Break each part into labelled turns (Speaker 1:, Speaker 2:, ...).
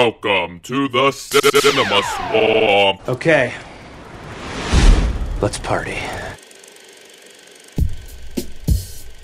Speaker 1: Welcome to the Cinema Swamp.
Speaker 2: Okay. Let's party.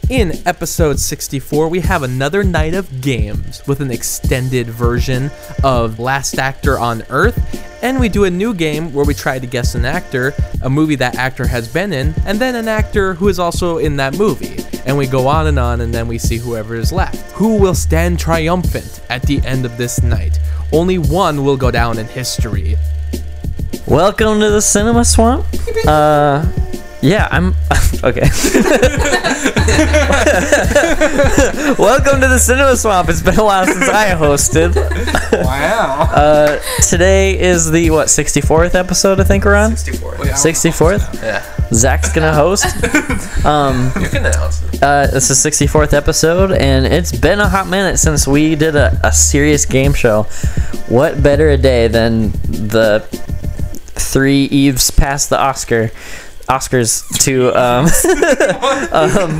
Speaker 3: In episode 64, we have another night of games with an extended version of Last Actor on Earth, and we do a new game where we try to guess an actor, a movie that actor has been in, and then an actor who is also in that movie. And we go on and on, and then we see whoever is left. Who will stand triumphant at the end of this night? Only one will go down in history.
Speaker 4: Welcome to the Cinema Swamp. Uh, yeah, I'm okay. Welcome to the Cinema Swamp. It's been a while since I hosted.
Speaker 2: Wow.
Speaker 4: Uh, today is the what 64th episode I think we're on. 64th.
Speaker 3: Yeah.
Speaker 4: Zach's gonna host. Um,
Speaker 3: You can announce it.
Speaker 4: Uh, this is 64th episode, and it's been a hot minute since we did a, a serious game show. What better a day than the three Eves past the Oscar, Oscars to um, um,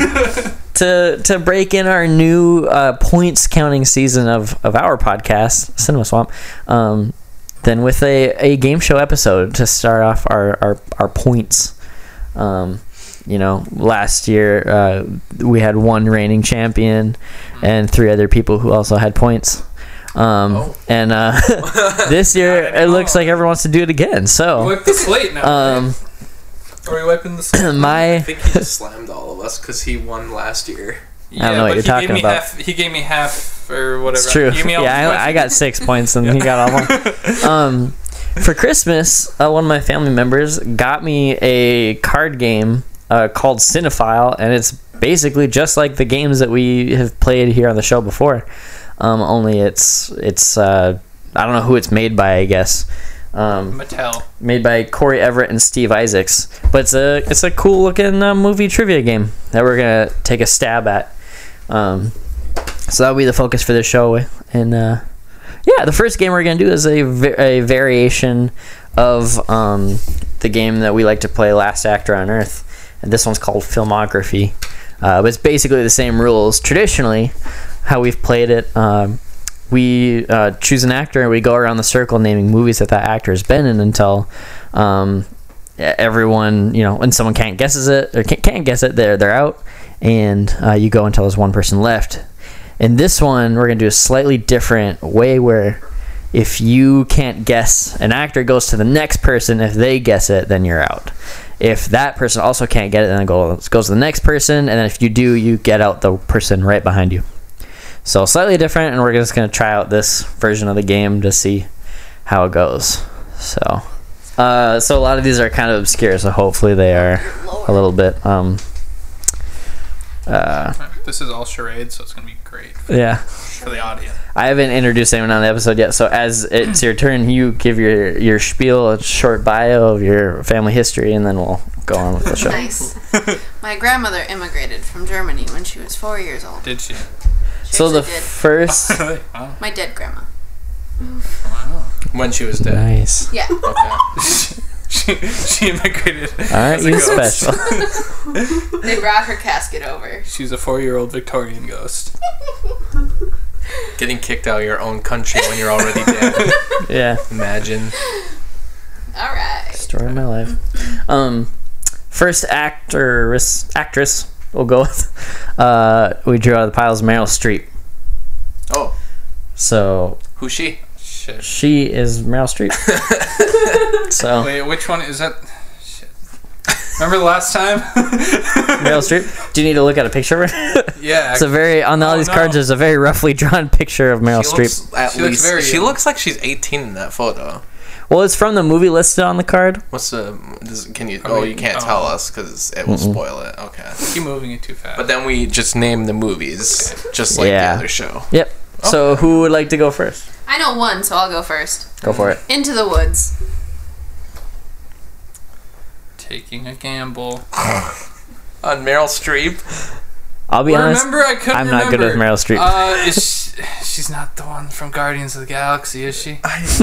Speaker 4: to to break in our new uh, points counting season of of our podcast, Cinema Swamp. Um, than with a, a game show episode to start off our, our, our points. Um, you know, last year uh, we had one reigning champion and three other people who also had points. Um, And uh, this year it looks like everyone wants to do it again. So
Speaker 5: Wipe the slate now.
Speaker 4: um,
Speaker 5: Are we wiping the slate?
Speaker 4: my
Speaker 6: I think he just slammed all of us because he won last year.
Speaker 4: I don't know what
Speaker 5: but
Speaker 4: you're
Speaker 5: he
Speaker 4: talking
Speaker 5: gave me
Speaker 4: about.
Speaker 5: Half, he gave me half or whatever.
Speaker 4: it's true.
Speaker 5: He gave me all
Speaker 4: Yeah,
Speaker 5: the
Speaker 4: I, I
Speaker 5: questions.
Speaker 4: got six points and he got all one. Um, for Christmas, uh, one of my family members got me a card game uh, called Cinephile, and it's basically just like the games that we have played here on the show before. Um, only it's it's uh, I don't know who it's made by. I guess um,
Speaker 5: Mattel.
Speaker 4: made by Corey Everett and Steve Isaacs. But it's a it's a cool looking uh, movie trivia game that we're gonna take a stab at. Um, so that'll be the focus for this show. And uh, yeah, the first game we're gonna do is a, va- a variation of um, the game that we like to play, Last Actor on Earth. And this one's called Filmography. Uh, but it's basically the same rules traditionally, how we've played it. Um, we uh, choose an actor and we go around the circle naming movies that that actor has been in until um, e- everyone you know when someone can't guesses it or can't, can't guess it they're they're out and uh, you go until there's one person left in this one we're gonna do a slightly different way where if you can't guess an actor goes to the next person if they guess it then you're out if that person also can't get it then it goes, goes to the next person and then if you do you get out the person right behind you so slightly different, and we're just gonna try out this version of the game to see how it goes. So, uh, so a lot of these are kind of obscure, so hopefully they are a little bit. Um, uh,
Speaker 5: This is all charades, so it's gonna be great
Speaker 4: yeah,
Speaker 5: for the audience.
Speaker 4: I haven't introduced anyone on the episode yet. So as it's your turn, you give your your spiel, a short bio of your family history, and then we'll go on with the show.
Speaker 7: Nice. My grandmother immigrated from Germany when she was four years old.
Speaker 5: Did she? Oh.
Speaker 7: She
Speaker 4: So the
Speaker 7: actually did.
Speaker 4: first.
Speaker 5: wow.
Speaker 7: my dead grandma.
Speaker 6: When she was dead.
Speaker 4: Nice.
Speaker 7: Yeah.
Speaker 5: she, she immigrated.
Speaker 4: Aren't
Speaker 5: as a
Speaker 4: you
Speaker 5: ghost.
Speaker 4: special?
Speaker 7: they brought her casket over.
Speaker 5: She's a four-year-old Victorian ghost.
Speaker 6: Getting kicked out of your own country when you're already dead.
Speaker 4: yeah.
Speaker 6: Imagine.
Speaker 7: All right.
Speaker 4: Story of my life. Um, first actress, actress we'll go with. Uh, we drew out of the piles Meryl Streep.
Speaker 6: Oh,
Speaker 4: So
Speaker 6: who's she?
Speaker 5: Shit.
Speaker 4: she is Meryl Streep. so
Speaker 5: Wait, which one is that? Shit. Remember the last time?
Speaker 4: Meryl Streep. Do you need to look at a picture of her?
Speaker 5: yeah.
Speaker 4: it's a very on all
Speaker 5: Oh,
Speaker 4: these
Speaker 5: no.
Speaker 4: cards. There's a very roughly drawn picture of Meryl
Speaker 6: she
Speaker 4: Streep.
Speaker 6: looks at
Speaker 5: She looks
Speaker 6: least.
Speaker 5: very
Speaker 6: she
Speaker 5: young.
Speaker 6: looks like she's 18 in that photo.
Speaker 4: well, it's from the movie listed on the card.
Speaker 6: What's the? Does, can you?
Speaker 5: Are
Speaker 6: oh,
Speaker 5: we-
Speaker 6: you can't
Speaker 5: oh.
Speaker 6: tell us because it will spoil it. Okay.
Speaker 5: Keep moving it too fast.
Speaker 6: But then we just name the movies, just like
Speaker 4: Yeah.
Speaker 6: the other show.
Speaker 4: Yep.
Speaker 6: Oh.
Speaker 4: So who would like to go first?
Speaker 7: I know one, so I'll go first.
Speaker 4: Go for it.
Speaker 7: Into the woods.
Speaker 5: taking a gamble.
Speaker 6: On Meryl Streep.
Speaker 4: I'll be honest.
Speaker 5: remember, I couldn't
Speaker 4: I'm
Speaker 5: remember.
Speaker 4: not good with Meryl Streep.
Speaker 5: Uh, is she, she's not the one from Guardians of the Galaxy, is she?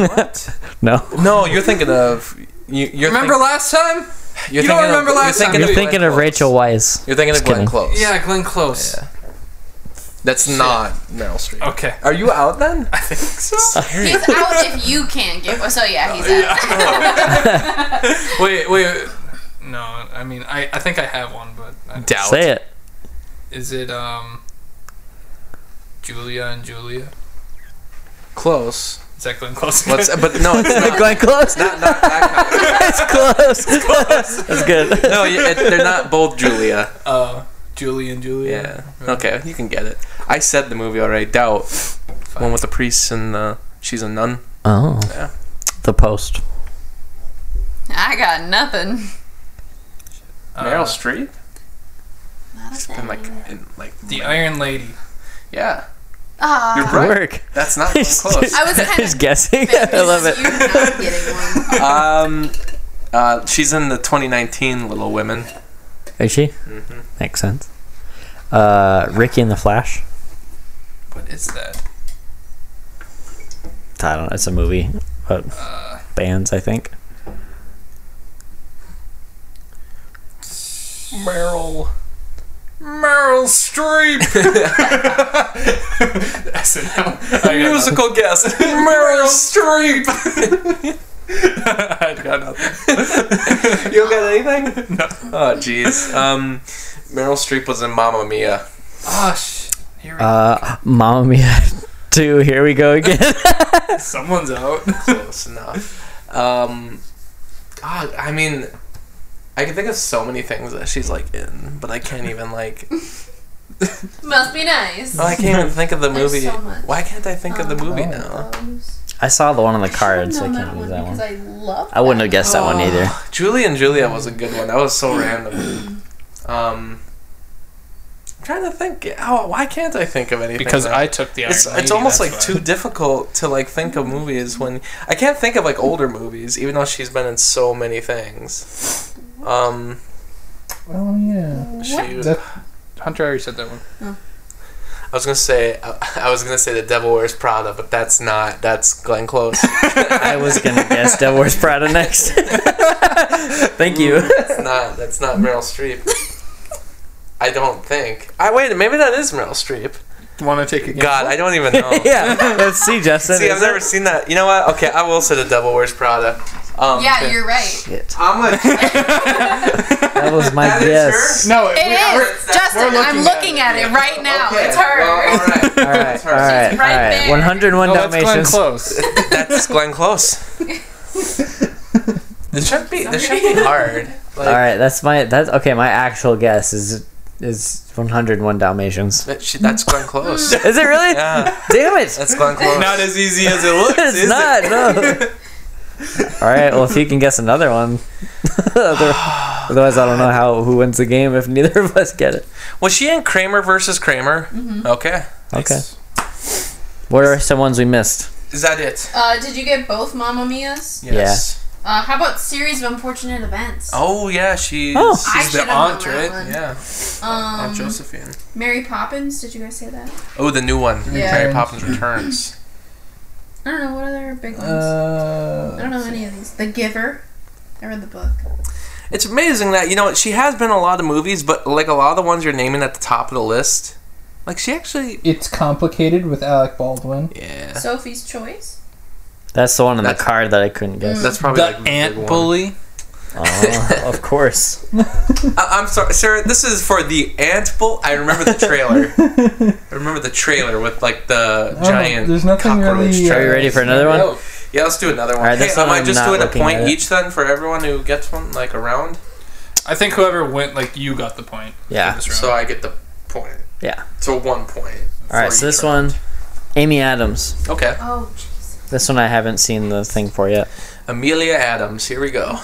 Speaker 6: what?
Speaker 4: no.
Speaker 6: No, you're thinking of. You you're
Speaker 5: Remember last time?
Speaker 6: Think, you're
Speaker 5: you
Speaker 6: thinking
Speaker 5: don't remember
Speaker 6: of,
Speaker 5: last
Speaker 6: you're
Speaker 5: time,
Speaker 6: thinking
Speaker 4: You're
Speaker 5: do
Speaker 6: of Glenn
Speaker 4: thinking of
Speaker 6: Close.
Speaker 4: Rachel Weisz.
Speaker 6: You're thinking
Speaker 4: Just
Speaker 6: of Glenn
Speaker 4: kidding.
Speaker 6: Close.
Speaker 5: Yeah, Glenn Close.
Speaker 6: Yeah. That's not Meryl Streep.
Speaker 5: Okay.
Speaker 6: Are you out then?
Speaker 5: I think so.
Speaker 7: He's out if you can't get one. So yeah, he's out.
Speaker 5: wait, wait, wait. No, I mean, I, I think I have one, but I,
Speaker 6: Doubt.
Speaker 4: Say it.
Speaker 5: is it um Julia and Julia?
Speaker 6: Close.
Speaker 5: Is that Glenn Close? again?
Speaker 6: Let's, but no, it's not.
Speaker 4: Going close.
Speaker 6: not, not that kind.
Speaker 4: It's close. That's good.
Speaker 6: No, you- it, they're not both Julia.
Speaker 5: uh, Julie and
Speaker 6: Yeah.
Speaker 5: Julia.
Speaker 6: Okay, you can get it. I said the movie already. Doubt. One with the priest and the, she's a nun.
Speaker 4: Oh.
Speaker 6: Yeah.
Speaker 4: The post.
Speaker 7: I got nothing.
Speaker 5: Uh,
Speaker 6: Streep.
Speaker 7: Not a
Speaker 6: It's
Speaker 7: thing.
Speaker 6: been like in like.
Speaker 5: the Iron Lady.
Speaker 6: yeah.
Speaker 7: Aw.
Speaker 6: You're right.
Speaker 4: Work.
Speaker 6: That's not even close.
Speaker 7: I was kind
Speaker 4: Just
Speaker 7: of
Speaker 4: guessing. I love it.
Speaker 7: You're not getting one.
Speaker 6: um, uh, she's in the 2019 Little Women.
Speaker 4: Is she?
Speaker 6: Mm-hmm.
Speaker 4: Makes sense. Uh, Ricky and the Flash.
Speaker 5: What is that?
Speaker 4: I don't know. It's a movie about
Speaker 6: Uh,
Speaker 4: bands, I think.
Speaker 5: Meryl. Meryl Streep. SNL. I got nothing.
Speaker 6: Musical guest Meryl Streep.
Speaker 5: I got nothing.
Speaker 6: You don't got anything? No. Oh jeez. Um, Meryl Streep was in Mamma Mia.
Speaker 5: Oh, sh- here we
Speaker 4: Uh, Mamma Mia 2. Here we go again.
Speaker 5: Someone's out.
Speaker 6: Close enough. Um, God, I mean, I can think of so many things that she's like in, but I can't even like.
Speaker 7: Must be nice.
Speaker 6: Oh, I can't even think of the
Speaker 7: There's
Speaker 6: movie.
Speaker 7: so much. Oh.
Speaker 6: Why can't I think of the movie now?
Speaker 4: I saw the one on the card, so I can't use that one. I wouldn't have guessed that one either.
Speaker 6: Julie and Julia was a good one. That was so random. Um, I'm trying to think. Oh, why can't I think of anything?
Speaker 5: Because
Speaker 6: now?
Speaker 5: I took the Iron
Speaker 6: It's,
Speaker 5: Lady.
Speaker 6: it's almost like
Speaker 5: that's
Speaker 6: too
Speaker 5: why.
Speaker 6: difficult to like think of movies when I can't think of like older movies, even though she's been in so many things. Um,
Speaker 5: Oh yeah.
Speaker 6: she was,
Speaker 5: That- Hunter already said that one.
Speaker 6: I was gonna say I, I was gonna say The Devil Wears Prada, but that's not that's Glenn Close.
Speaker 4: I was gonna guess Devil Wears Prada next. Thank you.
Speaker 6: that's not that's not Meryl Streep. I don't think. I wait, maybe that is Meryl Streep.
Speaker 5: Want to take a
Speaker 6: God, I don't even know.
Speaker 4: yeah, let's see, Justin.
Speaker 6: See, I've
Speaker 4: Is it-
Speaker 6: never seen that. You know what? Okay, I will say The Devil Wears Prada. Um,
Speaker 7: Yeah, you're right.
Speaker 6: I'm gonna.
Speaker 4: That was my
Speaker 6: That is
Speaker 4: guess.
Speaker 5: No,
Speaker 7: It
Speaker 5: we're-
Speaker 7: is. Justin, I'm looking at, it right now.
Speaker 6: Okay,
Speaker 7: It's her.
Speaker 6: well, all right.
Speaker 4: All right,
Speaker 6: It's
Speaker 4: all
Speaker 6: her.
Speaker 4: right, all
Speaker 7: right
Speaker 4: right.
Speaker 7: there.
Speaker 4: 101
Speaker 6: Oh,
Speaker 5: No, that's Glenn
Speaker 4: Dalmatians.
Speaker 5: Close.
Speaker 6: That's Glenn Close. this should be this should be hard. Like,
Speaker 4: All right, that's my that's okay. My actual guess is is 101 Dalmatians.
Speaker 6: that sh- that's Glenn Close.
Speaker 4: Is it really?
Speaker 6: Yeah,
Speaker 4: Damn it!
Speaker 6: that's Glenn Close.
Speaker 5: Not as easy as it looks.
Speaker 4: It's not. No. All right. Well, if you can guess another one, Other- otherwise I don't know how who wins the game if neither of us get it.
Speaker 6: Was she in Kramer versus Kramer?
Speaker 7: Mm-hmm.
Speaker 6: Okay,
Speaker 4: Okay. What are some ones we missed?
Speaker 6: is that it?
Speaker 7: Uh, did you get both Mamma Mia's? Uh, how about series of unfortunate events?
Speaker 6: Oh yeah, she's
Speaker 4: Oh.
Speaker 7: I
Speaker 6: she's
Speaker 7: should've
Speaker 6: the
Speaker 7: known
Speaker 6: aunt,
Speaker 7: that
Speaker 6: right?
Speaker 7: one.
Speaker 6: Yeah, Aunt
Speaker 7: um,
Speaker 6: Josephine.
Speaker 7: Mary Poppins. Did you guys say that?
Speaker 6: Oh, the new one,
Speaker 7: Yeah.
Speaker 6: Mary Poppins Returns.
Speaker 7: I don't know. What other big ones? I
Speaker 5: Uh,
Speaker 7: don't know any of these. The Giver. I read the book.
Speaker 6: It's amazing that you know she has been in a lot of movies, but like a lot of the ones you're naming at the top of the list, like she actually.
Speaker 5: it's complicated with Alec Baldwin.
Speaker 6: Yeah,
Speaker 7: Sophie's Choice.
Speaker 4: That's the one on the
Speaker 6: That's-
Speaker 4: card that I couldn't guess.
Speaker 6: that's probably like
Speaker 5: the
Speaker 6: big
Speaker 5: ant
Speaker 6: one.
Speaker 5: bully.
Speaker 4: Oh, of course.
Speaker 6: I- I'm sorry, Sarah. This is for the ant bull. I remember the trailer. I remember the trailer with like the
Speaker 5: Oh,
Speaker 6: giant
Speaker 5: there's nothing
Speaker 6: cockroach.
Speaker 5: really, uh,
Speaker 6: trailer.
Speaker 4: Are you ready for another one?
Speaker 6: Yeah, let's do another one.
Speaker 4: Alright,
Speaker 6: hey,
Speaker 4: this
Speaker 6: am
Speaker 4: one
Speaker 6: I
Speaker 4: I'm
Speaker 6: just
Speaker 4: not
Speaker 6: doing a
Speaker 4: looking at
Speaker 6: point
Speaker 4: it.
Speaker 6: each then for everyone who gets one like a round?
Speaker 5: I think whoever went, like, you got the point.
Speaker 4: Yeah.
Speaker 5: This round.
Speaker 6: So I get the point.
Speaker 4: Yeah.
Speaker 6: So one point.
Speaker 4: All right.
Speaker 6: for
Speaker 4: So
Speaker 6: each
Speaker 4: this
Speaker 6: round.
Speaker 4: one, Amy Adams.
Speaker 6: Okay.
Speaker 7: Oh, jeez.
Speaker 4: This one I haven't seen the thing for yet.
Speaker 6: Amelia Adams. Here we go.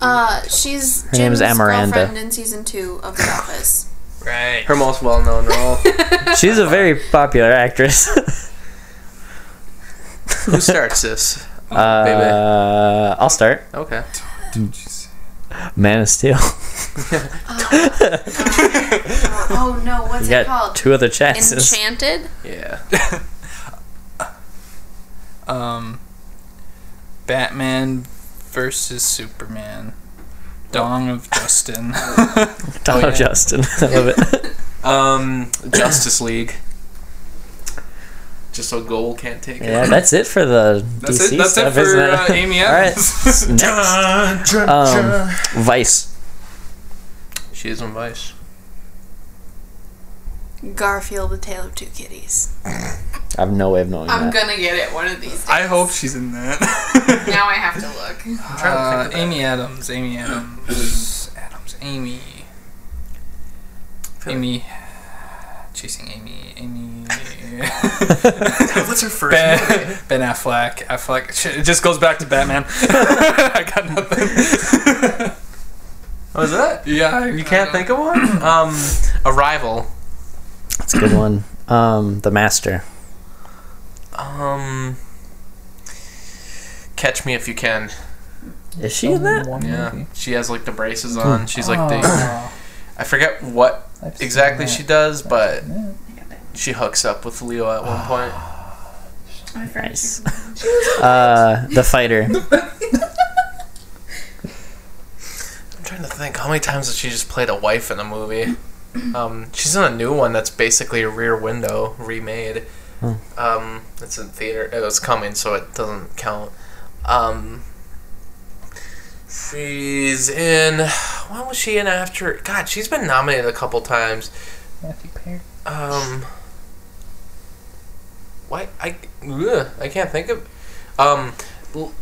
Speaker 7: Uh, she's
Speaker 4: Her name's
Speaker 7: Jim's
Speaker 4: Amaranda.
Speaker 7: girlfriend in season two of The Office.
Speaker 5: Right.
Speaker 6: Her most well-known role.
Speaker 4: She's a very popular actress.
Speaker 6: who starts this?
Speaker 4: Uh, I'll start.
Speaker 6: Okay.
Speaker 4: Man of Steel.
Speaker 7: oh no, what's
Speaker 4: You
Speaker 7: it
Speaker 4: got
Speaker 7: called?
Speaker 4: two other chances.
Speaker 7: Enchanted.
Speaker 6: Yeah.
Speaker 5: um, Batman versus Superman. Dong of Justin.
Speaker 4: Donald
Speaker 6: Oh, yeah.
Speaker 4: Justin. I love it.
Speaker 6: Um, Justice League. Just so Goal can't take it.
Speaker 4: Yeah, that's it for the
Speaker 5: That's
Speaker 4: DC
Speaker 5: it. That's
Speaker 4: stuff,
Speaker 5: it for
Speaker 4: isn't it?
Speaker 5: uh, Amy
Speaker 4: All right.
Speaker 5: Adams.
Speaker 4: Next, um, Vice.
Speaker 6: She is on Vice.
Speaker 7: Garfield, The Tale of Two Kitties.
Speaker 4: I have no way of knowing
Speaker 7: I'm
Speaker 4: that.
Speaker 7: gonna get it one of these days.
Speaker 5: I hope she's in that.
Speaker 7: Now I have to look.
Speaker 5: Uh, Amy Adams. Amy Adams. Adams. Amy.
Speaker 6: feel
Speaker 5: Amy. Chasing Amy. Amy.
Speaker 6: What's her first?
Speaker 5: Ben, ben Affleck. Affleck. Shit, It just goes back to Batman. I got nothing.
Speaker 6: Was that?
Speaker 5: yeah,
Speaker 6: You can't think of one? Um, Arrival.
Speaker 4: That's a good one. Um, the Master.
Speaker 6: Um, Catch Me If You Can.
Speaker 4: Is she in that?
Speaker 6: Yeah, she has like the braces on. She's like the.
Speaker 5: Oh,
Speaker 6: I forget what
Speaker 5: I've seen
Speaker 6: exactly
Speaker 5: that.
Speaker 6: she does, but
Speaker 5: Yeah.
Speaker 6: she hooks up with Leo at one point.
Speaker 4: Nice. Uh, the Fighter.
Speaker 6: I'm trying to think how many times has she just played a wife in a movie? Um, she's in a new one that's basically a Rear Window remade.
Speaker 4: Hmm.
Speaker 6: Um, it's in theater. It was coming, so it doesn't count. Um, she's in. When was she in after? God, she's been nominated a couple times.
Speaker 5: Matthew Perry.
Speaker 6: Um, why I ugh, I can't think of. Um, l-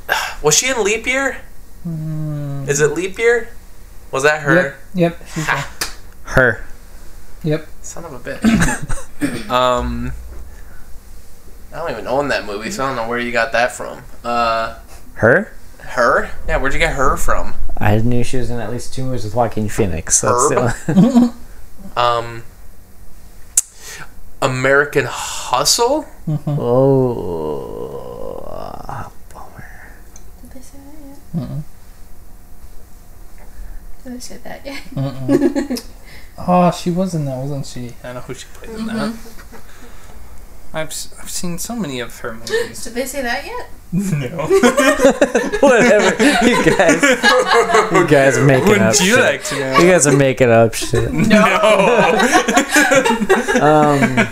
Speaker 6: was she in Leap Year? Is it Leap Year? Was that her?
Speaker 5: Yep. she's-
Speaker 4: Her.
Speaker 5: Yep.
Speaker 6: Son of a bitch. um, I don't even own that movie, so I don't know where you got that from. Uh,
Speaker 4: Her.
Speaker 6: her? Yeah, where'd you get her from?
Speaker 4: I knew she was in at least two movies with Joaquin Phoenix. That's the one.
Speaker 6: Herb? Um, American Hustle.
Speaker 4: oh, bummer.
Speaker 2: Did they say that yet? Did they say that yet?
Speaker 5: Oh, she was in that, wasn't she? I know who she played in that. I've, s- I've seen so many of her movies.
Speaker 7: Did they say that yet?
Speaker 5: no.
Speaker 4: Whatever. You guys. You guys are making up
Speaker 5: Wouldn't you
Speaker 4: shit.
Speaker 5: like to know?
Speaker 4: you guys are making up shit.
Speaker 5: No.
Speaker 4: Um,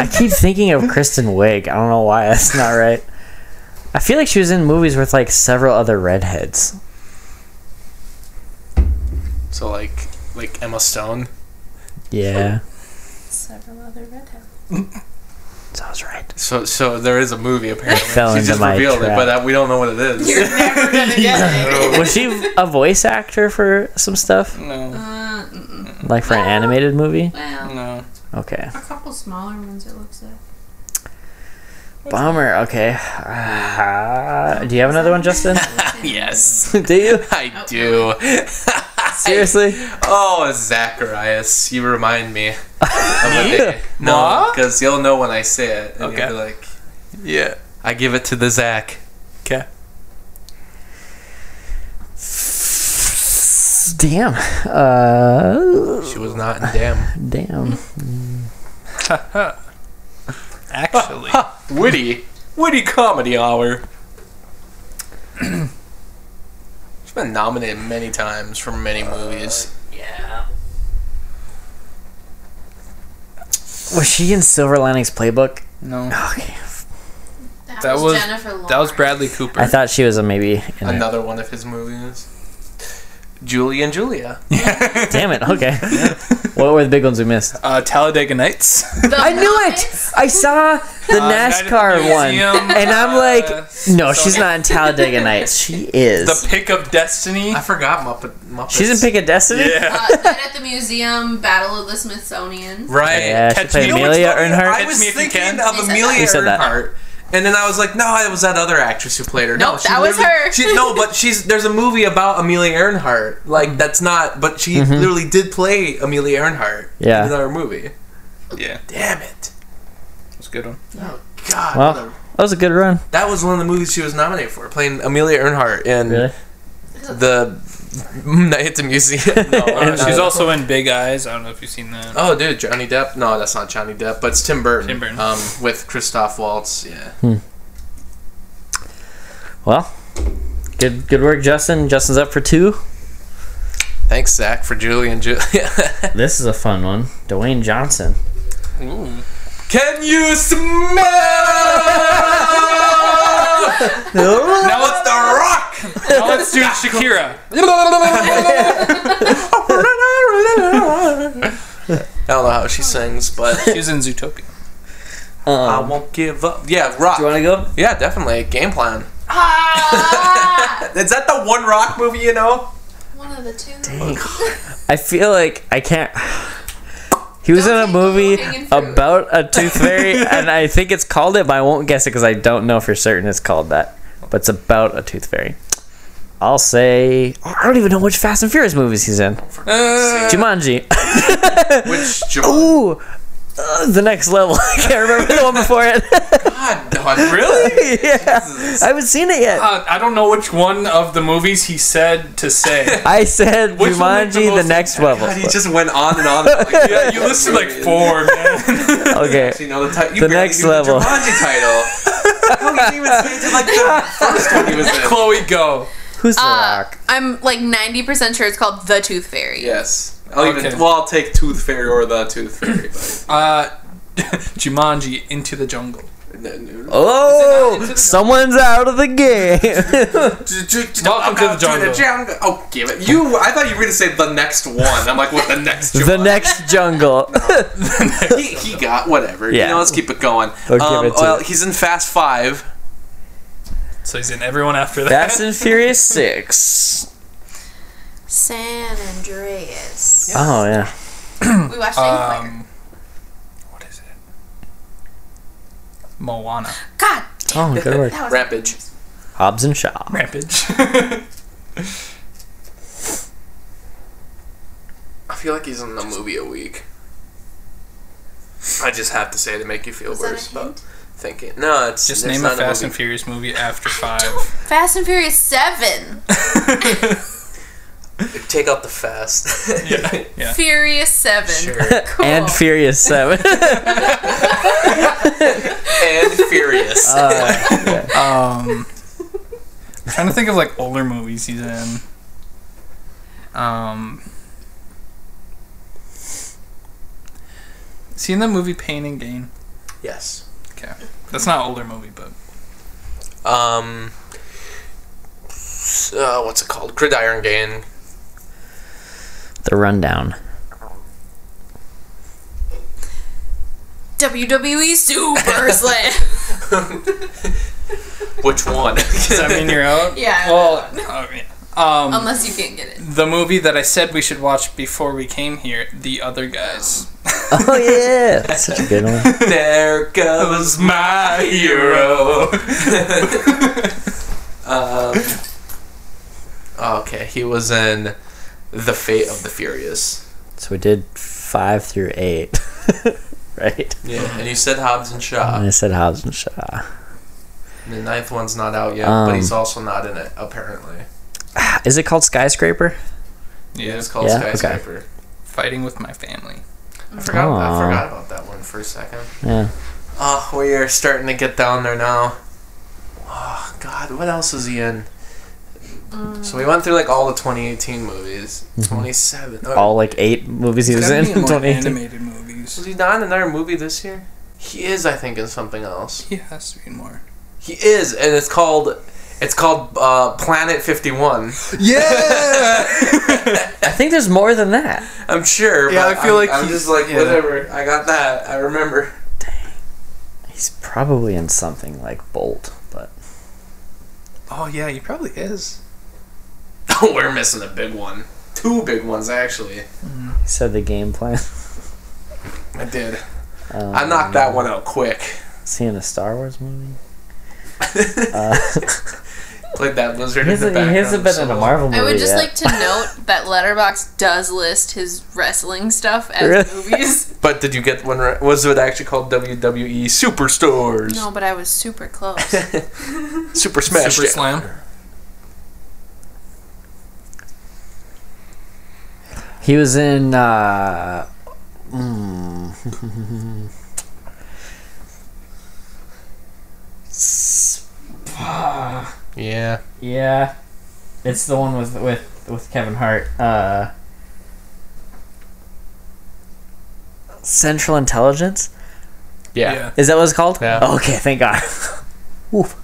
Speaker 4: I keep thinking of Kristen Wiig. I don't know why that's not right. I feel like she was in movies with like several other redheads.
Speaker 6: So like like Emma Stone.
Speaker 4: Yeah,
Speaker 7: Several other redheads.
Speaker 4: so I was right.
Speaker 6: So so there is a movie apparently.
Speaker 4: Fell
Speaker 6: she
Speaker 4: into
Speaker 6: just
Speaker 4: my
Speaker 6: revealed
Speaker 4: trap.
Speaker 6: it, but uh, we don't know what it is.
Speaker 7: You're never gonna get it.
Speaker 4: Was she a voice actor for some stuff,
Speaker 5: no.
Speaker 7: Uh, mm-mm.
Speaker 4: like for an animated movie?
Speaker 7: well,
Speaker 5: No.
Speaker 4: Okay,
Speaker 7: a couple smaller ones it looks like.
Speaker 4: bummer. Okay, Uh, do you have another one, Justin?
Speaker 6: yes,
Speaker 4: do you
Speaker 6: I do.
Speaker 4: seriously?
Speaker 6: Oh, Zacharias, you remind me. Of a day. No,
Speaker 5: Ma?
Speaker 6: because you'll know when I say it. And
Speaker 5: Okay.
Speaker 6: You'll be like,
Speaker 5: Yeah.
Speaker 6: I give it to the Zach.
Speaker 5: Okay.
Speaker 4: Damn. Uh,
Speaker 6: She was not in Damn.
Speaker 4: damn.
Speaker 5: Actually.
Speaker 6: Woody. Woody Comedy Hour. She's been nominated many times for many movies.
Speaker 4: Was she in Silver Linings Playbook?
Speaker 5: no.
Speaker 4: Okay,
Speaker 7: That,
Speaker 5: That
Speaker 7: was,
Speaker 5: was-
Speaker 7: Jennifer Lawrence.
Speaker 5: That was Bradley Cooper.
Speaker 4: I thought she was a maybe. In it.
Speaker 6: Another one of his movies. Julie and Julia.
Speaker 4: Damn it. Okay. What were the big ones we missed?
Speaker 5: uh, Talladega Nights.
Speaker 7: The
Speaker 4: I knew
Speaker 7: Muppets?
Speaker 4: it. I saw the NASCAR one,
Speaker 5: Uh, Museum,
Speaker 4: and I'm like,
Speaker 5: uh, so-
Speaker 4: no, she's not in Talladega Nights. She is.
Speaker 5: The Pick of Destiny.
Speaker 6: I forgot Muppet Muppets.
Speaker 4: She's in Pick of Destiny.
Speaker 5: Yeah.
Speaker 7: Uh, Night at the Museum, Battle of the Smithsonian.
Speaker 6: Right.
Speaker 4: Yeah, she
Speaker 6: Catch
Speaker 4: played
Speaker 6: me. You know
Speaker 4: Amelia
Speaker 6: what's funny?
Speaker 4: Earnhardt.
Speaker 6: I
Speaker 5: Catch
Speaker 6: was
Speaker 5: me if you
Speaker 6: thinking
Speaker 5: can.
Speaker 6: of
Speaker 7: Who said
Speaker 6: Amelia
Speaker 4: that? Who said that?
Speaker 6: Earnhardt. And then I was like, no, it was that other actress who played her. no,
Speaker 7: Nope,
Speaker 6: she
Speaker 7: that was
Speaker 6: literally-
Speaker 7: her.
Speaker 6: She, no, but she's there's a movie about Amelia Earnhardt. Like
Speaker 5: Mm-hmm.
Speaker 6: that's not, but she literally did play Amelia Earnhardt
Speaker 4: Mm-hmm. Yeah.
Speaker 6: in another movie.
Speaker 5: Yeah.
Speaker 6: Damn it!
Speaker 5: That's a good one.
Speaker 6: Oh God,
Speaker 4: Well.
Speaker 6: mother-
Speaker 4: That was a good run.
Speaker 6: that was one of the movies she was nominated for, playing Amelia Earnhardt in
Speaker 4: Really?
Speaker 6: the Night at the Museum. No,
Speaker 5: Uh,
Speaker 6: no,
Speaker 5: she's
Speaker 6: no.
Speaker 5: also in Big Eyes. I don't know if you've seen that.
Speaker 6: Oh, dude, Johnny Depp. No, that's not Johnny Depp, but it's Tim Burton.
Speaker 5: Tim Burton.
Speaker 6: Um, with Christoph Waltz. Yeah.
Speaker 4: Well, good good work, Justin. Justin's up for two.
Speaker 6: Thanks, Zach, for Julie and Julia.
Speaker 4: This is a fun one. Dwayne Johnson.
Speaker 5: Ooh.
Speaker 6: Can you smell? now it's the rock.
Speaker 5: Now let's do Shakira.
Speaker 6: I don't know how she sings, but
Speaker 5: She's in Zootopia.
Speaker 6: I
Speaker 4: Um,
Speaker 6: won't give up. Yeah, rock.
Speaker 4: do you want to go?
Speaker 6: yeah, definitely. Game plan.
Speaker 7: Ah!
Speaker 6: Is that the one rock movie you know?
Speaker 2: One of the two.
Speaker 4: I feel like I can't. He was
Speaker 7: Don't
Speaker 4: in a
Speaker 7: take the
Speaker 4: movie
Speaker 7: low-hanging fruit.
Speaker 4: about a tooth fairy, and I think it's called it, but I won't guess it because I don't know for certain it's called that. But it's about a tooth fairy. I'll say I don't even know which Fast and Furious movies he's in.
Speaker 5: Uh,
Speaker 4: Jumanji.
Speaker 6: Which Joe?
Speaker 4: Ooh, uh, the next level. I can't remember the one before it.
Speaker 6: God, Don, really?
Speaker 4: yeah, I haven't seen it yet.
Speaker 5: Uh, I don't know which one of the movies he said to say.
Speaker 4: I said
Speaker 5: Which one makes the
Speaker 4: Jumanji, the,
Speaker 5: most
Speaker 4: next
Speaker 6: God, he
Speaker 4: level.
Speaker 6: just went on and on. Like,
Speaker 5: yeah, you listed like four, man.
Speaker 4: Okay.
Speaker 6: You know the, ti- you
Speaker 4: The
Speaker 6: barely
Speaker 4: next
Speaker 6: knew
Speaker 4: level.
Speaker 6: The Jumanji title. How did you even say it to like the first one he was in?
Speaker 5: Chloe, go.
Speaker 4: Who's the
Speaker 7: Uh,
Speaker 4: rock?
Speaker 7: I'm like 90% sure it's called The Tooth Fairy.
Speaker 6: Yes. I'll
Speaker 5: Okay.
Speaker 6: even. Well, I'll take Tooth Fairy or the Tooth Fairy. But
Speaker 5: Uh, Jumanji, Into the Jungle.
Speaker 6: uh,
Speaker 4: Oh, someone's out of the game.
Speaker 5: Welcome to the jungle.
Speaker 6: Oh, give it. You. I thought you were gonna say the next one. I'm like, what the next?
Speaker 4: the
Speaker 6: Jumanji?
Speaker 4: next jungle.
Speaker 6: He, he got whatever.
Speaker 4: Yeah.
Speaker 6: You know, let's keep it going.
Speaker 4: Or give
Speaker 6: Um,
Speaker 4: it to
Speaker 6: well,
Speaker 4: it.
Speaker 6: he's in Fast Five.
Speaker 5: So he's in everyone after that.
Speaker 4: Fast and Furious Six.
Speaker 7: San Andreas.
Speaker 4: Oh yeah.
Speaker 7: We watched it in choir.
Speaker 5: Um, what is it? Moana.
Speaker 7: God,
Speaker 4: Oh good work.
Speaker 7: that was
Speaker 6: Rampage.
Speaker 4: Hobbs and Shaw.
Speaker 5: Rampage.
Speaker 6: I feel like he's in the movie a week. I just have to say to make you feel
Speaker 2: Was that
Speaker 6: worse
Speaker 2: a
Speaker 6: about
Speaker 2: hint?
Speaker 6: thinking. No, it's
Speaker 5: Just
Speaker 6: it's
Speaker 5: name a
Speaker 6: not
Speaker 5: Fast and
Speaker 6: movie.
Speaker 5: Furious movie after five.
Speaker 7: Fast and Furious 7.
Speaker 6: Take out the fast.
Speaker 5: yeah. yeah.
Speaker 7: Furious 7. Cool.
Speaker 4: And Furious Seven.
Speaker 6: and Furious.
Speaker 4: Uh,
Speaker 5: Um, I'm trying to think of like older movies he's in. Um, seen the movie Pain and Gain.
Speaker 6: yes.
Speaker 5: Okay, that's not an older movie, but
Speaker 6: Um. s- Uh, what's it called? Gridiron Gang.
Speaker 4: the Rundown.
Speaker 7: WWE E Super Slam.
Speaker 6: Which one?
Speaker 5: does that mean you're out?
Speaker 7: Yeah.
Speaker 5: Well, I mean, um,
Speaker 7: Unless you can't get it.
Speaker 5: the movie that I said we should watch before we came here, The Other Guys.
Speaker 4: Oh yeah, that's such a good one.
Speaker 6: there goes my hero. um, Oh, okay, he was in The Fate of the Furious.
Speaker 4: So we did five through eight, right?
Speaker 6: Yeah, and you said Hobbs and
Speaker 4: And
Speaker 6: Shaw.
Speaker 4: I said Hobbs and Shaw. Mm-hmm.
Speaker 6: The ninth one's not out yet,
Speaker 4: Um.
Speaker 6: but he's also not in it apparently.
Speaker 4: Is it called Skyscraper?
Speaker 5: Yeah,
Speaker 6: It's called
Speaker 4: Yeah, okay.
Speaker 6: Skyscraper.
Speaker 5: fighting with my family.
Speaker 6: I forgot.
Speaker 4: Aw.
Speaker 6: I forgot about that one for a second.
Speaker 4: Yeah.
Speaker 6: Oh, we are starting to get down there now. Oh God, what else is he in?
Speaker 5: Mm.
Speaker 6: So we went through like all the 2018 movies. 27. Oh,
Speaker 4: Mm-hmm. All like eight movies he was in.
Speaker 5: Gotta be more
Speaker 4: 2018.
Speaker 5: animated movies.
Speaker 6: Was he not in another movie this year? He is, I think, in something else.
Speaker 5: He has to be in more.
Speaker 6: He is, and it's called. It's called uh, Planet 51.
Speaker 4: I think there's more than that.
Speaker 6: I'm sure.
Speaker 5: Yeah,
Speaker 6: but
Speaker 5: I feel
Speaker 6: I'm-
Speaker 5: like
Speaker 6: I'm
Speaker 5: he's-
Speaker 6: just like
Speaker 5: yeah.
Speaker 6: whatever. I got that. I remember.
Speaker 4: He's probably in something like Bolt, but
Speaker 5: Oh yeah, he probably is.
Speaker 6: Oh, we're missing a big one. Two big ones actually.
Speaker 4: he said the game plan.
Speaker 6: I did.
Speaker 4: Um,
Speaker 6: I knocked that one out quick.
Speaker 4: Seeing a Star Wars movie.
Speaker 6: Played that lizard
Speaker 4: He
Speaker 6: in the
Speaker 4: hasn't, he
Speaker 6: background.
Speaker 4: hasn't been
Speaker 6: so
Speaker 4: in a
Speaker 6: long.
Speaker 4: Marvel movie
Speaker 7: I would just
Speaker 4: yet.
Speaker 7: like to note that Letterbox does list his wrestling stuff as
Speaker 4: Really?
Speaker 7: movies.
Speaker 6: But did you get one right? Was it actually called WWE Superstores?
Speaker 7: No, but I was super close.
Speaker 6: Super Smash.
Speaker 5: Super
Speaker 6: Jam.
Speaker 5: Slam.
Speaker 4: He was in. Uh,
Speaker 5: Hmm.
Speaker 4: mm, S-
Speaker 6: Yeah.
Speaker 4: yeah, it's the one with with with Kevin Hart. Uh, Central Intelligence?
Speaker 3: Yeah.
Speaker 4: Is that what it's called?
Speaker 3: Yeah.
Speaker 4: Okay, thank God.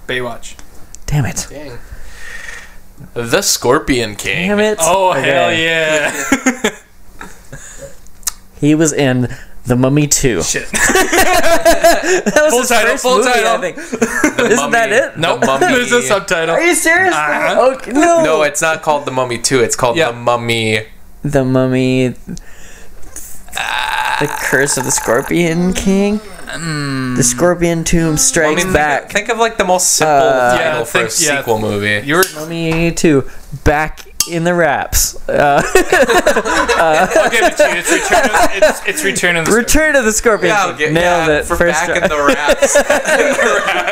Speaker 5: Baywatch.
Speaker 4: Damn it.
Speaker 6: Dang. The Scorpion King.
Speaker 4: Damn it.
Speaker 5: Oh hell
Speaker 4: Okay.
Speaker 5: yeah!
Speaker 4: He was in The Mummy 2.
Speaker 5: Shit.
Speaker 4: That was
Speaker 5: Full
Speaker 4: his
Speaker 5: title,
Speaker 4: first
Speaker 5: full
Speaker 4: movie,
Speaker 5: title.
Speaker 4: I think. Isn't that it?
Speaker 6: No,
Speaker 5: Nope.
Speaker 6: There's a
Speaker 4: Are
Speaker 6: subtitle.
Speaker 4: you serious?
Speaker 5: Uh-huh.
Speaker 4: okay, no.
Speaker 6: No, it's not called The Mummy 2. It's called
Speaker 5: Yeah.
Speaker 6: The Mummy.
Speaker 4: the Mummy. The Curse of the Scorpion King. The Scorpion Tomb Strikes
Speaker 6: Mm. Mummy-
Speaker 4: Back.
Speaker 6: Think of like the most simple
Speaker 4: Uh,
Speaker 6: title
Speaker 5: Yeah,
Speaker 6: for
Speaker 5: think-
Speaker 6: a
Speaker 5: yeah.
Speaker 6: sequel movie.
Speaker 5: You're
Speaker 4: Mummy 2. Back in the Wraps. Uh,
Speaker 5: okay, but dude, it's return. Of, it's, it's return of the.
Speaker 4: Return of the Scorpion
Speaker 6: Yeah, I'll
Speaker 4: King.
Speaker 6: get-
Speaker 4: Nailed
Speaker 6: yeah,
Speaker 4: it.
Speaker 6: For
Speaker 4: First
Speaker 6: back
Speaker 4: try.
Speaker 6: in the raps.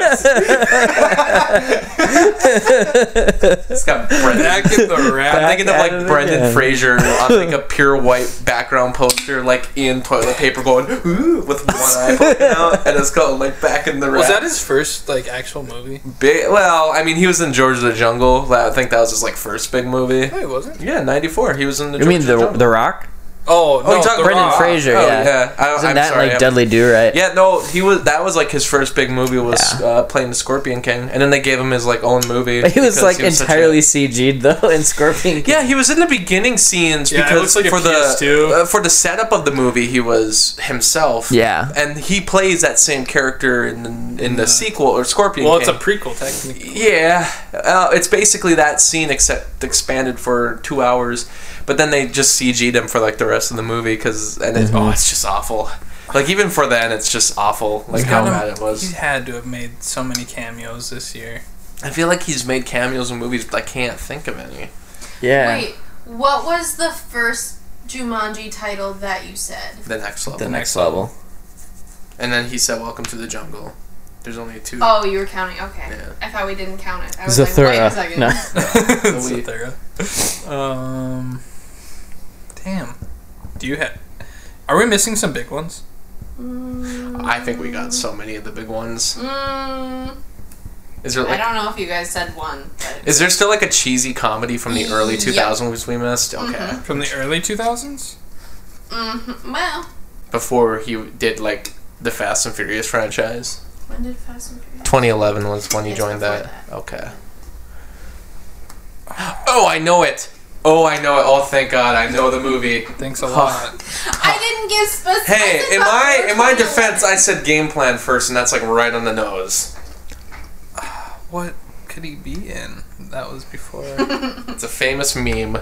Speaker 6: it's got Brendan. Back in the raps. I'm thinking of
Speaker 4: Back
Speaker 6: like
Speaker 4: at it
Speaker 6: Brendan
Speaker 4: again.
Speaker 6: Fraser on like a pure white background poster, like in toilet paper, going ooh with one eye poking out, and it's called like back in the raps.
Speaker 5: was that his first like actual movie?
Speaker 6: big? Well, I mean, he was in George of the Jungle. That- I think that was his like first big movie.
Speaker 5: No, he wasn't.
Speaker 6: Yeah, '94. He was in the.
Speaker 4: You mean
Speaker 6: George of
Speaker 4: The,
Speaker 6: Jungle.
Speaker 4: the Rock?
Speaker 5: Oh
Speaker 6: Oh,
Speaker 5: no,
Speaker 6: you talking
Speaker 5: The
Speaker 4: Brendan
Speaker 5: Rock.
Speaker 4: Fraser,
Speaker 6: Oh,
Speaker 4: yeah.
Speaker 6: yeah. I,
Speaker 4: Isn't
Speaker 6: I'm
Speaker 4: that
Speaker 6: sorry,
Speaker 4: like
Speaker 6: I'm-
Speaker 4: Dudley Do Right?
Speaker 6: Yeah, no, he was. That was like his first big movie was
Speaker 4: Yeah.
Speaker 6: uh, playing the Scorpion King, and then they gave him his like own movie.
Speaker 4: He was
Speaker 6: because
Speaker 4: like
Speaker 6: such a-
Speaker 4: entirely CG'd though in Scorpion King.
Speaker 6: yeah, he was in the beginning scenes
Speaker 5: Yeah, it looks
Speaker 6: because
Speaker 5: like a
Speaker 6: for
Speaker 5: PS2.
Speaker 6: the uh, for the setup of the movie, he was himself.
Speaker 4: Yeah.
Speaker 6: and he plays that same character in the, in the sequel or Scorpion.
Speaker 5: Well, it's a
Speaker 6: King.
Speaker 5: prequel technically.
Speaker 6: Yeah, uh, it's basically that scene except expanded for two hours, but then they just CG'd him for like the rest of the movie because and
Speaker 4: Mm-hmm.
Speaker 6: it, oh, it's just awful. Like even for then, it's just awful. Like how
Speaker 5: Gotta-
Speaker 6: bad it was.
Speaker 5: He had to have made so many cameos this year.
Speaker 6: I feel like he's made cameos in movies, but I can't think of any.
Speaker 4: Yeah.
Speaker 7: Wait, what was the first Jumanji title that you said?
Speaker 6: The next level.
Speaker 4: The next level.
Speaker 6: And then he said, "Welcome to the jungle." There's only two.
Speaker 7: Oh, you were counting. Okay,
Speaker 6: Yeah.
Speaker 7: I thought we didn't count it. I was like, wait a
Speaker 4: Zathura.
Speaker 7: second.
Speaker 4: no.
Speaker 5: It's
Speaker 6: we-
Speaker 5: so thorough. Um, damn. Do you have? Are we missing some big ones?
Speaker 6: I think we got so many of the big ones.
Speaker 7: Mm,
Speaker 6: Is there
Speaker 7: I
Speaker 6: like,
Speaker 7: don't know if you guys said one, but
Speaker 6: is there still like a cheesy comedy from the early
Speaker 7: Yeah. Mm-hmm.
Speaker 6: 2000s we missed? Okay,
Speaker 5: From the early 2000s?
Speaker 7: Mhm, well,
Speaker 6: before he did like the Fast and Furious franchise.
Speaker 7: when did Fast and Furious?
Speaker 6: 2011 was when he
Speaker 7: It's
Speaker 6: joined
Speaker 7: before
Speaker 6: that. Okay. Oh, I know it. Oh, I know it. Oh, thank God, I know the movie.
Speaker 5: Thanks a lot.
Speaker 7: I didn't give specific.
Speaker 6: Hey, in my in my defense, I said game plan first, and that's like right on the nose.
Speaker 5: what could he be in? That was before.
Speaker 6: It's a famous meme.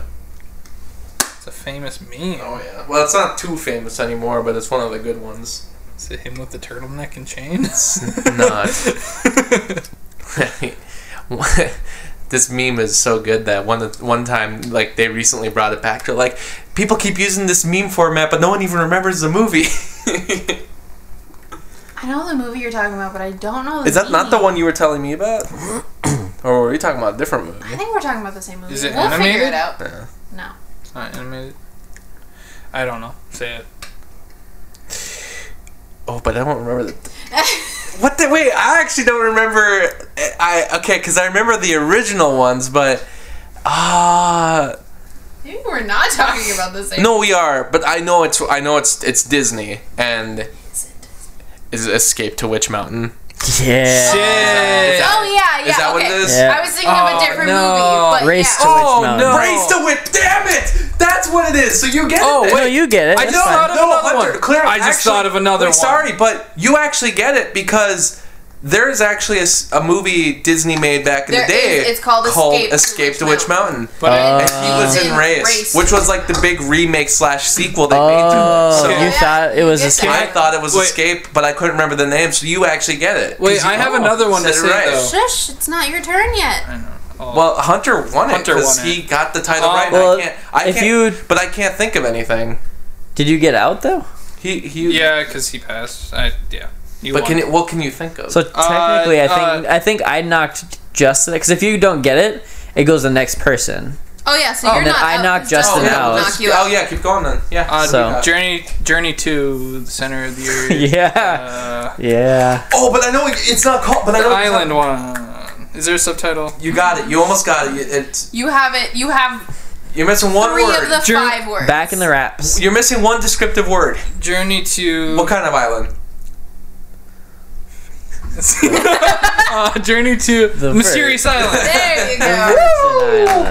Speaker 5: it's a famous meme.
Speaker 6: Oh yeah. Well, it's not too famous anymore, but it's one of the good ones.
Speaker 5: Is it him with the turtleneck and chains?
Speaker 6: Not. this meme is so good that one one time, like they recently brought it back. They're like, people keep using this meme format, but no one even remembers the movie.
Speaker 7: I know the movie you're talking about, but I don't know. The
Speaker 6: is that not the
Speaker 7: name.
Speaker 6: one you were telling me about? or were you talking about a different movie?
Speaker 7: I think we're talking about the same movie.
Speaker 5: Is it
Speaker 7: we'll figure
Speaker 5: animated?
Speaker 7: it out.
Speaker 6: Yeah.
Speaker 7: No.
Speaker 5: Not animated. I don't know. Say it.
Speaker 6: Oh, but I don't remember the. what the? Wait, I actually don't remember. I okay, because I remember the original ones, but ah,
Speaker 7: Maybe we're not talking about the same.
Speaker 6: no, we are. But I know it's I know it's it's Disney and
Speaker 7: Is it-
Speaker 6: is it Escape to Witch Mountain.
Speaker 4: Yeah.
Speaker 6: Is that-
Speaker 7: Oh yeah, yeah.
Speaker 6: is that what
Speaker 7: okay.
Speaker 6: it is?
Speaker 4: Yeah.
Speaker 7: I was thinking of a
Speaker 5: Oh,
Speaker 7: different
Speaker 5: no.
Speaker 7: movie, but
Speaker 4: Race
Speaker 7: yeah.
Speaker 4: to
Speaker 5: Oh,
Speaker 4: Witch Mountain.
Speaker 5: no.
Speaker 6: Race the Witch! Damn it! That's what it is. So you get
Speaker 5: Oh,
Speaker 6: it.
Speaker 4: No,
Speaker 5: wait.
Speaker 4: you get it.
Speaker 5: I
Speaker 4: That's
Speaker 5: just
Speaker 4: fine.
Speaker 5: thought of
Speaker 6: No,
Speaker 5: another
Speaker 6: Hunter,
Speaker 5: one.
Speaker 6: clear.
Speaker 5: I just
Speaker 6: actually-
Speaker 5: thought of another
Speaker 6: wait,
Speaker 5: one.
Speaker 6: Sorry, but you actually get it because there is actually a, s- a movie Disney made back in
Speaker 7: There
Speaker 6: the day.
Speaker 7: is. It's called Escape to
Speaker 6: Escape to
Speaker 7: Witch
Speaker 6: Witch
Speaker 7: Mountain.
Speaker 6: Mountain.
Speaker 5: But I-
Speaker 6: and he was in
Speaker 7: Uh,
Speaker 6: Race,
Speaker 7: Race.
Speaker 6: which was like the big remake slash sequel they made
Speaker 4: Oh,
Speaker 6: to it. So
Speaker 4: you
Speaker 7: Yeah,
Speaker 4: thought it
Speaker 7: you
Speaker 4: was
Speaker 7: get
Speaker 4: a
Speaker 7: that.
Speaker 6: I thought it was
Speaker 5: Wait.
Speaker 6: Escape, but I couldn't remember the name. So you actually get it. 'Cause
Speaker 5: Wait,
Speaker 6: you-
Speaker 5: I have another one to
Speaker 6: said it
Speaker 5: say
Speaker 6: right.
Speaker 5: though.
Speaker 7: Oh, Shush! It's not your turn yet.
Speaker 5: I know. Oh.
Speaker 6: Well, Hunter won it
Speaker 5: Hunter
Speaker 6: because
Speaker 5: won
Speaker 6: he
Speaker 5: it.
Speaker 6: got the title
Speaker 5: Oh.
Speaker 6: right.
Speaker 4: Well,
Speaker 6: I can't, I
Speaker 4: if
Speaker 6: can't,
Speaker 4: you-
Speaker 6: but I can't think of anything.
Speaker 4: Did you get out though?
Speaker 6: He, he,
Speaker 5: yeah, because he passed. I yeah. You
Speaker 6: But
Speaker 5: won.
Speaker 6: can it, what can you think of?
Speaker 4: So technically, I think
Speaker 5: uh,
Speaker 4: I think I knocked Justin because if you don't get it, it goes to the next person.
Speaker 7: Oh yeah, so
Speaker 4: Oh,
Speaker 7: you're
Speaker 4: then
Speaker 7: not.
Speaker 4: I
Speaker 7: out,
Speaker 4: knocked
Speaker 7: 'cause
Speaker 4: Justin
Speaker 7: Justin
Speaker 4: out.
Speaker 7: will
Speaker 6: let's-
Speaker 7: Knock you
Speaker 6: oh
Speaker 7: out.
Speaker 6: yeah, keep going then. Yeah.
Speaker 5: Uh,
Speaker 4: So-
Speaker 5: journey, journey to the center of the earth.
Speaker 4: Yeah.
Speaker 5: Uh,
Speaker 4: yeah.
Speaker 6: oh, but I know it- it's not called. But
Speaker 5: the
Speaker 6: I know it's not-
Speaker 5: island one. Is there a subtitle?
Speaker 6: You got it. You almost got it. You- It's
Speaker 7: You have it. You have
Speaker 6: You're missing one
Speaker 7: Three
Speaker 6: word.
Speaker 7: of the
Speaker 4: Jer-
Speaker 7: five words.
Speaker 4: Back in the wraps.
Speaker 6: You're missing one descriptive word.
Speaker 5: Journey to
Speaker 6: What kind of island?
Speaker 5: uh, Journey to
Speaker 4: The
Speaker 5: Mysterious Island.
Speaker 7: There you go.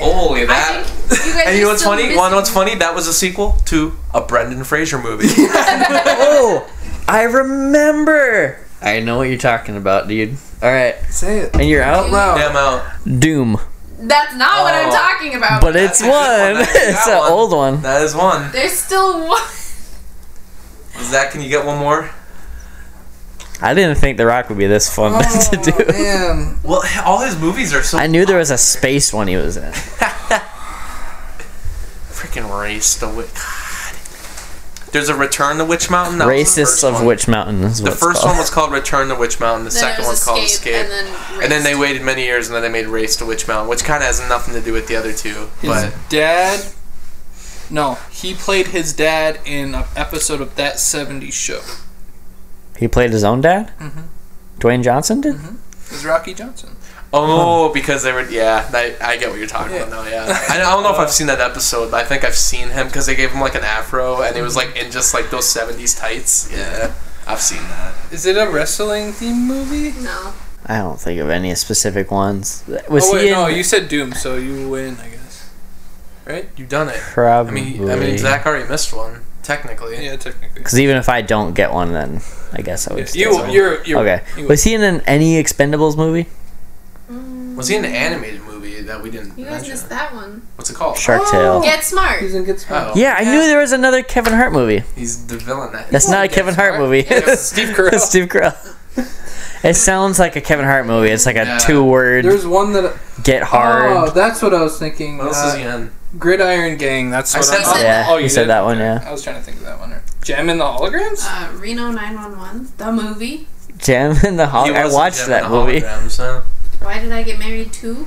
Speaker 6: Holy
Speaker 7: I
Speaker 6: that.
Speaker 7: think you guys
Speaker 6: And
Speaker 7: are
Speaker 6: you know what's
Speaker 7: still
Speaker 6: funny? You wanna know what's
Speaker 7: missing-
Speaker 6: funny? That was a sequel to a Brendan Fraser movie.
Speaker 4: Oh, I remember. I know what you're talking about, dude. All right,
Speaker 5: Say it.
Speaker 4: and you're out loud.
Speaker 6: Damn out.
Speaker 4: Doom,
Speaker 7: That's not what I'm
Speaker 6: Oh.
Speaker 7: talking about.
Speaker 4: but it's
Speaker 6: That's a good
Speaker 4: one.
Speaker 6: one. That's a
Speaker 4: it's
Speaker 6: good
Speaker 4: an
Speaker 6: one.
Speaker 4: old one.
Speaker 6: That is one.
Speaker 7: There's still one.
Speaker 6: Zach, can you get one more?
Speaker 4: I didn't think The Rock would be this fun to
Speaker 6: Oh,
Speaker 4: do.
Speaker 5: Man.
Speaker 6: Well, all his movies are so
Speaker 4: I knew there was a space one he was in.
Speaker 6: freaking race the witch. There's a Return to Witch Mountain. That was the
Speaker 4: Racists
Speaker 6: first
Speaker 4: of
Speaker 6: one.
Speaker 4: Witch Mountain is
Speaker 6: The
Speaker 4: what it's
Speaker 6: first
Speaker 4: called.
Speaker 6: one was called Return to Witch Mountain. The
Speaker 7: Then
Speaker 6: second
Speaker 7: there's
Speaker 6: one's called
Speaker 7: Escape, and
Speaker 6: Escape.
Speaker 7: then
Speaker 6: And then
Speaker 7: Race.
Speaker 6: they waited many years, and then they made Race to Witch Mountain, which kind of has nothing to do with the other two.
Speaker 5: His
Speaker 6: But
Speaker 5: dad. No, he played his dad in an episode of that 70s show.
Speaker 4: He played his own dad.
Speaker 6: Mm-hmm.
Speaker 4: Dwayne Johnson did.
Speaker 5: It was Rocky Johnson.
Speaker 6: oh, because they were yeah, I, I get what you're talking
Speaker 5: Yeah.
Speaker 6: about now. Yeah, I, I don't know if I've seen that episode, but I think I've seen him because they gave him like an afro, and he was like in just like those '70s tights. Yeah, I've seen that.
Speaker 5: Is it a wrestling theme movie?
Speaker 7: No.
Speaker 4: I don't think of any specific ones. Was
Speaker 5: oh, wait,
Speaker 4: he in?
Speaker 5: no, you said Doom, so you win, I guess. Right?
Speaker 6: You've done it. I
Speaker 4: Probably.
Speaker 6: mean, I mean, Zach already missed one technically.
Speaker 5: Yeah, technically.
Speaker 4: Because even if I don't get one, then I guess I would. still-
Speaker 5: You, you're, you're.
Speaker 4: okay.
Speaker 5: You,
Speaker 4: Was he in an, any Expendables movie?
Speaker 6: Was he in an animated movie that we didn't
Speaker 2: You guys
Speaker 6: mention?
Speaker 2: missed that one.
Speaker 6: What's it called?
Speaker 4: Shark
Speaker 7: Oh,
Speaker 4: Tale.
Speaker 7: Get smart.
Speaker 5: He's in Good
Speaker 6: Oh,
Speaker 4: Yeah, I knew there was another Kevin Hart movie.
Speaker 6: he's the villain. That
Speaker 4: That's not a
Speaker 5: Get
Speaker 4: Kevin Hart
Speaker 5: Smart.
Speaker 4: movie.
Speaker 5: Yeah, Steve Carell.
Speaker 4: Steve Carell. It sounds like a Kevin Hart movie. It's like a
Speaker 6: Yeah.
Speaker 4: two-word
Speaker 5: There's one that.
Speaker 4: get hard.
Speaker 5: Oh, that's what I was thinking.
Speaker 6: What else is he
Speaker 5: Uh,
Speaker 6: in?
Speaker 5: Gridiron Gang. That's
Speaker 6: I
Speaker 5: what
Speaker 6: said
Speaker 5: I'm-
Speaker 7: that.
Speaker 4: yeah,
Speaker 5: Oh,
Speaker 4: you,
Speaker 5: you
Speaker 4: said
Speaker 5: did?
Speaker 4: that one. Yeah,
Speaker 5: I was trying to think of that one. Or Gem and the Holograms.
Speaker 7: Uh, Reno 911, the movie.
Speaker 4: Jam in the Hall.
Speaker 6: He
Speaker 4: I
Speaker 6: was in
Speaker 4: watched
Speaker 6: Gem
Speaker 4: that
Speaker 6: and the
Speaker 4: movie.
Speaker 6: Holograms, huh?
Speaker 7: Why did I get married to?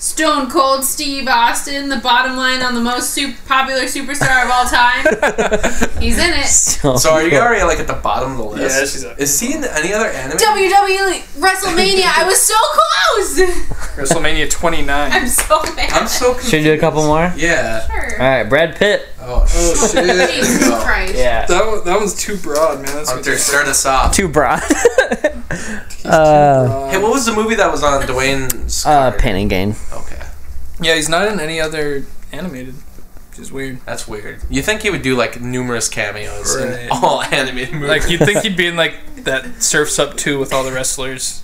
Speaker 7: Stone Cold Steve Austin, the bottom line on the most sup- popular superstar of all time. He's in it.
Speaker 4: So,
Speaker 6: So are you already like at the bottom of the list?
Speaker 5: Yeah, she's up.
Speaker 6: Is he in any other anime?
Speaker 7: WWE E WrestleMania. I was so close.
Speaker 5: WrestleMania 29.
Speaker 7: I'm so mad.
Speaker 6: I'm so confused.
Speaker 4: Should we do a couple more?
Speaker 6: Yeah.
Speaker 4: All
Speaker 7: sure.
Speaker 4: right, Brad Pitt.
Speaker 6: Oh,
Speaker 5: Oh
Speaker 6: shit.
Speaker 5: shit.
Speaker 7: Jesus Christ.
Speaker 4: Yeah.
Speaker 5: That one, that one's too broad, man. That's
Speaker 6: Hunter, start us off.
Speaker 4: Too broad.
Speaker 5: He's too
Speaker 4: Uh,
Speaker 5: broad.
Speaker 6: Hey, what was the movie that was on Dwayne's?
Speaker 4: uh,
Speaker 6: card?
Speaker 4: Pain and Gain.
Speaker 6: Okay,
Speaker 5: Yeah, he's not in any other animated, which is weird.
Speaker 6: that's weird. You think he would do like numerous cameos
Speaker 5: Right.
Speaker 6: in all animated movies?
Speaker 5: Like you'd think he'd be in like that Surfs Up 2 with all the wrestlers.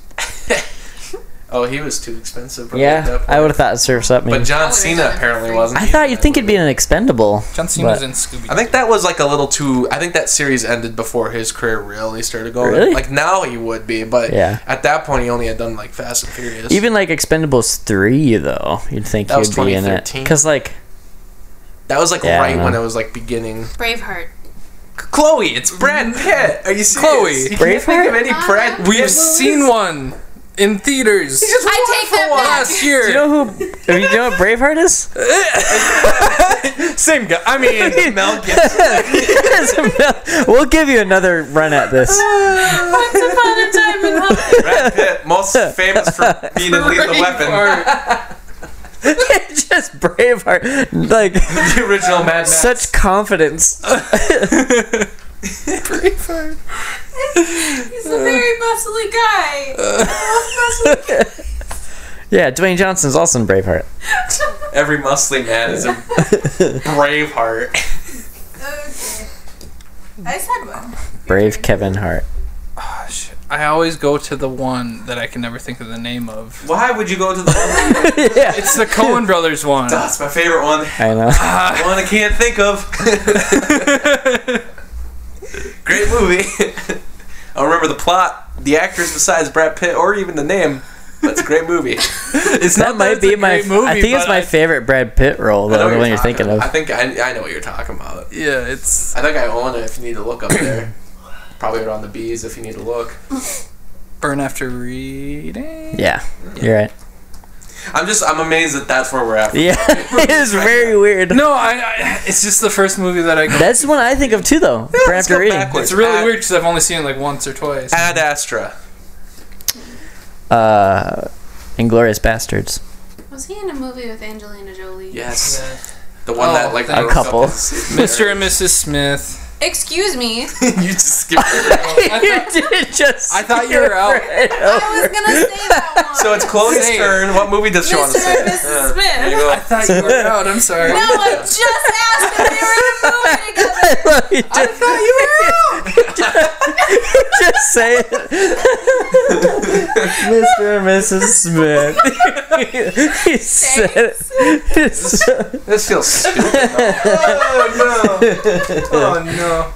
Speaker 6: oh, he was too expensive. for
Speaker 4: Yeah,
Speaker 6: that.
Speaker 4: I would have thought Surf's Up.
Speaker 6: But
Speaker 4: Maybe.
Speaker 6: John Cena apparently wasn't.
Speaker 4: I
Speaker 6: He
Speaker 4: thought
Speaker 6: was
Speaker 4: you'd
Speaker 6: in
Speaker 4: think
Speaker 6: that
Speaker 4: it'd be
Speaker 6: movie.
Speaker 4: an Expendable.
Speaker 5: John Cena's
Speaker 4: But-
Speaker 5: in Scooby.
Speaker 6: I think that was like a little too. I think that series ended before his career really started going.
Speaker 4: Really?
Speaker 6: Like now he would be, but
Speaker 4: Yeah.
Speaker 6: at that point he only had done like Fast and Furious.
Speaker 4: Even like Expendables three, though, you'd think
Speaker 6: That was
Speaker 4: he'd be in it.
Speaker 6: 2013.
Speaker 4: Because like,
Speaker 6: that was like
Speaker 4: Yeah, I
Speaker 6: right
Speaker 4: don't
Speaker 6: when it
Speaker 4: know.
Speaker 6: was like beginning.
Speaker 7: Braveheart.
Speaker 6: Chloe, it's Brad Pitt. Mm. Are you serious?
Speaker 5: Chloe.
Speaker 6: you can't think of any Brad. Pitt
Speaker 5: We've
Speaker 6: movies?
Speaker 5: seen one in theaters
Speaker 6: He just
Speaker 7: I
Speaker 6: won
Speaker 7: take
Speaker 6: for
Speaker 7: that
Speaker 6: one.
Speaker 7: back.
Speaker 5: last year.
Speaker 4: you know who? you know what Braveheart is?
Speaker 5: Same guy. I mean,
Speaker 6: Mel Gibson.
Speaker 4: we'll give you another run at this.
Speaker 7: Once upon a time in Hollywood.
Speaker 6: Brad Pitt, most famous for being in Lethal Weapon,
Speaker 5: Braveheart.
Speaker 4: Just Braveheart, like
Speaker 6: the original Mad Max.
Speaker 4: such confidence.
Speaker 7: He's a very muscly guy.
Speaker 4: Yeah, Dwayne Johnson's also in Braveheart.
Speaker 6: Every muscly man is a Braveheart.
Speaker 7: I said one.
Speaker 4: Brave Kevin Hart.
Speaker 5: Gosh, I always go to the one that I can never think of the name of.
Speaker 6: Why would you go to the?
Speaker 4: yeah,
Speaker 5: It's the Coen Brothers one. Ah.
Speaker 6: That's my favorite one.
Speaker 4: I know.
Speaker 6: One I can't think of. Great movie. I don't remember the plot, the actors besides Brad Pitt, or even the name. That's a great movie.
Speaker 5: It's
Speaker 4: That might be my.
Speaker 5: movie.
Speaker 4: I think it's
Speaker 5: but
Speaker 4: my favorite Brad Pitt role,
Speaker 6: I know
Speaker 4: though,
Speaker 6: what
Speaker 4: the one you're
Speaker 6: talking
Speaker 4: thinking
Speaker 6: about.
Speaker 4: of.
Speaker 6: I think I, I know what you're talking about.
Speaker 5: Yeah, it's
Speaker 6: I think I own it if you need to look up there. Probably around the bees if you need to look.
Speaker 5: Burn After Reading.
Speaker 4: Yeah, you're right.
Speaker 6: I'm just I'm amazed that that's where we're at.
Speaker 4: Yeah, it is very weird.
Speaker 5: No, I, I. It's just the first movie that I go.
Speaker 4: That's the one I think of too, though. Brad
Speaker 6: let's
Speaker 4: Pitt
Speaker 6: go
Speaker 4: reading.
Speaker 6: backwards.
Speaker 5: It's really
Speaker 6: Ad-
Speaker 5: weird because I've only seen it like once or twice.
Speaker 6: Ad Astra.
Speaker 4: Uh, Inglorious Bastards.
Speaker 7: Was he in a movie with Angelina Jolie?
Speaker 6: Yes.
Speaker 5: Yeah.
Speaker 6: The one
Speaker 5: Oh,
Speaker 6: that like
Speaker 5: thank
Speaker 4: A couple.
Speaker 5: Mr. and Mrs. Smith.
Speaker 7: Excuse me.
Speaker 6: you just skipped it.
Speaker 5: I
Speaker 4: you did just.
Speaker 5: I thought you were out.
Speaker 7: I was gonna say that one.
Speaker 6: So it's Chloe's
Speaker 5: Say it.
Speaker 6: turn. What movie does she want to
Speaker 7: Mr.
Speaker 6: say?
Speaker 7: and Mrs. Smith.
Speaker 6: Yeah. There you go.
Speaker 5: I thought you were out. I'm sorry.
Speaker 7: No, I just asked if they were in
Speaker 4: you
Speaker 7: a movie together.
Speaker 4: just, I thought you were just, just say it. Mr. and Mrs. Smith. he said it.
Speaker 6: This feels stupid. oh no! Oh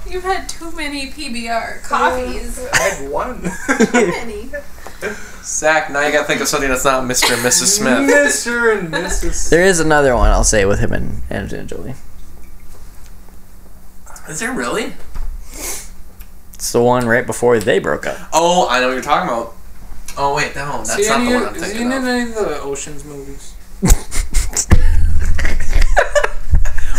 Speaker 6: no!
Speaker 7: You've had too many PBR coffees.
Speaker 6: I had one.
Speaker 7: Too many.
Speaker 6: Zach, now you gotta think of something that's not Mr. and Mrs. Smith.
Speaker 5: Mr. and Mrs.
Speaker 4: There is another one I'll say with him and Angelina Jolie.
Speaker 6: Is there really?
Speaker 4: It's the one right before they broke up.
Speaker 6: Oh, I know what you're talking about. Oh wait, no, that's
Speaker 5: See
Speaker 6: not the
Speaker 5: any-
Speaker 6: one I'm
Speaker 5: is he
Speaker 6: thinking
Speaker 5: in
Speaker 6: of.
Speaker 5: any of the Ocean's movies?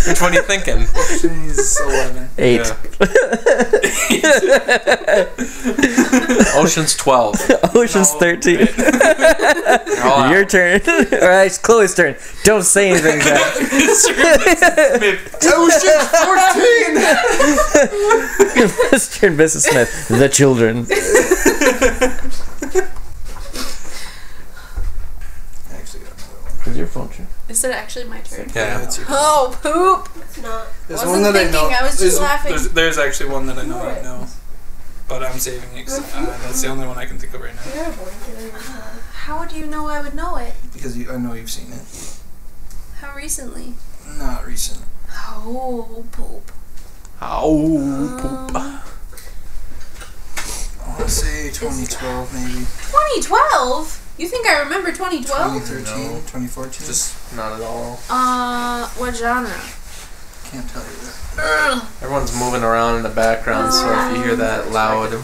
Speaker 6: Which one are you thinking?
Speaker 5: Ocean's Eleven.
Speaker 4: Eight.
Speaker 6: Ocean's Twelve.
Speaker 4: Ocean's 13.
Speaker 6: They're all out.
Speaker 4: Your turn. Oh, All right, it's Chloe's turn. Don't say anything, Zach.
Speaker 6: Ocean's Fourteen.
Speaker 4: Mr. and Mrs. Smith, the children. Is your phone true?
Speaker 7: Is it actually my turn?
Speaker 6: Yeah, it's your.
Speaker 7: Oh, poop. It's not.
Speaker 5: There's
Speaker 7: Wasn't thinking, I was just
Speaker 5: there's,
Speaker 7: laughing.
Speaker 5: There's, there's actually one that I know right now, but I'm saving it. 'cause, Uh, that's the only one I can think of right now
Speaker 7: How would you know I would know it?
Speaker 5: because you, I know you've seen it.
Speaker 7: How recently?
Speaker 5: Not recent.
Speaker 7: Oh, poop.
Speaker 6: Ow, poop.
Speaker 7: Um,
Speaker 5: I want to say 2012, maybe
Speaker 7: 2012. You think I remember 2012?
Speaker 5: 2013, 2014.
Speaker 6: Just not at all.
Speaker 7: Uh, what genre?
Speaker 5: can't tell you that.
Speaker 6: Everyone's moving around in the background, so if you hear that loud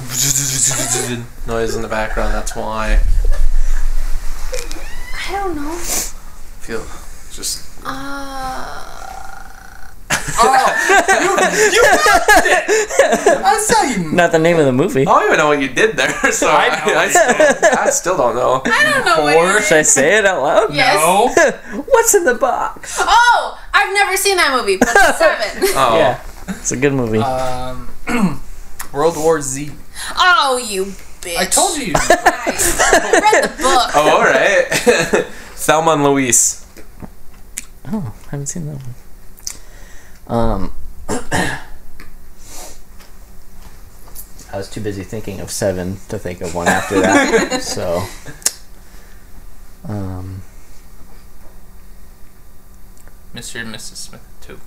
Speaker 6: noise in the background, that's why.
Speaker 7: I don't know.
Speaker 6: Feel just.
Speaker 5: I
Speaker 7: Uh,
Speaker 5: saw you.
Speaker 4: Not the name of the movie.
Speaker 6: I don't even know what you did there, so I,
Speaker 5: I know.
Speaker 6: I, still, I still don't know.
Speaker 7: I don't know what.
Speaker 4: Or
Speaker 7: it
Speaker 4: should I
Speaker 7: is.
Speaker 4: say it out loud?
Speaker 7: Yes.
Speaker 5: No.
Speaker 4: What's in the box?
Speaker 7: Oh, I've never seen that movie. But it's seven.
Speaker 6: Oh,
Speaker 4: Yeah. It's a good movie.
Speaker 5: Um, World War Z.
Speaker 7: oh, you bitch!
Speaker 5: I told you.
Speaker 7: I read the book.
Speaker 6: oh all right. Thelma and Louise.
Speaker 4: oh, I haven't seen that one. Um, I was too busy thinking of seven to think of one after that. so, um,
Speaker 5: Mr. and Mrs. Smith too.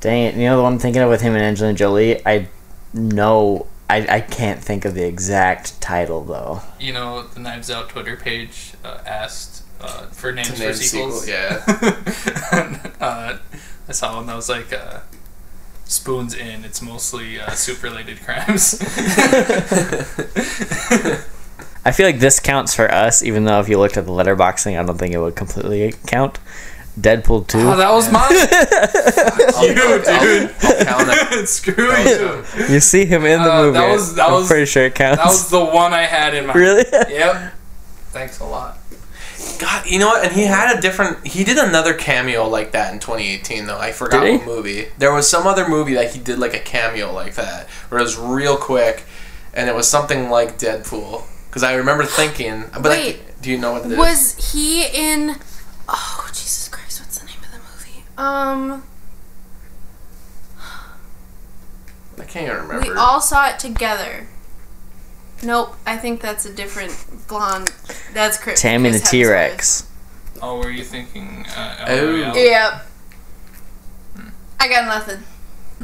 Speaker 4: dang it! You know the one I'm thinking of with him and Angelina Jolie. I know. I, I can't think of the exact title though.
Speaker 5: You know the Knives Out Twitter page uh, asked uh, for names
Speaker 6: To name
Speaker 5: for sequels.
Speaker 6: sequel, yeah.
Speaker 5: uh, I saw one that was like uh, spoons in. It's mostly uh, soup related crimes.
Speaker 4: I feel like this counts for us, even though if you looked at the letterboxing, I don't think it would completely count. Deadpool two.
Speaker 5: Oh, that was mine.
Speaker 6: you,
Speaker 5: Oh.
Speaker 6: dude. I'll count it.
Speaker 5: Screw you.
Speaker 4: You see him in the
Speaker 5: Uh,
Speaker 4: movie.
Speaker 5: that was- that
Speaker 4: I'm
Speaker 5: was-
Speaker 4: pretty sure it counts.
Speaker 5: That was the one I had in my.
Speaker 4: really?
Speaker 5: Yep. Thanks a lot.
Speaker 6: God, you know what? And he had a different. He did another cameo like that in 2018, though. I forgot
Speaker 4: Did he?
Speaker 6: what movie. There was some other movie that he did like a cameo like that, where it was real quick, and it was something like Deadpool. Because I remember thinking, but I-
Speaker 7: Wait.
Speaker 6: do you know what it is?
Speaker 7: Was he in? Oh Jesus Christ! What's the name of the movie? Um,
Speaker 6: I can't even
Speaker 7: we
Speaker 6: remember.
Speaker 7: all saw it together. Nope, I think that's a different blonde. That's Chris.
Speaker 4: Tammy the
Speaker 7: Chris
Speaker 4: T Rex.
Speaker 5: Oh, were you thinking? Uh,
Speaker 6: El Oh.
Speaker 7: Hemsworth.
Speaker 6: Royale?
Speaker 7: Yep. I got nothing.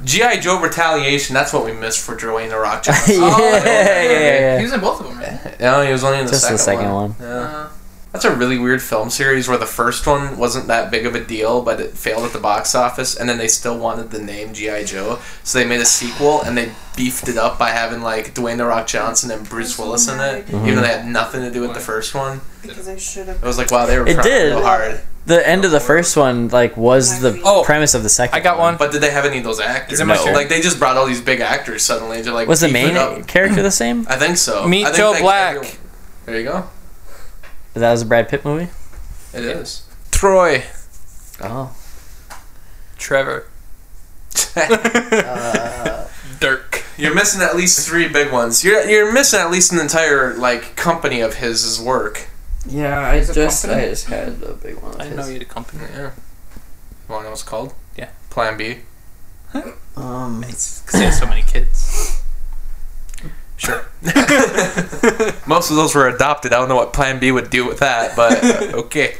Speaker 6: GI Joe Retaliation. That's what we missed for Dwayne the Rock Johnson.
Speaker 5: Oh,
Speaker 4: yeah, yeah, yeah,
Speaker 5: He
Speaker 4: yeah.
Speaker 5: was in both of them, right?
Speaker 6: no, he was only in the
Speaker 4: Just
Speaker 6: second,
Speaker 4: the second
Speaker 6: one.
Speaker 4: one.
Speaker 6: Yeah. That's a really weird film series where the first one wasn't that big of a deal, but it failed at the box office, and then they still wanted the name G.I. Joe, so they made a sequel and they beefed it up by having like Dwayne The Rock Johnson and Bruce Willis in it, even though they had nothing to do with the first one.
Speaker 8: Because I should have.
Speaker 6: It was like, wow, they were
Speaker 4: It
Speaker 6: trying
Speaker 4: did.
Speaker 6: real hard.
Speaker 4: The end of the first one, like, was the
Speaker 5: Oh.
Speaker 4: premise of the second.
Speaker 5: I got one.
Speaker 6: But did they have any of those actors?
Speaker 5: Is it my
Speaker 4: No. turn?
Speaker 6: Like, they just brought all these big actors suddenly to like.
Speaker 4: Was the
Speaker 6: beef it up.
Speaker 4: main character the same?
Speaker 6: I think so.
Speaker 5: Meet
Speaker 6: I think
Speaker 5: Joe
Speaker 6: they-
Speaker 5: Black.
Speaker 6: There you go.
Speaker 4: That was a Brad Pitt movie.
Speaker 6: It is. Troy.
Speaker 4: Oh,
Speaker 5: Trevor. Dirk.
Speaker 6: You're missing at least three big ones. You're you're missing at least an entire like company of his, his work.
Speaker 4: yeah. I
Speaker 5: Is it just- company? I
Speaker 4: just had a big one.
Speaker 5: I know you to company.
Speaker 6: Yeah. Want to know what it's called?
Speaker 5: Yeah.
Speaker 6: Plan B.
Speaker 4: Um,
Speaker 5: It's because they have so many kids. Sure.
Speaker 6: Most of those were adopted. I don't know what Plan B would do with that, but uh, okay.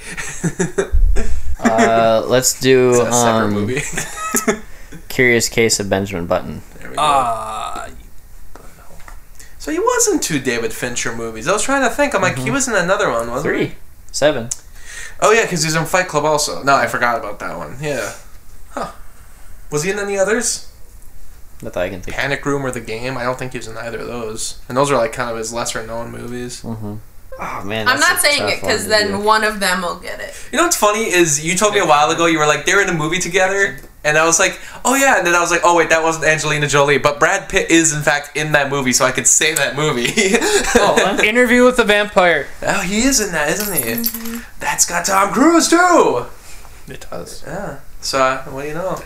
Speaker 4: uh, let's do
Speaker 6: It's a separate
Speaker 4: um,
Speaker 6: movie.
Speaker 4: Curious Case of Benjamin Button.
Speaker 6: There we go.
Speaker 5: Ah,
Speaker 6: so he was in two David Fincher movies. I was trying to think. I'm like, he was in another one, wasn't he?
Speaker 4: Mm-hmm. Three, seven.
Speaker 6: Oh yeah, because he's in Fight Club also. No, I forgot about that one. Yeah. Huh. Was he in any others?
Speaker 4: Not that I can think.
Speaker 6: Panic Room or The Game? I don't think he was in either of those. And those are like kind of his lesser known movies.
Speaker 4: Mm-hmm. Oh man,
Speaker 7: I'm
Speaker 4: that's
Speaker 7: not
Speaker 4: a
Speaker 7: saying
Speaker 4: tough
Speaker 7: it because
Speaker 4: one to
Speaker 7: then
Speaker 4: do.
Speaker 7: one of them will get it.
Speaker 6: You know what's funny is you told me a while ago you were like they were in a movie together, and I was like, oh yeah, and then I was like, oh wait, that wasn't Angelina Jolie, but Brad Pitt is in fact in that movie, so I could say that movie. oh,
Speaker 5: interview with the vampire.
Speaker 6: he is in that, isn't he? That's got Tom Cruise too.
Speaker 5: It does.
Speaker 6: Yeah. So uh, what do you know?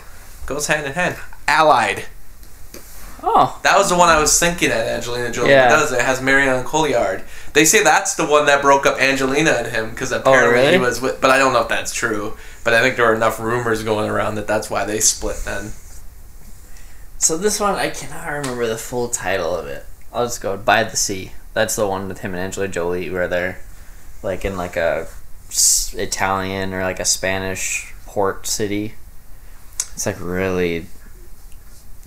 Speaker 6: Goes hand in hand. Allied.
Speaker 4: Oh,
Speaker 6: That was the one I was thinking at Angelina Jolie.
Speaker 4: Yeah.
Speaker 6: It does. It has Marion Cotillard. They say that's the one that broke up Angelina and him because apparently
Speaker 4: Oh, really?
Speaker 6: he was with. But I don't know if that's true. But I think there were enough rumors going around that that's why they split then.
Speaker 4: so this one I cannot remember the full title of it. I'll just go by the sea. That's the one with him and Angela Jolie, where they're like in like a s- Italian or like a Spanish port city. It's like really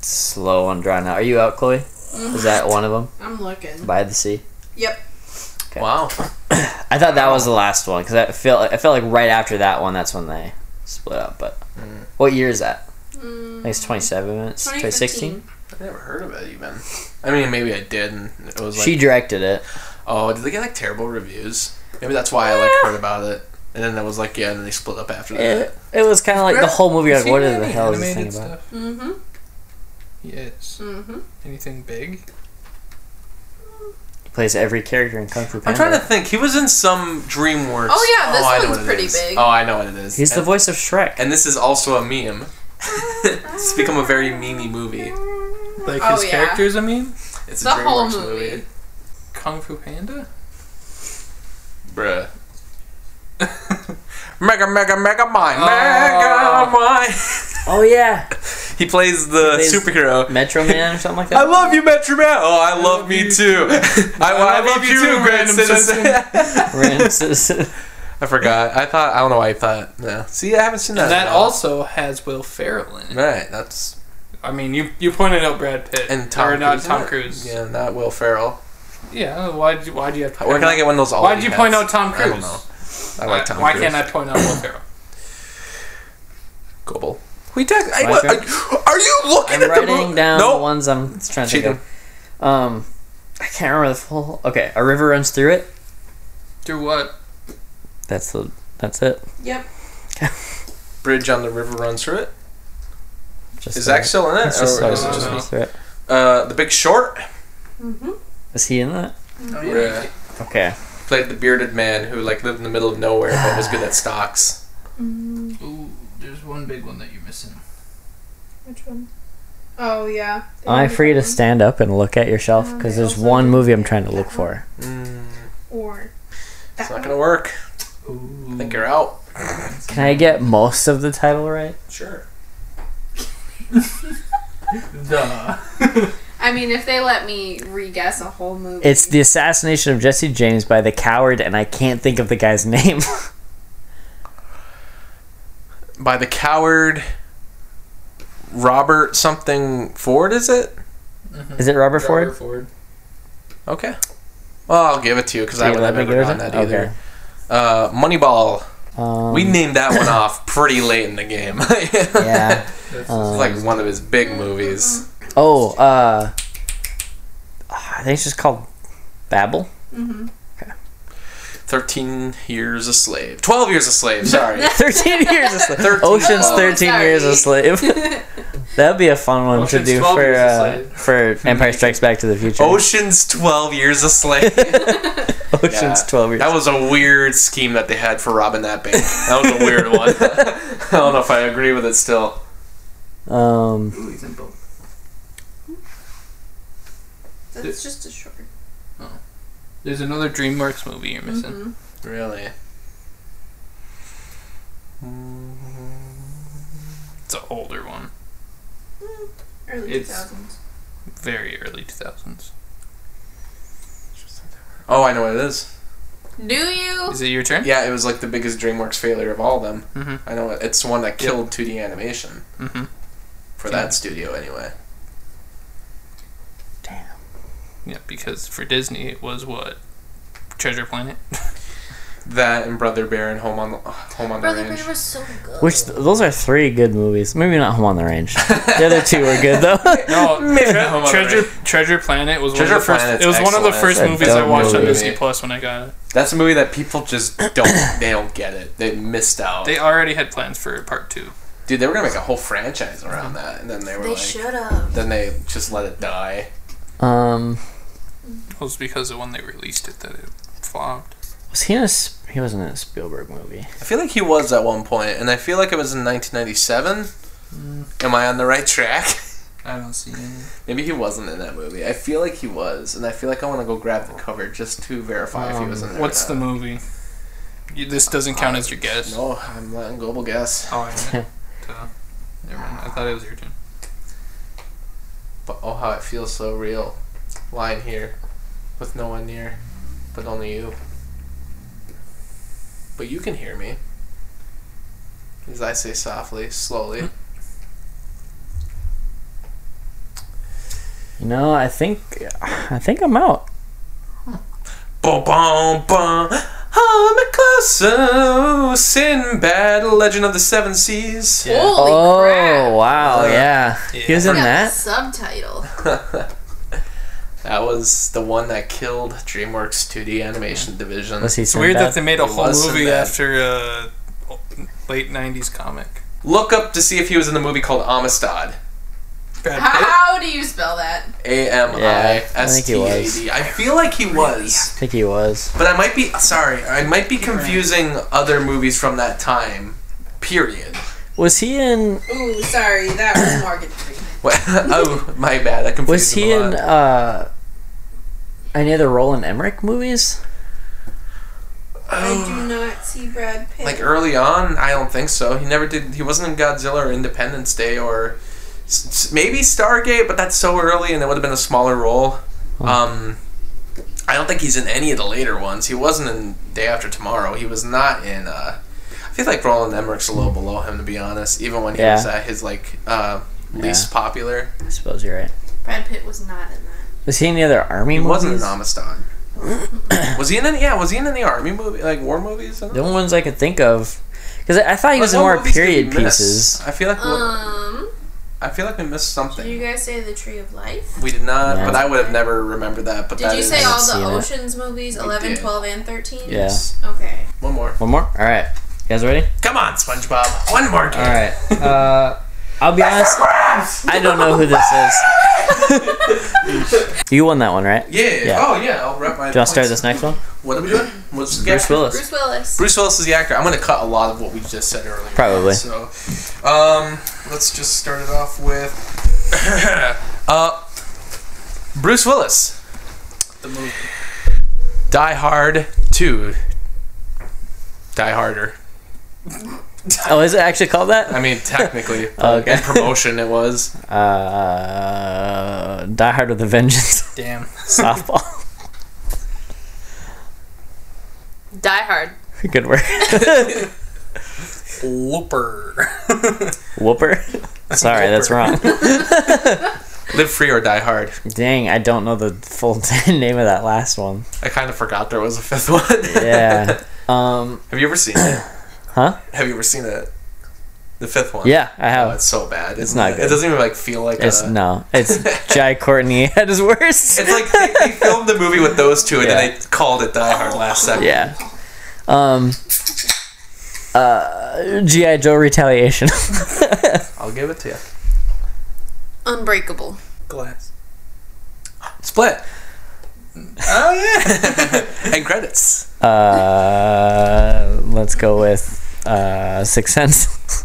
Speaker 4: slow and drawn out. Are you out, Chloe? Is that one of them?
Speaker 7: I'm looking.
Speaker 4: By the sea.
Speaker 7: Yep.
Speaker 4: Okay.
Speaker 6: Wow.
Speaker 4: I thought that was the last one because I feel I felt like right after that one, that's when they split up. But what year is that? I think it's twenty seven minutes. Twenty sixteen.
Speaker 6: I've never heard of it even. I mean, maybe I did, and it was like,
Speaker 4: She directed it.
Speaker 6: oh, did they get like terrible reviews? Maybe that's why I like heard about it. And then it was like, yeah, and then they split up after that.
Speaker 4: It, it was kind of like the whole movie. Like, what the hell is this thing
Speaker 5: animated
Speaker 4: about?
Speaker 5: Stuff?
Speaker 7: Mm-hmm.
Speaker 5: Yes.
Speaker 7: Mm-hmm.
Speaker 5: Anything big?
Speaker 4: He plays every character in Kung Fu Panda.
Speaker 6: I'm trying to think. He was in some DreamWorks.
Speaker 7: Oh, yeah, this
Speaker 6: I know
Speaker 7: one's
Speaker 6: what it
Speaker 7: pretty
Speaker 6: is.
Speaker 7: big.
Speaker 6: Oh, I know what it is.
Speaker 4: He's the
Speaker 6: And-
Speaker 4: voice of Shrek.
Speaker 6: And this is also a meme. it's become a very memey movie.
Speaker 5: Like
Speaker 7: Oh,
Speaker 5: his
Speaker 7: yeah.
Speaker 5: characters, I mean?
Speaker 6: It's
Speaker 7: The
Speaker 6: a
Speaker 7: whole
Speaker 6: DreamWorks
Speaker 7: movie.
Speaker 6: movie.
Speaker 5: Kung Fu Panda?
Speaker 6: Bruh. mega, mega, mega mine.
Speaker 5: Oh.
Speaker 6: Mega mine.
Speaker 4: oh yeah,
Speaker 6: He plays the
Speaker 4: plays-
Speaker 6: superhero.
Speaker 4: Metro Man or something like
Speaker 6: I
Speaker 4: that.
Speaker 6: love you, Metro Man. Oh, I love me too. I, I
Speaker 5: love
Speaker 6: love
Speaker 5: you
Speaker 6: you too,
Speaker 5: too,
Speaker 6: Grand
Speaker 5: random
Speaker 6: Citizen.
Speaker 4: Random citizen.
Speaker 6: I forgot. I thought. I don't know why I thought. No. See, I haven't seen that.
Speaker 5: And that
Speaker 6: in a while.
Speaker 5: also has Will Ferrell in it.
Speaker 6: Right. That's
Speaker 5: I mean, you you pointed out Brad Pitt
Speaker 6: and Tom.
Speaker 5: or not
Speaker 6: Cruise.
Speaker 5: Tom Cruise.
Speaker 6: Yeah, not Will Ferrell.
Speaker 5: Yeah, Why would you Why do you have? to
Speaker 6: Where can I get one of those?
Speaker 5: Why
Speaker 6: Aldi
Speaker 5: would you point out
Speaker 6: hats?
Speaker 5: Tom Cruise?
Speaker 6: Oh, I don't know. I like Tom.
Speaker 5: Why
Speaker 6: Cruise.
Speaker 5: can't I point out Will Ferrell?
Speaker 6: Goble. We talk. I,
Speaker 4: My
Speaker 6: what-
Speaker 4: turn?
Speaker 6: I- are you looking
Speaker 4: I'm
Speaker 6: at the
Speaker 4: writing
Speaker 6: mo-
Speaker 4: down
Speaker 6: No.
Speaker 4: the ones I'm trying to
Speaker 6: Cheating.
Speaker 4: think of. Um, I can't remember the full. Okay, a river runs through it.
Speaker 5: Do what?
Speaker 4: That's the. That's it.
Speaker 7: Yep.
Speaker 6: Bridge on the river runs through it.
Speaker 4: Just
Speaker 6: Is
Speaker 4: the-
Speaker 6: Zach still in it,
Speaker 4: it's just
Speaker 6: or
Speaker 4: the-
Speaker 6: is it
Speaker 5: no,
Speaker 6: just
Speaker 5: no.
Speaker 6: me?
Speaker 4: just the-
Speaker 6: Uh, the Big Short
Speaker 4: Is he in that?
Speaker 6: Yeah.
Speaker 4: Okay.
Speaker 6: played the bearded man who like lived in the middle of nowhere but was good at stocks.
Speaker 5: Ooh, there's one big one that you're missing.
Speaker 2: Which one?
Speaker 7: Oh yeah.
Speaker 4: Am I free to stand up and look at your shelf? Because there's one movie I'm trying to look for.
Speaker 6: Mm,
Speaker 2: Or
Speaker 6: it's not gonna work. I think you're out.
Speaker 4: Can I get most of the title right?
Speaker 6: Sure.
Speaker 5: Duh.
Speaker 7: I mean, if they let me re-guess a whole movie.
Speaker 4: It's the assassination of Jesse James by the coward, and I can't think of the guy's name.
Speaker 6: By the coward. Robert something Ford is it?
Speaker 4: Is it Robert Ford?
Speaker 5: Ford.
Speaker 6: Okay. Well, I'll give it to you because I
Speaker 4: You
Speaker 6: would
Speaker 4: let
Speaker 6: have
Speaker 4: me
Speaker 6: never
Speaker 4: give it
Speaker 6: gotten
Speaker 4: to-
Speaker 6: that either. Uh, Moneyball.
Speaker 4: Um,
Speaker 6: we named that one off pretty late in the game.
Speaker 4: yeah.
Speaker 6: It's
Speaker 4: Um,
Speaker 6: like one of his big
Speaker 7: Mm-hmm.
Speaker 6: movies.
Speaker 4: oh, uh, I think it's just called Babel.
Speaker 6: Thirteen Years a Slave. Twelve Years a Slave. Sorry.
Speaker 4: Thirteen years a slave.
Speaker 6: 13.
Speaker 4: Ocean's
Speaker 7: Oh,
Speaker 4: thirteen years a slave. That'd be a fun one
Speaker 5: Ocean's
Speaker 4: to do
Speaker 5: 12
Speaker 4: for
Speaker 5: Years a
Speaker 4: uh,
Speaker 5: Slave.
Speaker 4: for Empire Strikes Back to the Future.
Speaker 6: Ocean's Twelve Years a Slave.
Speaker 4: since
Speaker 6: Yeah.
Speaker 4: 12 years.
Speaker 6: That was a weird scheme that they had for robbing that bank. That was a weird one. I don't know if I agree with it still.
Speaker 4: Um,
Speaker 5: Ooh, he's in both.
Speaker 7: That's just a short.
Speaker 5: There's another DreamWorks movie you're missing.
Speaker 7: Mhm.
Speaker 6: Really?
Speaker 5: It's an older one.
Speaker 2: Early
Speaker 5: It's-
Speaker 2: 2000s.
Speaker 5: Very early 2000s.
Speaker 6: Oh, I know what it is.
Speaker 7: Do you?
Speaker 5: Is it your turn?
Speaker 6: Yeah, it was like the biggest DreamWorks failure of all of them.
Speaker 5: Mm-hmm.
Speaker 6: I know it. it's the one that killed 2D animation
Speaker 5: Mm-hmm.
Speaker 6: for
Speaker 5: Yeah.
Speaker 6: that studio anyway.
Speaker 5: Yeah, because for Disney it was what? Treasure Planet?
Speaker 6: That and Brother Bear and Home on the Home on
Speaker 7: Brother
Speaker 6: the Range.
Speaker 7: Bear was so good.
Speaker 4: which those are three good movies. Maybe not Home on the Range. the other two were good though.
Speaker 5: No,
Speaker 6: Home on
Speaker 5: Tre-
Speaker 6: the
Speaker 5: Treasure Treasure Planet was one
Speaker 6: Treasure
Speaker 5: of the first.
Speaker 6: Planet's
Speaker 5: It was one of the
Speaker 6: excellent.
Speaker 5: first
Speaker 4: It's a
Speaker 5: movies I
Speaker 4: dumb
Speaker 5: watched on
Speaker 6: movie.
Speaker 5: Disney Plus when I got it.
Speaker 6: That's a movie that people just don't. they don't get it. They missed out.
Speaker 5: They already had plans for part two.
Speaker 6: Dude, they were gonna make a whole franchise around that, and then they were
Speaker 7: They
Speaker 6: like,
Speaker 7: should have.
Speaker 6: then they just let it die.
Speaker 4: Um,
Speaker 5: It was because of when they released it that it flopped.
Speaker 4: was he in a? Sp- He wasn't in a Spielberg movie.
Speaker 6: I feel like he was at one point, and I feel like it was in 1997.
Speaker 5: Mm.
Speaker 6: Am I on the right track?
Speaker 5: I don't see any.
Speaker 6: Maybe he wasn't in that movie. I feel like he was, and I feel like I want to go grab the cover just to verify if he was in there. or
Speaker 5: Um, What's the
Speaker 6: not.
Speaker 5: movie? You, this doesn't count as your guess.
Speaker 6: No, I'm letting global guess.
Speaker 5: Oh, I meant, uh, never mind. I thought it was your turn.
Speaker 6: But oh, how it feels so real, lying here, with no one near, but only you. But you can hear me. As I say softly, slowly.
Speaker 4: You know, I think, I think I'm out.
Speaker 6: Boom, boom, boom. I'm closer. Sinbad, Legend of the Seven Seas.
Speaker 5: Yeah.
Speaker 7: Holy
Speaker 4: oh
Speaker 7: crap!
Speaker 4: wow,
Speaker 6: Uh,
Speaker 4: yeah. he was in
Speaker 7: Got the
Speaker 4: that.
Speaker 7: subtitle.
Speaker 6: That was the one that killed DreamWorks 2D animation division.
Speaker 4: Was he?
Speaker 5: It's weird that they made a
Speaker 6: It
Speaker 5: whole
Speaker 6: was
Speaker 5: movie
Speaker 6: Sinbad. after
Speaker 5: after a late '90s comic.
Speaker 6: Look up to see if he was in the movie called Amistad.
Speaker 5: Ah!
Speaker 7: How do you spell that?
Speaker 6: A M I
Speaker 4: Yeah, I
Speaker 6: S
Speaker 4: think
Speaker 6: T
Speaker 4: he
Speaker 6: A D. I feel like he was,
Speaker 4: I think he was.
Speaker 6: but I might be sorry. I might be confusing other movies from that time. Period.
Speaker 4: Was he in?
Speaker 7: Ooh, sorry, that was Morgan Freeman.
Speaker 6: What- oh, my bad. I confused
Speaker 4: Was he
Speaker 6: him a
Speaker 4: in?
Speaker 6: lot.
Speaker 4: uh Any other Roland Emmerich movies?
Speaker 2: I
Speaker 4: Oh.
Speaker 2: do not see Brad Pitt.
Speaker 6: Like early on, I don't think so. He never did. He wasn't in Godzilla or Independence Day or s- s- maybe Stargate, but that's so early, and it would have been a smaller role. Um, I don't think he's in any of the later ones. He wasn't in Day After Tomorrow. He was not in. Uh, I feel like Roland Emmerich's a little below him, to be honest. Even when he
Speaker 4: Yeah.
Speaker 6: was at his like uh, least popular,
Speaker 4: I suppose you're right.
Speaker 7: Brad Pitt was not in that.
Speaker 4: Was he in any other army
Speaker 6: he
Speaker 4: movies?
Speaker 6: wasn't in Amistad. was he in any? Yeah, was he in any army movie like war movies? I don't
Speaker 4: The
Speaker 6: know.
Speaker 4: only ones I could think of, because I I thought he was
Speaker 6: Like,
Speaker 4: in
Speaker 6: what
Speaker 4: more
Speaker 6: movies did we
Speaker 4: period
Speaker 6: miss?
Speaker 4: pieces.
Speaker 6: I feel like we-
Speaker 7: Um,
Speaker 6: I feel like we missed something.
Speaker 7: did you guys say the Tree of Life?
Speaker 6: We did not,
Speaker 4: No.
Speaker 6: but I would have never remembered that. But
Speaker 7: Did
Speaker 6: that
Speaker 7: you
Speaker 6: is-
Speaker 7: say all
Speaker 4: seen
Speaker 7: the
Speaker 4: it.
Speaker 7: Oceans movies, 11,
Speaker 6: did.
Speaker 7: 12, and 13?
Speaker 4: Yeah.
Speaker 7: Okay.
Speaker 6: One more.
Speaker 4: One more. All right, you guys ready?
Speaker 6: Come on, SpongeBob. One more.
Speaker 4: All right. Uh, I'll be honest. I don't know who this is. you won that one, right?
Speaker 6: Yeah.
Speaker 4: Yeah.
Speaker 6: Oh yeah. I'll wrap my.
Speaker 4: Do you want to start
Speaker 6: points.
Speaker 4: this next one?
Speaker 6: What are we doing? What's the
Speaker 4: Bruce
Speaker 6: actor?
Speaker 4: Willis.
Speaker 7: Bruce Willis.
Speaker 6: Bruce Willis is the actor. I'm gonna cut a lot of what we just said earlier.
Speaker 4: Probably.
Speaker 6: So, um, let's just start it off with, uh, Bruce Willis.
Speaker 5: The movie.
Speaker 6: Die Hard Two. Die Harder.
Speaker 4: Oh, is it actually called that?
Speaker 6: I mean, technically,
Speaker 4: Okay.
Speaker 6: in promotion, it was.
Speaker 4: Uh, Die Hard with a Vengeance.
Speaker 5: Damn.
Speaker 4: Softball.
Speaker 7: Die Hard.
Speaker 4: Good work.
Speaker 5: Looper.
Speaker 4: Whooper. Sorry, that's wrong.
Speaker 6: Live Free or Die Hard.
Speaker 4: Dang, I don't know the full name of that last one.
Speaker 6: I kind of forgot there was a fifth one.
Speaker 4: Yeah. Um.
Speaker 6: Have you ever seen it?
Speaker 4: Huh?
Speaker 6: Have you ever seen it? The fifth one.
Speaker 4: Yeah, I
Speaker 6: Oh,
Speaker 4: have.
Speaker 6: it's uh, so bad. It's
Speaker 4: not
Speaker 6: It?
Speaker 4: good.
Speaker 6: it doesn't even like feel like
Speaker 4: It's
Speaker 6: a.
Speaker 4: no. It's Jai Courtney at his worst.
Speaker 6: It's like they, they filmed the movie with those two, and
Speaker 4: Yeah. Oh,
Speaker 6: then they called it Die Hard last second.
Speaker 4: yeah. Um. Uh, GI Joe Retaliation.
Speaker 6: I'll give it to you.
Speaker 7: Unbreakable.
Speaker 5: Glass.
Speaker 6: Split.
Speaker 5: Oh yeah.
Speaker 6: and credits.
Speaker 4: Uh, let's go with uh, Sixth Sense.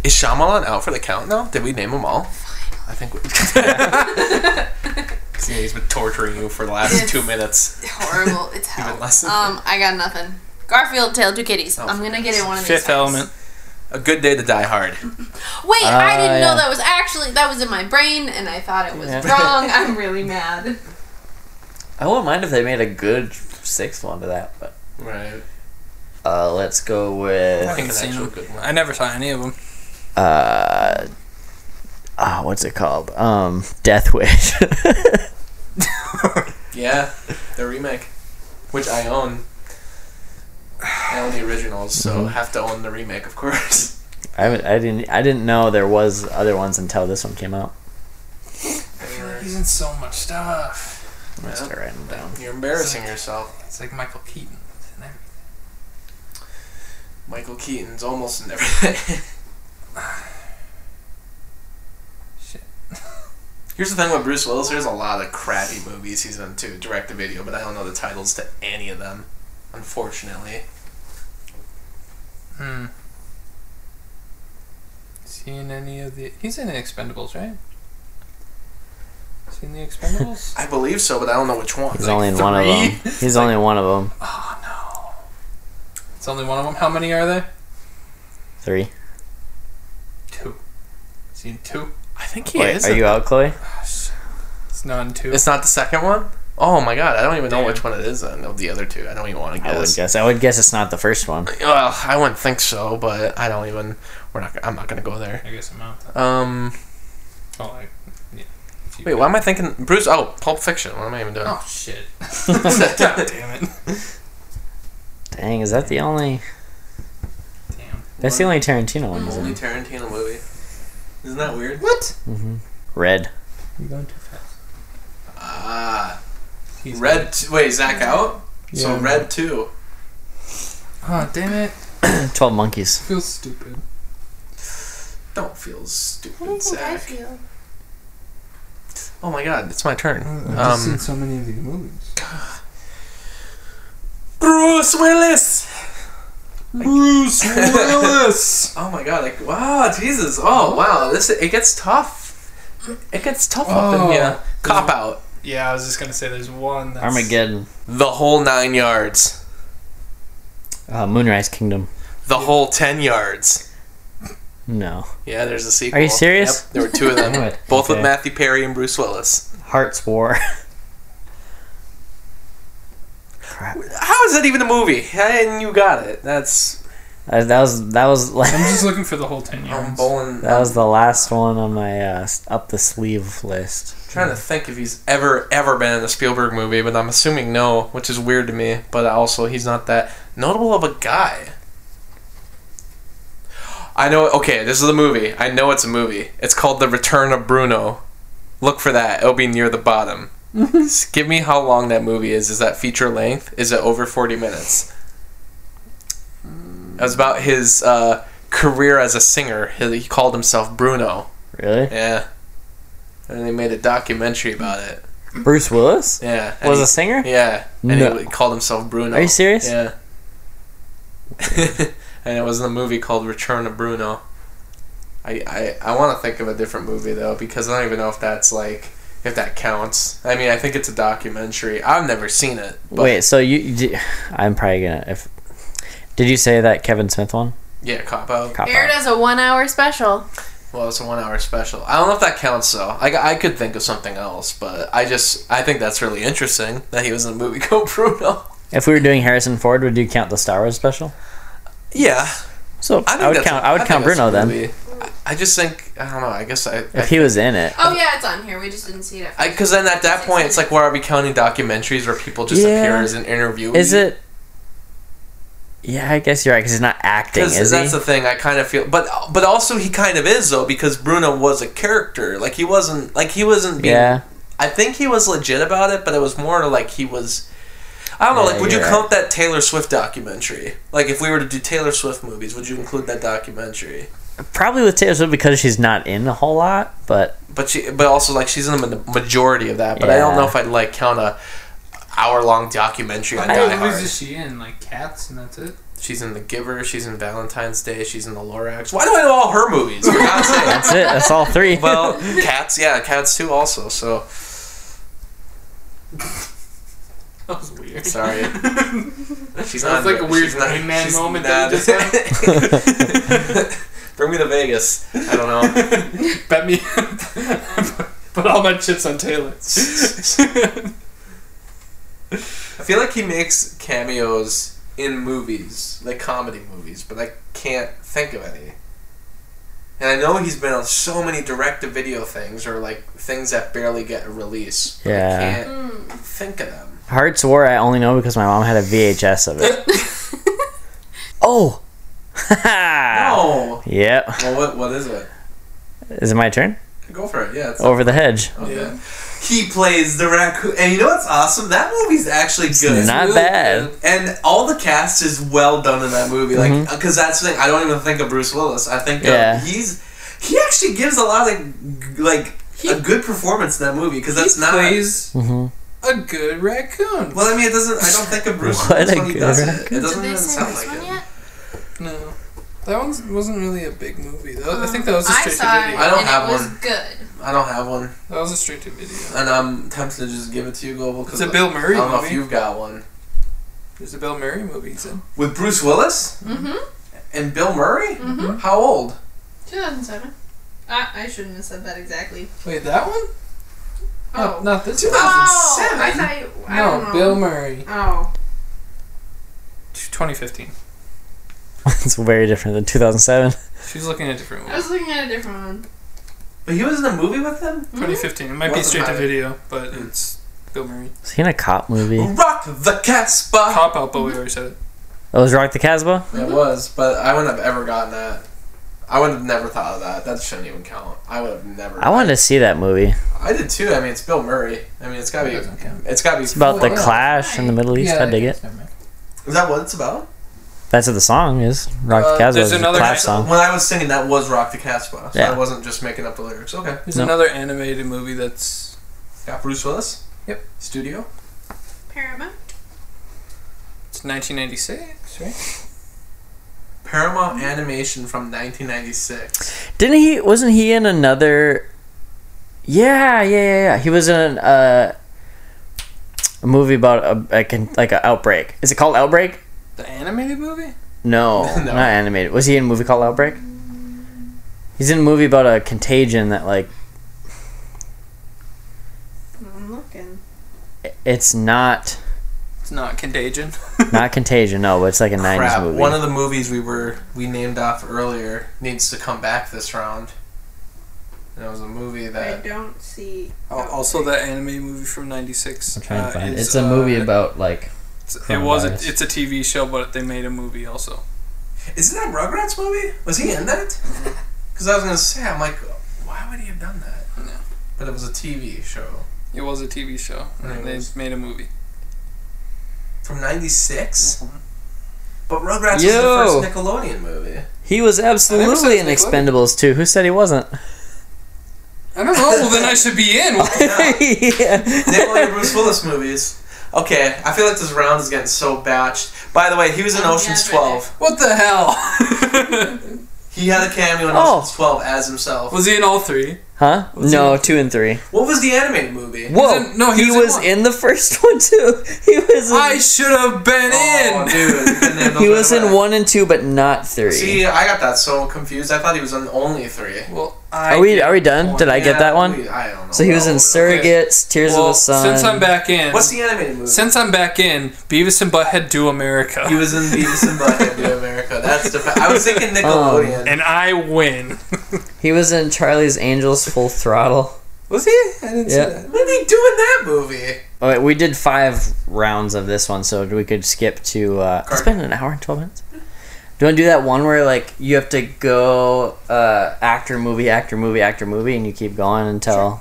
Speaker 6: Is Shyamalan out for the count now? Did we name them all? I think we. 'Cause, yeah, he's been torturing you for the last
Speaker 7: Yes.
Speaker 6: two minutes.
Speaker 7: Horrible. It's hell.
Speaker 6: Even less than-
Speaker 7: Um, I got nothing. Garfield, Tail, Two Kitties.
Speaker 6: Oh,
Speaker 7: I'm gonna get it one of these.
Speaker 5: Fifth
Speaker 7: times.
Speaker 5: Element.
Speaker 6: A good day to die hard.
Speaker 7: Wait, I
Speaker 4: Ah,
Speaker 7: didn't
Speaker 4: yeah.
Speaker 7: know that was actually that was in my brain, and I thought it was
Speaker 4: Yeah.
Speaker 7: wrong. I'm really mad.
Speaker 4: I wouldn't mind if they made a good sixth one to that, but
Speaker 6: Right.
Speaker 4: uh, let's go
Speaker 5: I
Speaker 4: with
Speaker 5: haven't
Speaker 6: an
Speaker 5: seen
Speaker 6: actual
Speaker 5: them.
Speaker 6: good one.
Speaker 5: I never saw any of them.
Speaker 4: uh, ah, what's it called? Um, Death Wish.
Speaker 6: Yeah, the remake, which I own. Mm-hmm. I own the originals, so have to own the remake, of course.
Speaker 4: I, haven't- I didn't I didn't know there was other ones until this one came out.
Speaker 5: He's in so much stuff.
Speaker 4: I'm gonna start writing them down.
Speaker 6: You're embarrassing yourself.
Speaker 5: It's like Michael Keaton.
Speaker 6: Michael Keaton's almost in everything.
Speaker 5: Shit.
Speaker 6: Here's the thing with Bruce Willis. There's a lot of crappy movies he's done too, direct to video, but I don't know the titles to any of them, unfortunately.
Speaker 5: Hmm. Seen any of the? He's in the Expendables, right? Seen the Expendables?
Speaker 6: I believe so, but I don't know which one.
Speaker 4: He's only in one of them. He's only in one of them.
Speaker 5: Oh, it's only one of them. How many are there?
Speaker 4: Three.
Speaker 5: Two. Seen two.
Speaker 6: I think he
Speaker 4: Wait,
Speaker 6: is.
Speaker 4: are you out, Chloe?
Speaker 5: It's not in two.
Speaker 6: It's not the second one. Oh my god, I don't even know
Speaker 5: Damn.
Speaker 6: which one it is. Then of the other two, I don't even want to
Speaker 4: I would
Speaker 6: guess.
Speaker 4: guess. I would guess it's not the first one.
Speaker 6: Well, I wouldn't think so, but I don't even. We're not. I'm not gonna go there.
Speaker 5: I guess I'm out.
Speaker 6: Um.
Speaker 5: Oh, I, yeah. If you-
Speaker 6: Wait, why am I thinking Bruce? Oh, Pulp Fiction. What am I even doing?
Speaker 5: Oh shit! God damn it!
Speaker 4: Dang, is that the only?
Speaker 5: Damn.
Speaker 4: That's the only Tarantino one, isn't it?
Speaker 6: Tarantino movie. Isn't that weird?
Speaker 5: What?
Speaker 4: Red.
Speaker 5: You're going too fast.
Speaker 6: Ah,
Speaker 5: He's
Speaker 6: Red. T- wait, Zach out. So
Speaker 5: Yeah.
Speaker 6: Red Two.
Speaker 5: Oh damn it!
Speaker 4: Twelve Monkeys.
Speaker 5: Feels stupid.
Speaker 6: Don't feel stupid,
Speaker 2: What do you think I
Speaker 6: Zach.
Speaker 2: feel?
Speaker 6: Oh my God, it's my turn.
Speaker 4: Mm.
Speaker 5: I've just seen
Speaker 6: Um,
Speaker 5: so many of these movies.
Speaker 6: Bruce Willis.
Speaker 5: Bruce Willis.
Speaker 6: Oh my God! Like wow, Jesus! Oh wow, this it gets tough. It gets tough up in
Speaker 5: Oh.
Speaker 6: here. Cop out.
Speaker 5: yeah, I was just gonna say there's one. That's
Speaker 4: Armageddon.
Speaker 6: The whole nine yards.
Speaker 4: Uh, Moonrise Kingdom.
Speaker 6: The whole ten yards.
Speaker 4: No.
Speaker 6: Yeah, there's a sequel.
Speaker 4: Are you serious?
Speaker 6: Yep, there were two of
Speaker 4: Damn
Speaker 6: them,
Speaker 4: it.
Speaker 6: both
Speaker 4: Okay.
Speaker 6: with Matthew Perry and Bruce Willis.
Speaker 4: Hearts War. Crap.
Speaker 6: How is that even a movie? And you got it. That's
Speaker 4: Uh, that was that was
Speaker 5: I'm
Speaker 4: like
Speaker 5: just looking for the whole ten
Speaker 6: I'm
Speaker 5: yards.
Speaker 6: bowling.
Speaker 4: that was the last one on my uh, s- up the sleeve list.
Speaker 6: trying to think if he's ever ever been in a Spielberg movie, but I'm assuming no, which is weird to me. But also, he's not that notable of a guy. I know. Okay, this is a movie. I know it's a movie. It's called The Return of Bruno. Look for that. It'll be near the bottom. Just Give me how long that movie is. Is that feature length? Is it over 40 minutes? It was about his uh, career as a singer. He he called himself Bruno.
Speaker 4: Really?
Speaker 6: Yeah. And they made a documentary about it.
Speaker 4: Bruce Willis
Speaker 6: Yeah. And
Speaker 4: was
Speaker 6: he-
Speaker 4: a singer.
Speaker 6: Yeah. And
Speaker 4: No.
Speaker 6: he called himself Bruno.
Speaker 4: Are you serious?
Speaker 6: Yeah. and it was in a movie called Return of Bruno. I, I, I want to think of a different movie, though, because I don't even know if that's like, if that counts. I mean, I think it's a documentary. I've never seen it. But
Speaker 4: Wait, so you, you di- I'm probably gonna if did you say that Kevin Smith one?
Speaker 6: Yeah, Cop Out.
Speaker 4: Cop
Speaker 7: Aired
Speaker 4: out.
Speaker 7: as a one-hour special.
Speaker 6: Well, it's a one hour special. I don't know if that counts, though. I, I could think of something else, but I just, I think that's really interesting that he was in a movie called Bruno.
Speaker 4: If we were doing Harrison Ford, would you count the Star Wars special?
Speaker 6: Yeah.
Speaker 4: So I,
Speaker 6: think
Speaker 4: would
Speaker 6: that's-
Speaker 4: count. I would
Speaker 6: think
Speaker 4: count
Speaker 6: that's
Speaker 4: Bruno then
Speaker 6: really- I I just think I don't know. I guess I
Speaker 4: if he was in it.
Speaker 7: Oh yeah, it's on here. We just didn't see it. At first.
Speaker 6: because then at that point it's like why are we counting documentaries where people just
Speaker 4: Yeah.
Speaker 6: appear as an interviewee?
Speaker 4: Is it? Yeah, I guess you're right because he's not acting,
Speaker 6: Because
Speaker 4: is
Speaker 6: that's
Speaker 4: he?
Speaker 6: the thing. I kind of feel, but but also he kind of is though because Bruno was a character. Like he wasn't like he wasn't being.
Speaker 4: yeah,
Speaker 6: I think he was legit about it, but it was more like he was. I don't know.
Speaker 4: Yeah,
Speaker 6: like, would you
Speaker 4: you're
Speaker 6: count that Taylor Swift documentary? Like, if we were to do Taylor Swift movies, would you include that documentary?
Speaker 4: probably with Taylor Swift because she's not in a whole lot. But
Speaker 6: But she, but also like she's in the ma- majority of that. But I don't
Speaker 4: Yeah.
Speaker 6: know if I'd like count a. hour long documentary on Die
Speaker 5: Hey, what
Speaker 6: Hard.
Speaker 5: is she in? Like cats and that's it?
Speaker 6: She's in The Giver. She's in Valentine's Day. She's in The Lorax. Why do I know all her movies? For God's sake.
Speaker 4: That's it. That's all three.
Speaker 6: Well, Cats. Yeah, Cats too. Also, so
Speaker 5: That was weird.
Speaker 6: sorry. She's
Speaker 5: That was
Speaker 6: not
Speaker 5: like a weird
Speaker 6: she's not-
Speaker 5: Rain Man
Speaker 6: she's
Speaker 5: moment that
Speaker 6: not-
Speaker 5: we just had.
Speaker 6: Bring me to Vegas. I don't know.
Speaker 5: Bet me. Put all my chips on Taylor.
Speaker 6: I feel like he makes cameos in movies, like comedy movies, but I can't think of any. And I know he's been on so many direct-to-video things or like things that barely get a release. but
Speaker 4: Yeah.
Speaker 6: I can't think of them.
Speaker 4: Hearts War, I only know because my mom had a VHS of it. oh! Ah.
Speaker 6: No.
Speaker 4: Yep.
Speaker 6: Well, what what is it?
Speaker 4: Is it my turn?
Speaker 6: Go for it. Yeah. It's
Speaker 4: Over the hedge.
Speaker 6: okay. He plays the raccoon, and you know what's awesome? That movie's actually good.
Speaker 4: Not bad.
Speaker 6: And all the cast is well done in that movie. Like, because that's the thing. I don't even think of Bruce Willis. I think
Speaker 4: Mm-hmm. Yeah.
Speaker 6: of, he's he actually gives a lot of like a good performance in that movie because that's
Speaker 5: he
Speaker 6: not.
Speaker 5: plays
Speaker 4: Mhm.
Speaker 5: a good raccoon.
Speaker 6: well, I mean, it doesn't. I don't think of Bruce
Speaker 4: What
Speaker 6: Willis
Speaker 4: a
Speaker 6: when he
Speaker 4: good
Speaker 6: does it. It
Speaker 4: raccoon.
Speaker 6: doesn't
Speaker 7: Did
Speaker 6: even
Speaker 7: they say
Speaker 6: sound
Speaker 7: this
Speaker 6: like
Speaker 7: one
Speaker 6: it.
Speaker 7: yet?
Speaker 5: no, that one wasn't really a big movie. That, I think that was a
Speaker 7: I
Speaker 5: straight
Speaker 7: saw
Speaker 5: to
Speaker 7: it.
Speaker 5: video.
Speaker 6: I don't
Speaker 7: and
Speaker 6: have
Speaker 7: it was
Speaker 6: one.
Speaker 7: Good.
Speaker 6: I don't have one,
Speaker 5: That was a straight to video.
Speaker 6: and I'm tempted to just give it to you, Global. Because
Speaker 5: It's a Bill
Speaker 6: I
Speaker 5: Murray
Speaker 6: don't know if
Speaker 5: movie.
Speaker 6: you've got one
Speaker 5: There's a Bill Murray movie. He's in.
Speaker 6: with Bruce Willis
Speaker 7: Mm-hmm.
Speaker 6: and Bill Murray.
Speaker 5: Mm-hmm.
Speaker 7: Mhm.
Speaker 6: How old?
Speaker 7: 2007. I, I shouldn't have said that exactly.
Speaker 5: Wait, that one?
Speaker 7: Oh.
Speaker 5: No, not this one.
Speaker 6: 2007?
Speaker 7: Oh, I thought you. I don't
Speaker 5: No,
Speaker 7: know.
Speaker 5: Bill Murray.
Speaker 7: Oh.
Speaker 5: 2015.
Speaker 4: it's very different than 2007.
Speaker 5: She's looking at a different
Speaker 7: I
Speaker 5: movie.
Speaker 7: was looking at a different one.
Speaker 6: But he was in a movie with them.
Speaker 5: 2015. It might be
Speaker 6: Wasn't
Speaker 5: straight to
Speaker 6: I-
Speaker 5: video, but it's Bill Murray.
Speaker 4: Was he in a cop movie?
Speaker 6: Rock the Casbah.
Speaker 5: Cop out, but we already said it.
Speaker 4: Oh, was Rock the Casbah?
Speaker 6: It
Speaker 5: Mm-hmm.
Speaker 6: was, but I wouldn't have ever gotten that. I would have never thought of that. That shouldn't even count. I would have never.
Speaker 4: I wanted to see that movie.
Speaker 6: I did too. I mean, it's Bill Murray. I mean, it's gotta be.
Speaker 5: Doesn't count.
Speaker 6: It's gotta be.
Speaker 4: It's about the
Speaker 5: Oh,
Speaker 6: full-
Speaker 4: clash in the Middle East. I dig it.
Speaker 6: Is that what it's about?
Speaker 4: That's what the song is. Rock
Speaker 5: Uh,
Speaker 4: the Casbah
Speaker 5: there's
Speaker 4: is a
Speaker 5: another
Speaker 4: clash
Speaker 5: guy-
Speaker 4: song.
Speaker 6: When I was singing, that was Rock the Casbah. So
Speaker 4: Yeah.
Speaker 6: I wasn't just making up the lyrics. Okay.
Speaker 5: There's
Speaker 4: No.
Speaker 5: another animated movie that's.
Speaker 6: Got Bruce Willis.
Speaker 5: Yep.
Speaker 6: Studio.
Speaker 7: Paramount.
Speaker 5: It's 1996, right?
Speaker 6: Paramount Animation from 1996.
Speaker 4: Didn't he? Wasn't he in another? Yeah, yeah, yeah. yeah. He was in uh, a movie about a like an like an outbreak. Is it called Outbreak?
Speaker 5: The animated movie?
Speaker 4: No,
Speaker 6: No.
Speaker 4: not animated. Was he in a movie called Outbreak? He's in a movie about a contagion that like
Speaker 7: I'm looking.
Speaker 4: it's not
Speaker 5: It's not Contagion.
Speaker 4: not contagion. No, but it's like a nineties
Speaker 6: Crap.
Speaker 4: movie.
Speaker 6: One of the movies we were we named off earlier needs to come back this round. And it was a movie
Speaker 7: I
Speaker 6: that
Speaker 7: don't see.
Speaker 5: Al- Also, that anime movie from '96.
Speaker 4: I'm trying to find. it.
Speaker 5: is,
Speaker 4: It's a
Speaker 5: uh,
Speaker 4: movie about like
Speaker 5: it's- It was. A,
Speaker 4: coronavirus.
Speaker 5: it's a TV show, but they made a movie also.
Speaker 6: Isn't that Rugrats movie? Was he in that? Because I was gonna say, I'm like, why would he have done that?
Speaker 5: No.
Speaker 6: But it was a TV show
Speaker 5: It was a TV show, and
Speaker 6: Right, it
Speaker 5: then they
Speaker 6: was.
Speaker 5: made a movie.
Speaker 6: from '96. But Rugrats
Speaker 4: Yo.
Speaker 6: was the first Nickelodeon movie.
Speaker 4: he was absolutely in
Speaker 5: it's Nickelodeon.
Speaker 4: Expendables too. Who said he wasn't?
Speaker 5: I don't know. well, then I should be in.
Speaker 4: yeah.
Speaker 6: Nickelodeon Bruce Willis movies. Okay, I feel like this round is getting so batched. By the way, he was in Ocean's
Speaker 7: yeah,
Speaker 6: Twelve.
Speaker 5: What the hell?
Speaker 6: He had a cameo in
Speaker 4: Oh.
Speaker 6: Ocean's Twelve as himself.
Speaker 5: was he in all three?
Speaker 4: Huh? No, two and three.
Speaker 6: What was the animated movie?
Speaker 4: Whoa!
Speaker 5: in- no, he
Speaker 4: he,
Speaker 5: was in
Speaker 4: was
Speaker 5: one.
Speaker 4: in, the first one too. He was. In,
Speaker 5: I should have been
Speaker 6: Oh,
Speaker 5: in.
Speaker 6: dude, you couldn't have known
Speaker 4: he was
Speaker 6: that.
Speaker 4: in one and two, but not three.
Speaker 6: See, I got that so confused. I thought he was in only three.
Speaker 5: Well, I
Speaker 4: are we?
Speaker 5: did
Speaker 4: Are we done? Did I get
Speaker 6: Yeah,
Speaker 4: that one?
Speaker 6: we- I don't know.
Speaker 4: So he was in
Speaker 6: Well,
Speaker 4: Surrogates, Tears
Speaker 5: Oh, well,
Speaker 4: of the Sun.
Speaker 5: since I'm back in.
Speaker 6: What's the animated movie?
Speaker 5: since I'm back in, Beavis and Butthead do America,
Speaker 6: He was in Beavis and Butthead New America. That's the. Fa- I was thinking
Speaker 4: Oh.
Speaker 6: Nickelodeon.
Speaker 5: and I win.
Speaker 4: He was in Charlie's Angels Full Throttle.
Speaker 5: Was he? I didn't
Speaker 4: Yeah.
Speaker 5: see that.
Speaker 6: what did they do in that movie?
Speaker 4: All right, we did five rounds of this one, so we could skip to. Uh, it's
Speaker 6: Card.
Speaker 4: been an hour and twelve minutes. Do you want to do that one where like you have to go uh, actor movie actor movie actor movie and you keep going until?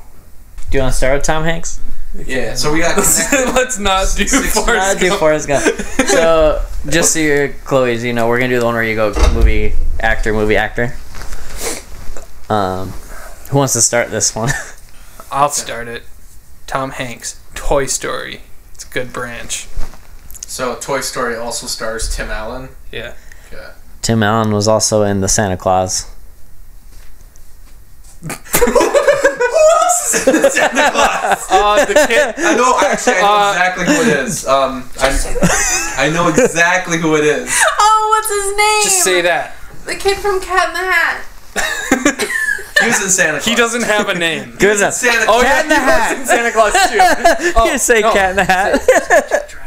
Speaker 4: Do you want to start with Tom Hanks?
Speaker 6: Yeah. So we got connected.
Speaker 5: Let's not do
Speaker 6: Six-
Speaker 5: Forrest
Speaker 4: Nah, do
Speaker 5: Gump.
Speaker 4: Forrest Gump. So, just so you're Chloe's, you know, we're gonna do the one where you go movie actor, movie actor. Um, who wants to start this one?
Speaker 5: I'll start it. Tom Hanks, Toy Story. It's good branch.
Speaker 6: So Toy Story also stars Tim Allen.
Speaker 5: Yeah.
Speaker 4: Tim Allen was also in the Santa Claus.
Speaker 6: Santa Claus.
Speaker 5: Uh, the kid,
Speaker 6: I know actually I know
Speaker 5: Uh,
Speaker 6: exactly who it is. Um, I, I know exactly who it is.
Speaker 7: Oh, what's his name?
Speaker 5: just say that.
Speaker 7: The kid from Cat in the Hat.
Speaker 6: He was in Santa Claus.
Speaker 5: He doesn't have a name.
Speaker 4: Good enough.
Speaker 6: Santa
Speaker 5: Oh
Speaker 6: Claus.
Speaker 5: yeah,
Speaker 4: in the
Speaker 5: he was
Speaker 4: Hat.
Speaker 5: in Santa Claus too.
Speaker 4: you say
Speaker 5: no.
Speaker 4: Cat in the Hat.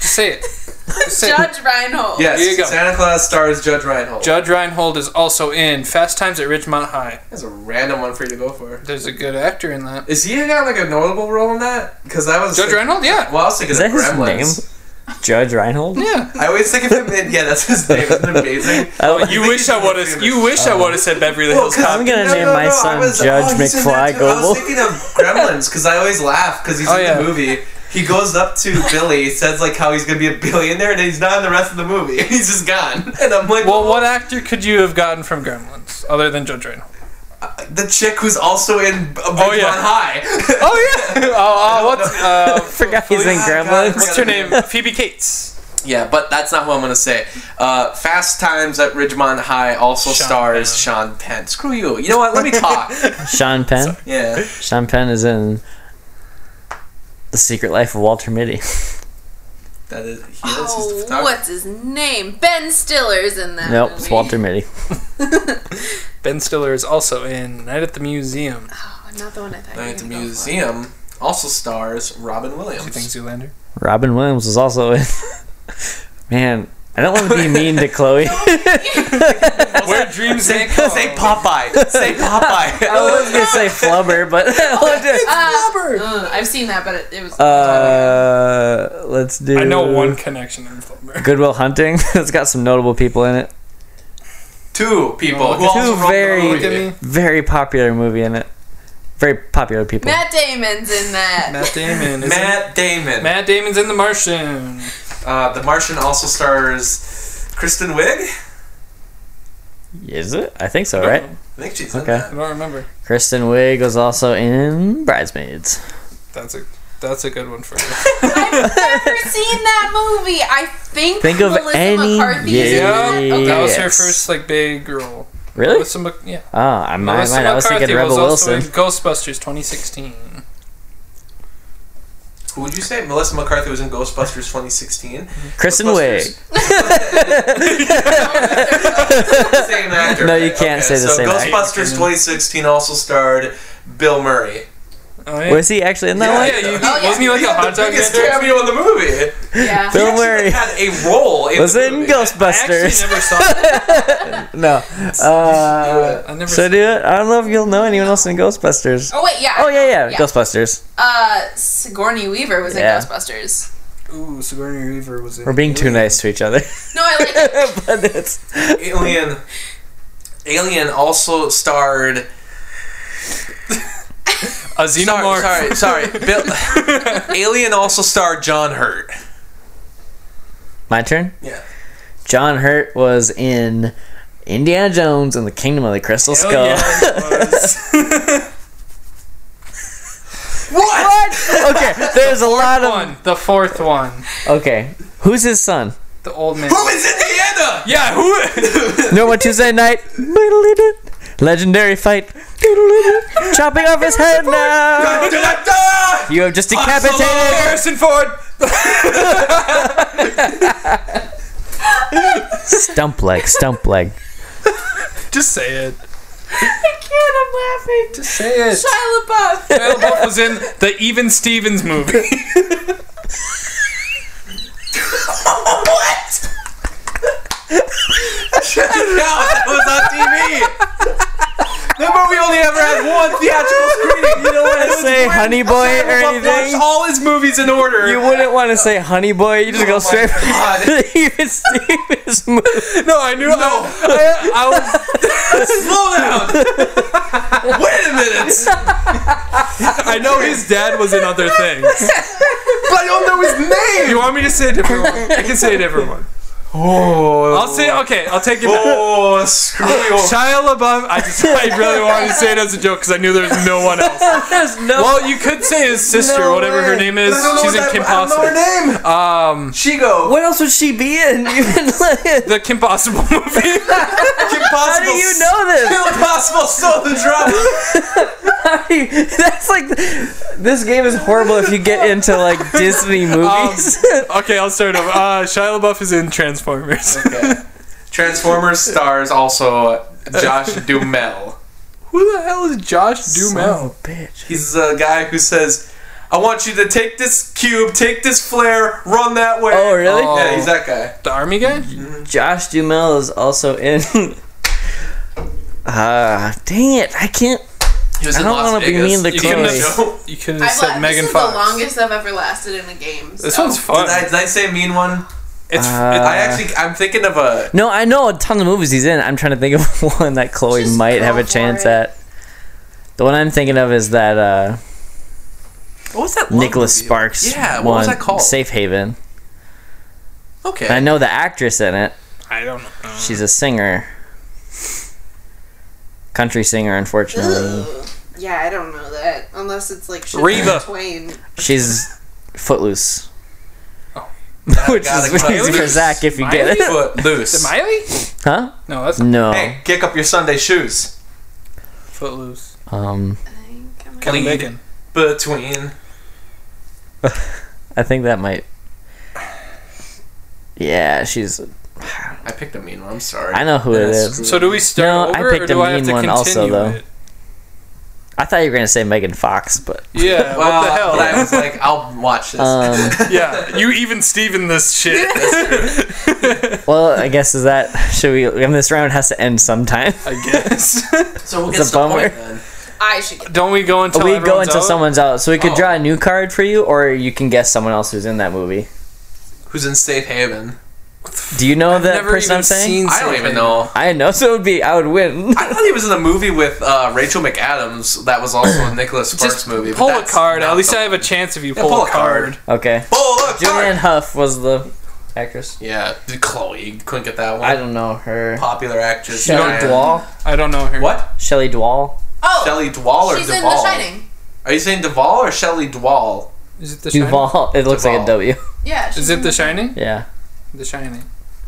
Speaker 5: Just say it. Just say it.
Speaker 7: Judge Reinhold.
Speaker 6: Yes,
Speaker 5: Here you go.
Speaker 6: Santa Claus stars Judge Reinhold.
Speaker 5: Judge Reinhold is also in Fast Times at Ridgemont High.
Speaker 6: That's a random one for you to go for.
Speaker 5: There's a good actor in that.
Speaker 6: Is he got like a notable role in that? Because I was
Speaker 5: Judge
Speaker 6: think-
Speaker 5: Reinhold? Yeah.
Speaker 6: Well, I was thinking
Speaker 4: Is that
Speaker 6: of
Speaker 4: his
Speaker 6: Gremlins.
Speaker 4: name? Judge Reinhold?
Speaker 5: Yeah.
Speaker 6: I always think of him in yeah, that's his name. Isn't it amazing?
Speaker 4: Oh,
Speaker 5: You
Speaker 6: think
Speaker 5: wish
Speaker 6: he's
Speaker 5: I would have.
Speaker 6: famous.
Speaker 5: You wish I would have said Beverly Hills
Speaker 6: Well, 'cause-
Speaker 5: Cop.
Speaker 4: I'm gonna name my
Speaker 6: I oh,
Speaker 4: son Judge
Speaker 6: he's in that
Speaker 4: McFly
Speaker 6: too. I
Speaker 4: Goble.
Speaker 6: was thinking of Gremlins because I always laugh because he's
Speaker 5: Oh,
Speaker 6: in
Speaker 5: yeah.
Speaker 6: the movie. He goes up to Billy, says like how he's gonna be a billionaire, and he's not in the rest of the movie. He's just gone, and I'm like,
Speaker 5: Well, what actor could you have gotten from Gremlins other than Judge Reinhold?
Speaker 6: The chick who's also in uh, Big
Speaker 5: Oh, yeah.
Speaker 6: Fun High.
Speaker 5: Oh yeah. oh, uh, what's uh,
Speaker 4: forgot he's in
Speaker 6: God,
Speaker 4: Gremlins.
Speaker 5: what's her name? Phoebe Cates.
Speaker 6: Yeah, but that's not who I'm gonna say. Uh, Fast Times at Ridgemont High also
Speaker 5: Sean
Speaker 6: stars
Speaker 5: Penn.
Speaker 6: Sean Penn. Screw you. You know what? Let me talk.
Speaker 4: Sean Penn.
Speaker 6: yeah.
Speaker 4: Sean Penn is in The Secret Life of Walter Mitty.
Speaker 6: That is. He is. He's the
Speaker 7: Oh,
Speaker 6: photographer.
Speaker 7: what's his name? Ben Stiller's in that.
Speaker 4: Nope,
Speaker 7: movie.
Speaker 4: it's Walter Mitty.
Speaker 5: Ben Stiller is also in Night at the Museum.
Speaker 7: Oh, not the one I thought. you were
Speaker 6: Night at the
Speaker 7: gonna go for.
Speaker 6: Museum also stars Robin Williams.
Speaker 5: Do you think Zoolander?
Speaker 4: Robin Williams was also in. Man, I don't want to be mean to Chloe.
Speaker 5: Where dreams
Speaker 6: Say,
Speaker 5: may
Speaker 6: say
Speaker 5: come.
Speaker 6: Popeye. Say
Speaker 4: I
Speaker 6: Popeye.
Speaker 4: was gonna say Flubber, but
Speaker 7: Uh, uh, I've seen that, but it, it was.
Speaker 4: uh, let's do.
Speaker 5: I know one connection in Flubber.
Speaker 4: Goodwill Hunting. it's got some notable people in it.
Speaker 6: Two people.
Speaker 5: Two
Speaker 6: Who also wrote the
Speaker 4: very-
Speaker 5: Look at
Speaker 6: movie.
Speaker 5: me.
Speaker 4: Very popular movie in it. Very popular people.
Speaker 7: Matt Damon's in that.
Speaker 5: Matt Damon. is in-
Speaker 6: Matt Damon.
Speaker 5: Matt Damon's in The Martian.
Speaker 6: Uh, the Martian also stars Kristen Wiig.
Speaker 4: Is it? I think so, right?
Speaker 6: I think she's
Speaker 4: Okay.
Speaker 6: in
Speaker 5: I
Speaker 6: that.
Speaker 5: don't remember.
Speaker 4: Kristen Wiig was also in Bridesmaids.
Speaker 5: That's a that's a good one for you.
Speaker 7: I've never seen that movie. I think.
Speaker 4: Think of
Speaker 7: Melissa
Speaker 4: any-
Speaker 7: McCarthy is in
Speaker 5: yeah,
Speaker 7: that. Okay.
Speaker 5: that was her
Speaker 4: Yes.
Speaker 5: first like big role.
Speaker 4: Really?
Speaker 5: Melissa Mc- yeah.
Speaker 4: Oh, I might.
Speaker 5: Melissa
Speaker 4: might- I was thinking
Speaker 5: McCarthy
Speaker 4: Rebel
Speaker 5: was also
Speaker 4: Wilson.
Speaker 5: in Ghostbusters 2016.
Speaker 6: Who would you say? Melissa McCarthy was in Ghostbusters 2016.
Speaker 4: Kristen
Speaker 6: Ghostbusters.
Speaker 4: Wiig.
Speaker 6: same actor. Mm-hmm.
Speaker 4: No, you
Speaker 6: right?
Speaker 4: can't say the
Speaker 6: so
Speaker 4: same actor.
Speaker 6: Ghostbusters 2016 also starred Bill Murray.
Speaker 5: Oh, yeah.
Speaker 4: Was he actually in that
Speaker 5: Oh,
Speaker 4: one?
Speaker 5: yeah, you,
Speaker 7: Oh, yeah.
Speaker 5: wasn't he like a
Speaker 6: had
Speaker 5: hot
Speaker 6: the
Speaker 5: dog
Speaker 6: biggest
Speaker 5: vendor?
Speaker 6: cameo in the movie.
Speaker 7: Yeah.
Speaker 4: Bill
Speaker 6: He actually
Speaker 4: Murray
Speaker 6: had a role. In
Speaker 4: was
Speaker 6: the
Speaker 4: in
Speaker 6: movie.
Speaker 5: I actually
Speaker 4: Ghostbusters.
Speaker 5: never saw that.
Speaker 4: No. Uh,
Speaker 5: I never
Speaker 4: so
Speaker 5: saw
Speaker 4: do it. I don't know if you'll know anyone else in Ghostbusters.
Speaker 7: Oh wait, yeah.
Speaker 4: Oh yeah, yeah,
Speaker 7: Yeah.
Speaker 4: Ghostbusters.
Speaker 7: Uh, Sigourney Weaver was
Speaker 4: Yeah.
Speaker 7: in Ghostbusters.
Speaker 5: Ooh, Sigourney Weaver was in.
Speaker 4: We're being too nice to each other.
Speaker 7: No, I like it.
Speaker 4: but it's
Speaker 6: Alien. Alien also starred.
Speaker 5: A xenomorph.
Speaker 6: Sorry, sorry, sorry. Bill, Alien also starred John Hurt.
Speaker 4: my turn.
Speaker 6: Yeah.
Speaker 4: John Hurt was in Indiana Jones and the Kingdom of the Crystal
Speaker 5: Hell
Speaker 4: Skull.
Speaker 5: Oh, yeah, it was.
Speaker 4: What? okay, there's a lot of.
Speaker 5: one, the fourth one,
Speaker 4: Okay, who's his son?
Speaker 5: the old man.
Speaker 6: Who is Indiana?
Speaker 5: Yeah, who?
Speaker 4: Norma Tuesday night. Legendary fight. Chopping off his head now.
Speaker 6: Da-da-da!
Speaker 4: You have just decapitated.
Speaker 5: Harrison Ford.
Speaker 4: Stump leg, stump leg.
Speaker 5: Just say it.
Speaker 7: I can't.
Speaker 5: Just say it.
Speaker 7: I'm laughing. Shia LaBeouf.
Speaker 5: Shia LaBeouf was in the Even Stevens movie.
Speaker 6: What? Shut it down. That was on TV. Remember, we only ever had one theatrical screening. You know what I
Speaker 4: Say honey boy or
Speaker 6: Watched
Speaker 4: anything.
Speaker 6: all his movies in order. Oh
Speaker 4: You wouldn't want to say honey boy. You just go straight for
Speaker 6: God.
Speaker 4: the even Stevens movie.
Speaker 5: no, I knew. No. I, I was.
Speaker 6: Slow down. Wait a minute.
Speaker 5: I know his dad was in other things.
Speaker 6: But I don't know his name.
Speaker 5: You want me to say a different one? I can say a different one.
Speaker 6: Oh,
Speaker 5: I'll say okay. I'll take it back.
Speaker 6: Oh, screw you.
Speaker 5: Shia LaBeouf. I just I really wanted to say it as a joke because I knew there was no one else.
Speaker 4: There's no.
Speaker 5: Well, you could say his sister,
Speaker 4: No
Speaker 5: whatever her
Speaker 4: way.
Speaker 5: name is.
Speaker 6: I don't know
Speaker 5: She's
Speaker 6: what
Speaker 5: in Kim
Speaker 6: that- I don't know
Speaker 5: Possible.
Speaker 6: her name.
Speaker 5: Um,
Speaker 6: Shigo.
Speaker 4: what else would she be in? Even like,
Speaker 5: the Kim Possible movie.
Speaker 6: Kim
Speaker 4: how do
Speaker 6: Possible.
Speaker 4: you know this?
Speaker 6: Kim Possible stole the drama.
Speaker 4: That's like this game is horrible if you get into like Disney
Speaker 5: Um,
Speaker 4: movies.
Speaker 5: okay, I'll start over. Uh, Shia LaBeouf is in Transformers.
Speaker 6: Okay. Transformers stars also Josh Dumel.
Speaker 5: Who the hell is Josh Dumel?
Speaker 4: Oh, bitch.
Speaker 6: He's a guy who says, "I want you to take this cube, take this flare, run that way."
Speaker 4: Oh, really?
Speaker 6: Yeah, he's that guy.
Speaker 5: The army guy?
Speaker 4: Josh Dumel is also in. Ah, dang it! I can't.
Speaker 6: He was
Speaker 4: I don't wanna be mean to
Speaker 5: You
Speaker 4: Chloe.
Speaker 5: couldn't
Speaker 4: Chloe.
Speaker 5: have, you couldn't have
Speaker 7: I've
Speaker 5: said
Speaker 7: la- this
Speaker 5: Megan
Speaker 7: is
Speaker 5: Fox.
Speaker 7: the longest I've ever lasted in a game. So.
Speaker 5: This one's fun.
Speaker 6: Did I, did I say a mean one?
Speaker 5: it's
Speaker 4: Uh,
Speaker 6: I actually, I'm thinking of a.
Speaker 4: No, I know a ton of movies he's in. I'm trying to think of one that Chloe
Speaker 7: Just
Speaker 4: might
Speaker 7: go
Speaker 4: have a
Speaker 7: for
Speaker 4: chance
Speaker 7: it.
Speaker 4: at. The one I'm thinking of is that uh,
Speaker 6: What was that? love
Speaker 4: Nicholas
Speaker 6: movie?
Speaker 4: Sparks.
Speaker 6: Yeah, what
Speaker 4: one,
Speaker 6: was that called?
Speaker 4: Safe Haven.
Speaker 6: Okay.
Speaker 4: I know the actress in it.
Speaker 5: I don't know.
Speaker 4: She's a singer, country singer. Unfortunately,
Speaker 7: Ugh. Yeah, I don't know that unless it's like
Speaker 5: Reba.
Speaker 7: Shania Twain.
Speaker 4: she's Footloose.
Speaker 5: Oh.
Speaker 4: Which
Speaker 6: Gotta
Speaker 4: is
Speaker 6: go
Speaker 4: easy for
Speaker 6: Footloose.
Speaker 4: Zach if you get it.
Speaker 6: Foot loose.
Speaker 5: Miley?
Speaker 4: Huh?
Speaker 5: No, that's
Speaker 4: No.
Speaker 6: Hey, kick up your Sunday shoes.
Speaker 5: Footloose.
Speaker 4: Um,
Speaker 7: I think I'm
Speaker 6: Lead between.
Speaker 4: I think that might. Yeah, she's.
Speaker 6: I picked a mean one. I'm sorry.
Speaker 4: I know who
Speaker 6: Yeah,
Speaker 4: it
Speaker 6: screw
Speaker 4: is.
Speaker 5: So do we start
Speaker 4: No, I
Speaker 5: over or
Speaker 4: picked a
Speaker 5: do I have
Speaker 4: mean
Speaker 5: to
Speaker 4: one
Speaker 5: continue
Speaker 4: also, though.
Speaker 5: it?
Speaker 4: I thought you were gonna say Megan Fox, but
Speaker 5: Yeah,
Speaker 6: Well,
Speaker 5: what the
Speaker 6: I
Speaker 5: hell?
Speaker 6: was like, I'll watch this.
Speaker 4: um,
Speaker 5: yeah, you even Steven this shit.
Speaker 4: well, I guess is that should we? I mean, this round has to end sometime.
Speaker 5: I guess.
Speaker 6: so we'll
Speaker 4: it's
Speaker 6: get
Speaker 4: a
Speaker 6: to the
Speaker 4: bummer.
Speaker 6: point then.
Speaker 7: I should get
Speaker 5: Don't we go until
Speaker 4: we go
Speaker 5: everyone's
Speaker 4: until
Speaker 5: out?
Speaker 4: someone's out, so we could
Speaker 6: Oh.
Speaker 4: draw a new card for you, or you can guess someone else who's in that movie.
Speaker 6: Who's in safe haven?
Speaker 4: Do you know that
Speaker 5: Never
Speaker 4: person
Speaker 5: even
Speaker 4: I'm saying?
Speaker 5: seen
Speaker 6: I don't
Speaker 5: something.
Speaker 6: even know.
Speaker 4: I know, so it would be I would win.
Speaker 6: I thought he was in a movie with uh, Rachel McAdams that was also a Nicholas Sparks
Speaker 5: Just
Speaker 6: movie. but
Speaker 5: pull a
Speaker 6: that's
Speaker 5: card.
Speaker 6: not
Speaker 5: At least
Speaker 6: the-
Speaker 5: I have a chance if you
Speaker 6: Yeah,
Speaker 5: pull, a card.
Speaker 4: Okay,
Speaker 6: Pull a
Speaker 4: Julianne
Speaker 6: card.
Speaker 4: Huff was the actress.
Speaker 6: Yeah, Chloe couldn't get that
Speaker 4: I
Speaker 6: one.
Speaker 4: don't know her.
Speaker 6: Popular actress.
Speaker 4: Shelley
Speaker 5: don't-
Speaker 6: Diane-
Speaker 4: Duvall.
Speaker 5: I don't know her.
Speaker 6: What?
Speaker 4: Shelley Duvall.
Speaker 7: Oh,
Speaker 6: Shelley Duvall or
Speaker 7: she's in
Speaker 6: Duvall?
Speaker 7: The Shining.
Speaker 6: Are you saying Duvall or Shelley Duvall?
Speaker 5: Is it the Shining?
Speaker 4: Duvall. It looks like a
Speaker 6: Duvall.
Speaker 4: W.
Speaker 7: Yeah, she's
Speaker 5: Is it The Shining?
Speaker 4: Yeah.
Speaker 5: The Shining.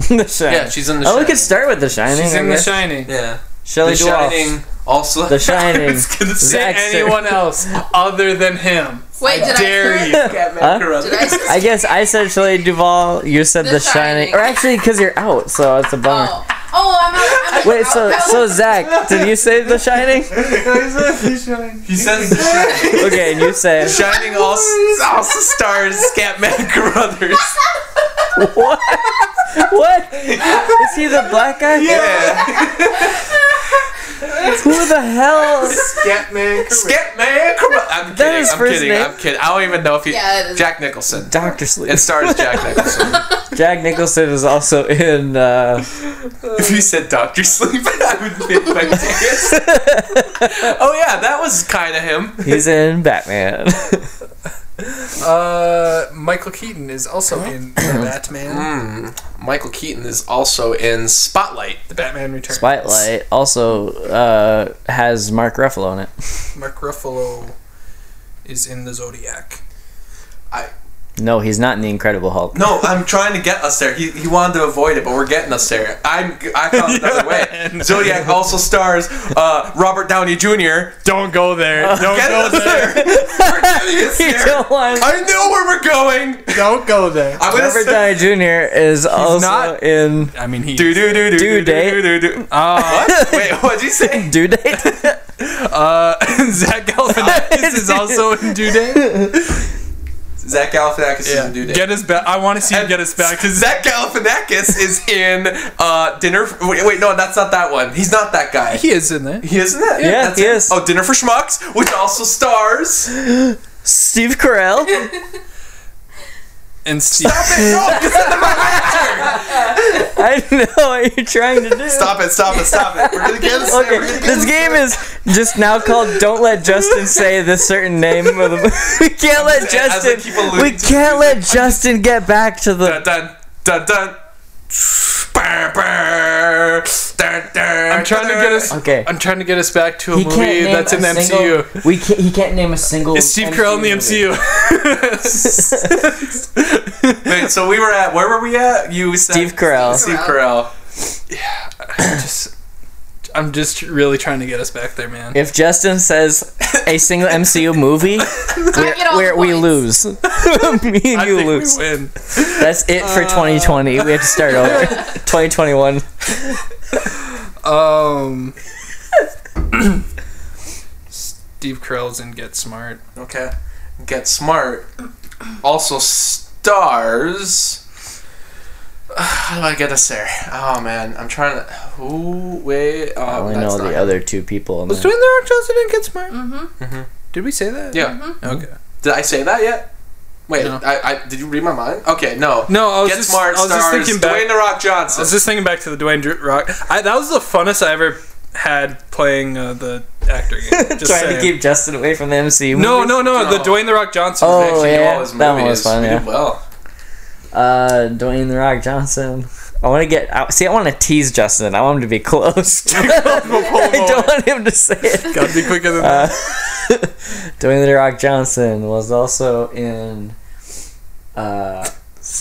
Speaker 4: the Shining.
Speaker 6: Yeah, she's in the.
Speaker 4: oh, we
Speaker 6: Shining.
Speaker 4: could start with the Shining.
Speaker 5: She's
Speaker 4: I
Speaker 5: in The
Speaker 4: guess.
Speaker 5: Shining.
Speaker 6: Yeah,
Speaker 4: Shelley
Speaker 6: The
Speaker 4: Duvall.
Speaker 6: Shining. Also,
Speaker 4: The Shining.
Speaker 6: It's gonna
Speaker 5: Say
Speaker 4: Zack Sir-
Speaker 5: anyone else other than him.
Speaker 7: Wait, did
Speaker 5: dare
Speaker 7: I?
Speaker 5: you.
Speaker 4: Huh?
Speaker 7: Did I?
Speaker 4: I guess I said Shelley Duvall. You said The,
Speaker 7: The
Speaker 4: Shining.
Speaker 7: Shining.
Speaker 4: Or actually, because you're out, so it's a bummer.
Speaker 7: Oh, oh, I'm out. I'm
Speaker 4: Wait,
Speaker 7: out.
Speaker 4: so
Speaker 7: That
Speaker 4: so
Speaker 7: was-
Speaker 4: Zach, did you say The Shining?
Speaker 6: He says The Shining.
Speaker 4: Okay, and you said
Speaker 6: Shining also, also stars Scatman Carruthers.
Speaker 4: what? What? Is he the black guy?
Speaker 6: Yeah,
Speaker 4: Who the hell?
Speaker 6: Scatman. Scatman Carruthers. I'm kidding.
Speaker 4: his
Speaker 6: I'm
Speaker 4: first
Speaker 6: kidding.
Speaker 4: name.
Speaker 6: I'm kidding. I don't even know if he.
Speaker 7: Yeah, it is.
Speaker 6: Jack Nicholson.
Speaker 4: Doctor Sleep.
Speaker 6: It stars Jack Nicholson.
Speaker 4: Jack Nicholson is also in. Uh,
Speaker 6: if you said Doctor Sleep, I would be my tickets. Oh yeah, that was kind of him.
Speaker 4: he's in Batman.
Speaker 5: Uh, Michael Keaton is also in The Batman.
Speaker 6: Mm. Michael Keaton is also in Spotlight.
Speaker 5: The Batman Returns.
Speaker 4: Twilight also uh, has Mark Ruffalo in it.
Speaker 5: Mark Ruffalo is in The Zodiac.
Speaker 4: No, he's not in the Incredible Hulk.
Speaker 6: No, I'm trying to get us there. He, he wanted to avoid it, but we're getting us there. I'm I found another way. Zodiac also stars uh, Robert Downey Jr.
Speaker 5: Don't go there. Don't
Speaker 6: Get us there. We're getting us
Speaker 4: You
Speaker 6: there.
Speaker 4: don't want-
Speaker 6: I know where we're going.
Speaker 5: Don't go there.
Speaker 6: I'm gonna
Speaker 4: Robert
Speaker 6: say.
Speaker 4: Downey Jr. is also
Speaker 5: not-
Speaker 4: in
Speaker 5: I mean, he.
Speaker 6: Do do do do
Speaker 4: Due
Speaker 6: do
Speaker 4: date.
Speaker 6: do do do.
Speaker 5: Uh,
Speaker 6: What? Wait, what'd you say?
Speaker 4: Due Date.
Speaker 5: uh, Zach Galifianakis is also in Due Date.
Speaker 6: Zach Galifianakis is in Due Date.
Speaker 5: Get us back. I want to see him get us back to Zach.
Speaker 6: Zach Galifianakis is in uh, Dinner. For, wait, wait, no, that's not that one. He's not that guy. He,
Speaker 5: He is in there.
Speaker 6: isn't that.
Speaker 4: Yeah,
Speaker 6: that's
Speaker 4: he
Speaker 6: him.
Speaker 4: is.
Speaker 6: Oh, Dinner for Schmucks, which also stars. Stop
Speaker 4: Steve Carell.
Speaker 5: And Steve.
Speaker 6: it! No, it's not my-
Speaker 4: I know what you're trying to do.
Speaker 6: stop it! Stop it! Stop it! We're gonna get us there.
Speaker 4: Okay,
Speaker 6: We're gonna get
Speaker 4: this
Speaker 6: us
Speaker 4: game is just now called "Don't Let Justin Say the Certain Name of the." we can't let
Speaker 6: As I
Speaker 4: Justin.
Speaker 6: keep alluding
Speaker 4: We
Speaker 6: to
Speaker 4: can't
Speaker 6: music,
Speaker 4: let Justin get back to the.
Speaker 6: Dun dun dun dun. I'm
Speaker 5: I'm trying to get us.
Speaker 4: Okay.
Speaker 5: I'm trying to get us back to a
Speaker 8: He can't
Speaker 5: movie
Speaker 8: name
Speaker 5: that's
Speaker 8: a
Speaker 5: in the
Speaker 8: single,
Speaker 5: MCU.
Speaker 8: We can't, he can't name a single.
Speaker 5: It's Steve Carell in the
Speaker 8: movie.
Speaker 5: MCU.
Speaker 6: Wait, so we were at where were we at? You said
Speaker 4: Steve Carell.
Speaker 6: Steve Carell.
Speaker 5: just, I'm just really trying to get us back there, man.
Speaker 4: If Justin says a single MCU movie,
Speaker 7: I get all
Speaker 4: where
Speaker 7: the
Speaker 4: we
Speaker 7: points.
Speaker 4: lose, me and
Speaker 6: I
Speaker 4: you
Speaker 6: think
Speaker 4: lose.
Speaker 6: we win.
Speaker 4: That's it for
Speaker 5: Uh,
Speaker 4: 2020. We have to start over. 2021.
Speaker 5: Um. Steve Carell's in Get Smart.
Speaker 6: Okay. Get smart. Also stars. How do I get us there? Oh man, I'm trying to. Who? Wait. Oh,
Speaker 4: I only
Speaker 6: that's
Speaker 4: know
Speaker 6: not-
Speaker 4: the other two people. in
Speaker 5: Was
Speaker 4: there.
Speaker 5: Dwayne the Rock Johnson in Get Smart? Mm-hmm. Did we say that?
Speaker 6: Yeah.
Speaker 5: Okay.
Speaker 6: Did I say that yet? Wait.
Speaker 5: Mm-hmm. No.
Speaker 6: I, I did you read my mind? Okay. No.
Speaker 5: No, I was
Speaker 6: Get
Speaker 5: just-
Speaker 6: smart.
Speaker 5: I was just
Speaker 6: stars.
Speaker 5: thinking back-
Speaker 6: Dwayne the Rock
Speaker 5: I
Speaker 6: Johnson.
Speaker 5: was just thinking back to the Dwayne Dr- Rock. I, that was the funnest I ever had playing uh, the actor game. Just
Speaker 4: Trying
Speaker 5: saying.
Speaker 4: to keep Justin away from the MCU.
Speaker 5: No,
Speaker 4: movies.
Speaker 5: no, no, The
Speaker 6: No.
Speaker 5: Dwayne the Rock Johnson.
Speaker 4: Oh,
Speaker 5: was
Speaker 6: Actually,
Speaker 4: yeah.
Speaker 6: all his
Speaker 4: That one
Speaker 6: movies,
Speaker 4: was fun,
Speaker 6: we
Speaker 4: yeah.
Speaker 6: did well.
Speaker 4: Uh, Dwayne the Rock Johnson. I want to get. I, see, I want to tease Justin. I want him to be close. I don't want him to say it.
Speaker 5: Gotta be quicker than
Speaker 4: Uh,
Speaker 5: that.
Speaker 4: Dwayne the Rock Johnson was also in. Uh,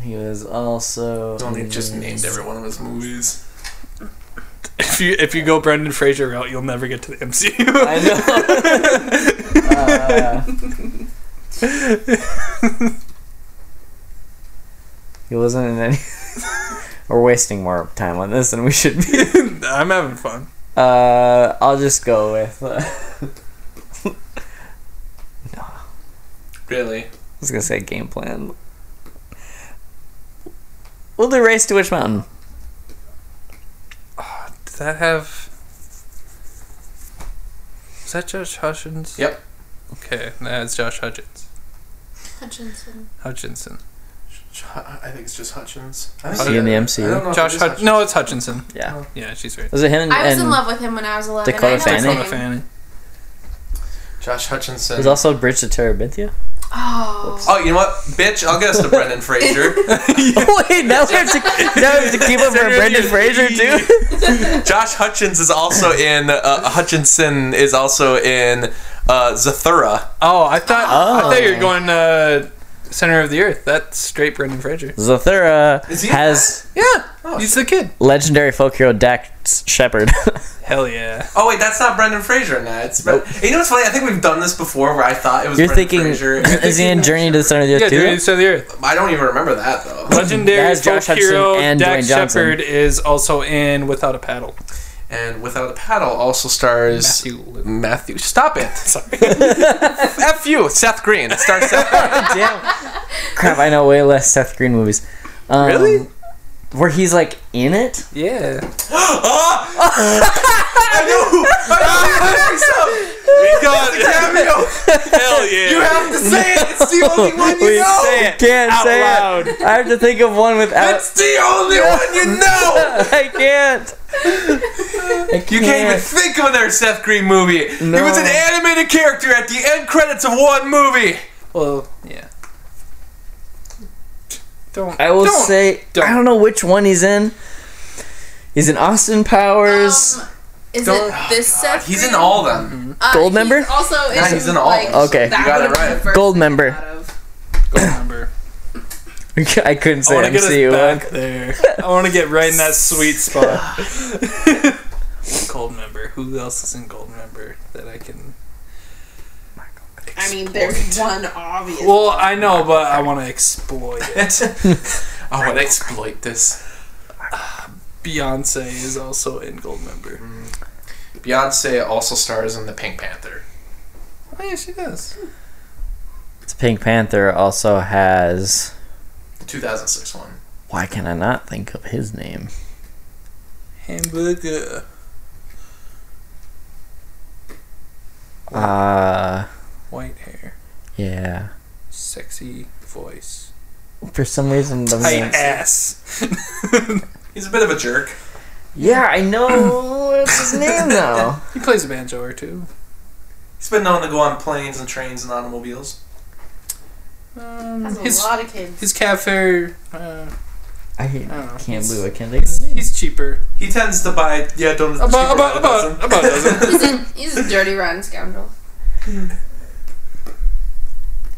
Speaker 4: he was also.
Speaker 6: Only
Speaker 4: in-
Speaker 6: just named every one of his movies.
Speaker 5: If you if you go Brendan Fraser route, you'll never get to the MCU.
Speaker 4: I know. Uh, he wasn't in any. We're wasting more time on this than we should be.
Speaker 5: I'm having fun.
Speaker 4: Uh, I'll just go with. Uh, I
Speaker 6: Really?
Speaker 4: was gonna say game plan. We'll do race to Witch Mountain.
Speaker 5: Did that have? Is that Josh Hutchins?
Speaker 6: Yep.
Speaker 5: Okay, that's Josh Hutchins.
Speaker 2: Hutchinson.
Speaker 5: Hutchinson.
Speaker 6: I think it's just Hutchins.
Speaker 4: Is he in the MCU?
Speaker 6: I don't know if
Speaker 5: Josh
Speaker 6: it is
Speaker 5: Hutch. No, it's Hutchinson.
Speaker 4: Yeah.
Speaker 5: Yeah, she's right.
Speaker 4: Was it him?
Speaker 7: Oh. I was
Speaker 4: and
Speaker 7: in love with him when I was 11.
Speaker 4: Dakota
Speaker 7: I know his
Speaker 4: Fanning?
Speaker 5: Dakota
Speaker 7: name.
Speaker 5: Fanning.
Speaker 6: Josh Hutchinson.
Speaker 4: It was also Bridge to Terabithia.
Speaker 7: Oh.
Speaker 6: Oh, you know what, bitch? I'll get us to Brendan Fraser.
Speaker 4: oh, wait, now we have to now we have to keep up for Brendan Fraser too.
Speaker 6: Josh Hutchins is also in. Uh, Hutchinson is also in uh, Zathura.
Speaker 5: Oh, I thought
Speaker 4: Oh.
Speaker 5: I thought you were going uh, Center of the Earth. That's straight Brendan Fraser.
Speaker 4: Zathura
Speaker 6: Is he in
Speaker 4: has
Speaker 5: Yeah, Oh. he's the kid.
Speaker 4: legendary folk hero Dax Shepard.
Speaker 5: Hell yeah.
Speaker 6: Oh wait, that's not Brendan Fraser in that. It's Bre- You know what's funny? I think we've done this before, where I thought it was.
Speaker 4: You're
Speaker 6: Brendan
Speaker 4: thinking
Speaker 6: Fraser.
Speaker 4: is he in Journey to the Center of the
Speaker 5: Yeah,
Speaker 4: Earth
Speaker 5: Journey to the
Speaker 4: too?
Speaker 5: Center of the Earth.
Speaker 6: I don't even remember that though.
Speaker 5: Legendary
Speaker 4: That is
Speaker 5: folk
Speaker 4: Josh Hudson
Speaker 5: hero
Speaker 4: and
Speaker 5: Dax
Speaker 4: Dwayne Johnson.
Speaker 5: Shepard is also in Without a Paddle.
Speaker 6: And Without a Paddle also stars
Speaker 5: Matthew Lillard.
Speaker 6: Matthew- stop it! Sorry. F you, Seth Green. It Stars Seth. Green.
Speaker 4: Crap, I know way less Seth Green movies. Um,
Speaker 5: Really?
Speaker 4: Where he's like in it?
Speaker 5: Yeah.
Speaker 6: I knew. I knew. We got cameo.
Speaker 5: Hell yeah.
Speaker 6: You have to say it. It's the only one you
Speaker 4: We
Speaker 6: know.
Speaker 4: say it. Can't
Speaker 5: out
Speaker 4: say
Speaker 5: loud.
Speaker 4: it. I have to think of one without.
Speaker 6: It's the only one you know.
Speaker 4: I can't.
Speaker 6: You can't even think of another Seth Green movie. He was an animated character at the end credits of one movie.
Speaker 5: Well, yeah. Don't.
Speaker 4: I will
Speaker 5: don't.
Speaker 4: say
Speaker 5: don't.
Speaker 4: I don't know which one he's in. He's in Austin Powers.
Speaker 7: Um, is
Speaker 5: Don't-
Speaker 7: it this Seth?
Speaker 6: Oh, He's in
Speaker 7: Green?
Speaker 6: all of them.
Speaker 7: Uh,
Speaker 4: Gold
Speaker 7: he's
Speaker 4: member?
Speaker 7: Also, is
Speaker 6: Yeah, he's in all
Speaker 7: Like,
Speaker 6: of them.
Speaker 4: Okay.
Speaker 7: that
Speaker 6: You got it
Speaker 7: would've been the
Speaker 6: right.
Speaker 7: first
Speaker 4: Gold
Speaker 7: thing
Speaker 4: member.
Speaker 7: I thought of.
Speaker 5: Don't remember.
Speaker 4: I couldn't
Speaker 5: I
Speaker 4: say
Speaker 5: want to get us
Speaker 4: MCU one.
Speaker 5: back there. I want to get right in that sweet spot. Gold member. Who else is in Gold member that I can?
Speaker 7: I mean, there's one obvious.
Speaker 5: Well, I know, but I want to exploit. it.
Speaker 6: I want to exploit this.
Speaker 5: Beyonce is also in Gold member.
Speaker 4: Mm.
Speaker 6: Beyonce also stars in the Pink Panther.
Speaker 5: Oh yeah, she does.
Speaker 4: The Pink Panther also has.
Speaker 6: The 2006 one.
Speaker 4: Why can I not think of his name?
Speaker 5: Hamburger.
Speaker 4: Uh,
Speaker 5: White hair.
Speaker 4: yeah.
Speaker 5: Sexy voice.
Speaker 4: For some reason, the
Speaker 5: Tight ass.
Speaker 6: He's a bit of a jerk.
Speaker 4: yeah, I know what's his name though.
Speaker 5: he plays a banjo or two.
Speaker 6: He's been known to go on planes and trains and automobiles.
Speaker 5: Um,
Speaker 2: That's a
Speaker 5: his
Speaker 2: lot of kids.
Speaker 5: his cab fare, uh,
Speaker 4: I
Speaker 5: I don't know.
Speaker 4: can't believe I can't think of his
Speaker 5: He's,
Speaker 4: name.
Speaker 5: he's cheaper.
Speaker 6: He tends to buy yeah donuts.
Speaker 5: About
Speaker 6: cheaper
Speaker 5: about about
Speaker 6: than a dozen.
Speaker 5: about a dozen.
Speaker 7: He's a, he's a dirty, rotten scoundrel.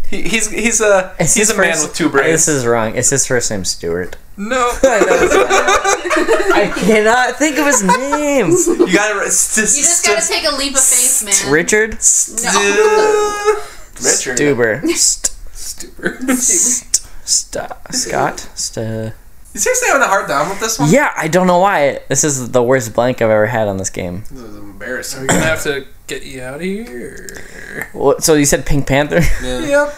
Speaker 6: He, he's he's a
Speaker 4: It's
Speaker 6: he's
Speaker 4: his
Speaker 6: a man
Speaker 4: first-
Speaker 6: with two
Speaker 4: This
Speaker 6: brains.
Speaker 4: is wrong. It's his first name, Stuart.
Speaker 5: No,
Speaker 4: I cannot think of his name.
Speaker 6: You gotta re- st-
Speaker 7: You just gotta take a leap of faith, man.
Speaker 4: Richard
Speaker 7: No.
Speaker 6: Richard.
Speaker 4: Stuber. St-
Speaker 5: stupid.
Speaker 4: st- Scott. St-
Speaker 6: You seriously having a hard time with this one?
Speaker 4: yeah, I don't know why. This is the worst blank I've ever had on this game.
Speaker 6: This is
Speaker 5: Are
Speaker 6: embarrassing.
Speaker 5: we gonna have to get you out of here?
Speaker 4: What, so you said Pink Panther?
Speaker 6: Yeah.
Speaker 5: Yep.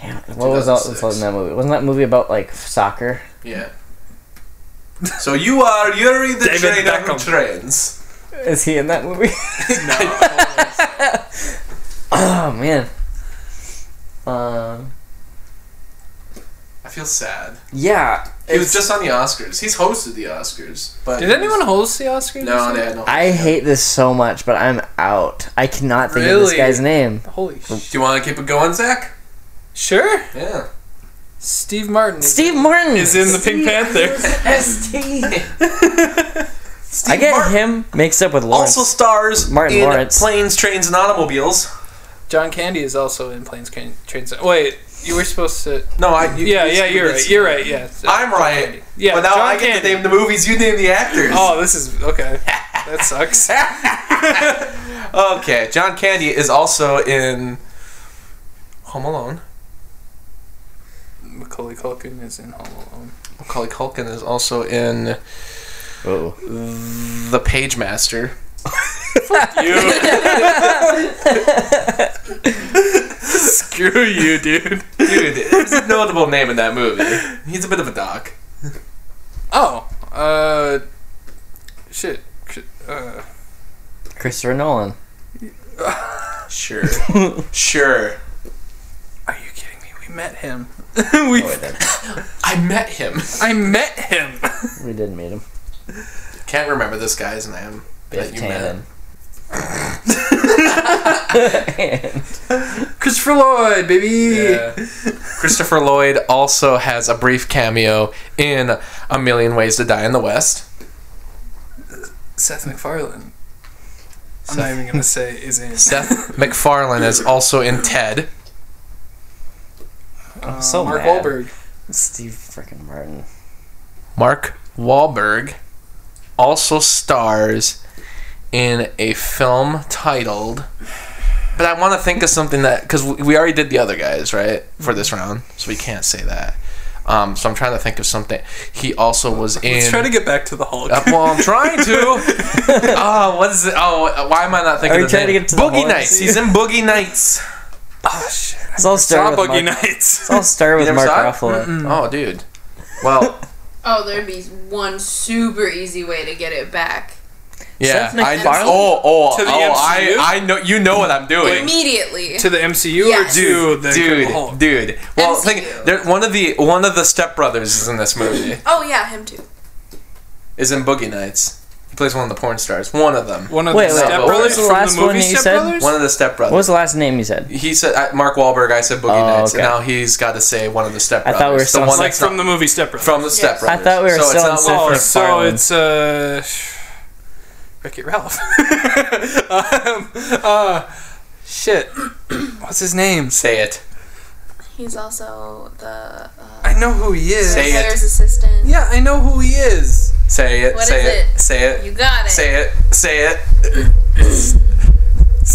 Speaker 4: Damn. What was all that's
Speaker 6: 2006.
Speaker 4: all in that movie? Wasn't that movie about like soccer?
Speaker 6: yeah. So you are you're in the
Speaker 5: David
Speaker 6: train
Speaker 5: Beckham.
Speaker 6: of trains.
Speaker 4: Is he in that movie?
Speaker 5: No.
Speaker 4: oh man. Um.
Speaker 6: I feel sad.
Speaker 4: Yeah.
Speaker 6: He was just on the Oscars. He's hosted the Oscars. But
Speaker 5: Did anyone host the Oscars?
Speaker 6: No,
Speaker 5: or something?
Speaker 6: they had no.
Speaker 4: I hate this so much, but I'm out. I cannot think of this
Speaker 5: Really?
Speaker 4: guy's name.
Speaker 5: Holy sh-
Speaker 6: Do you want to keep it going, Zach?
Speaker 5: Sure.
Speaker 6: Yeah.
Speaker 5: Steve Martin. is-
Speaker 4: Steve Martin
Speaker 5: is in the Pink Panther.
Speaker 4: I get him mixed up with Lawrence.
Speaker 6: Also stars
Speaker 4: Martin
Speaker 6: in
Speaker 4: Lawrence.
Speaker 6: planes, trains, and automobiles.
Speaker 5: John Candy is also in Planes, Train- Trains. Wait, you were supposed to.
Speaker 6: No, I. you-
Speaker 5: Yeah,
Speaker 6: you
Speaker 5: yeah,
Speaker 6: screwed
Speaker 5: you're
Speaker 6: it.
Speaker 5: right. You're right. Yeah. So-
Speaker 6: I'm
Speaker 5: John
Speaker 6: right.
Speaker 5: Candy. Yeah.
Speaker 6: but now
Speaker 5: John
Speaker 6: I get
Speaker 5: Candy.
Speaker 6: to name the movies. You name the actors.
Speaker 5: Oh, this is okay. That sucks.
Speaker 6: Okay, John Candy is also in Home Alone.
Speaker 5: Macaulay Culkin is in Home Alone.
Speaker 6: Macaulay Culkin is also in
Speaker 4: Oh.
Speaker 6: The Page Master.
Speaker 5: Screw you, dude.
Speaker 6: Dude, there's a notable name in that movie. He's a bit of a doc.
Speaker 5: Oh, uh, shit. Cri- Uh,
Speaker 4: Christopher Nolan.
Speaker 6: Sure. sure.
Speaker 5: are you kidding me? We met him. we.
Speaker 6: I met him.
Speaker 5: I met him.
Speaker 4: We did meet him.
Speaker 6: Can't remember this guy's name.
Speaker 4: Biff
Speaker 6: that you met.
Speaker 4: Tannen.
Speaker 5: Christopher Lloyd, baby.
Speaker 6: Uh, Christopher Lloyd also has a brief cameo in A Million Ways to Die in the West.
Speaker 5: Seth MacFarlane. I'm not even gonna say Uh, is in.
Speaker 6: Seth MacFarlane is also in Ted.
Speaker 5: Uh,
Speaker 4: so
Speaker 5: Mark
Speaker 4: mad.
Speaker 5: Wahlberg.
Speaker 4: Steve freaking Martin.
Speaker 6: Mark Wahlberg also stars in a film titled. But I want to think of something that because we already did the other guys right for
Speaker 4: Mm-hmm.
Speaker 6: this round, so we can't say that. Um, so I'm trying to think of something. He also was in.
Speaker 5: Let's try to get back to the Hulk.
Speaker 6: Uh, well, I'm trying to. oh, what is it? Oh, why am I not thinking?
Speaker 4: Are we
Speaker 6: of the
Speaker 4: trying to
Speaker 6: name?
Speaker 4: get to the
Speaker 6: Boogie
Speaker 4: horns?
Speaker 6: Nights. He's in Boogie Nights.
Speaker 5: oh shit! I
Speaker 4: It's
Speaker 5: saw
Speaker 4: all started with
Speaker 5: Boogie
Speaker 4: Mark,
Speaker 5: Nights.
Speaker 4: it's all started
Speaker 6: You
Speaker 4: with
Speaker 6: never
Speaker 4: Mark
Speaker 6: saw
Speaker 4: Ruffalo.
Speaker 6: Oh, dude. Well,
Speaker 7: Oh, there'd be one super easy way to get it back.
Speaker 6: yeah.
Speaker 4: Seth
Speaker 6: I,
Speaker 4: MacFarlane?
Speaker 6: oh, oh,
Speaker 5: To the
Speaker 6: oh! I,
Speaker 5: MCU?
Speaker 6: I know. You know what I'm doing.
Speaker 7: Immediately.
Speaker 5: to the MCU
Speaker 7: Yes.
Speaker 5: or to the
Speaker 6: dude,
Speaker 5: Incredible Hulk?
Speaker 6: dude. Well,
Speaker 7: MCU.
Speaker 6: think there, one of the one of the stepbrothers is in this movie.
Speaker 7: oh, yeah, him too.
Speaker 6: is in Boogie Nights. He plays one of the porn stars. One of them.
Speaker 5: One of
Speaker 4: Wait,
Speaker 5: the
Speaker 4: wait,
Speaker 5: Step
Speaker 6: what
Speaker 5: Brothers
Speaker 6: was the
Speaker 5: from
Speaker 4: last
Speaker 5: the movie
Speaker 4: one you
Speaker 5: Step
Speaker 4: said?
Speaker 5: Brothers.
Speaker 6: One of the stepbrothers.
Speaker 4: What was the last name you said?
Speaker 6: he said I, Mark Wahlberg. I said Boogie
Speaker 4: Oh,
Speaker 6: Nights, and
Speaker 4: okay.
Speaker 6: now he's got to say one of the stepbrothers.
Speaker 4: I thought we were
Speaker 6: the
Speaker 4: still
Speaker 6: one
Speaker 5: It's like
Speaker 6: that's
Speaker 5: from
Speaker 6: from
Speaker 5: the movie Step Brothers.
Speaker 6: from the
Speaker 7: Yes.
Speaker 6: stepbrothers.
Speaker 4: I thought we were
Speaker 6: so
Speaker 4: still in
Speaker 6: it's not
Speaker 5: Oh,
Speaker 4: San
Speaker 6: Wilfred
Speaker 5: so
Speaker 4: Farland.
Speaker 5: it's uh, Wreck It Ralph. um, uh, shit. What's his name?
Speaker 6: Say it.
Speaker 7: He's also the uh,
Speaker 5: I know who he is.
Speaker 6: Say it.
Speaker 7: Heather's assistant.
Speaker 5: Yeah, I know who he is.
Speaker 6: Say it.
Speaker 7: What
Speaker 6: say
Speaker 7: is
Speaker 6: it.
Speaker 7: it?
Speaker 6: Say it.
Speaker 7: You got it.
Speaker 6: Say it. Say it.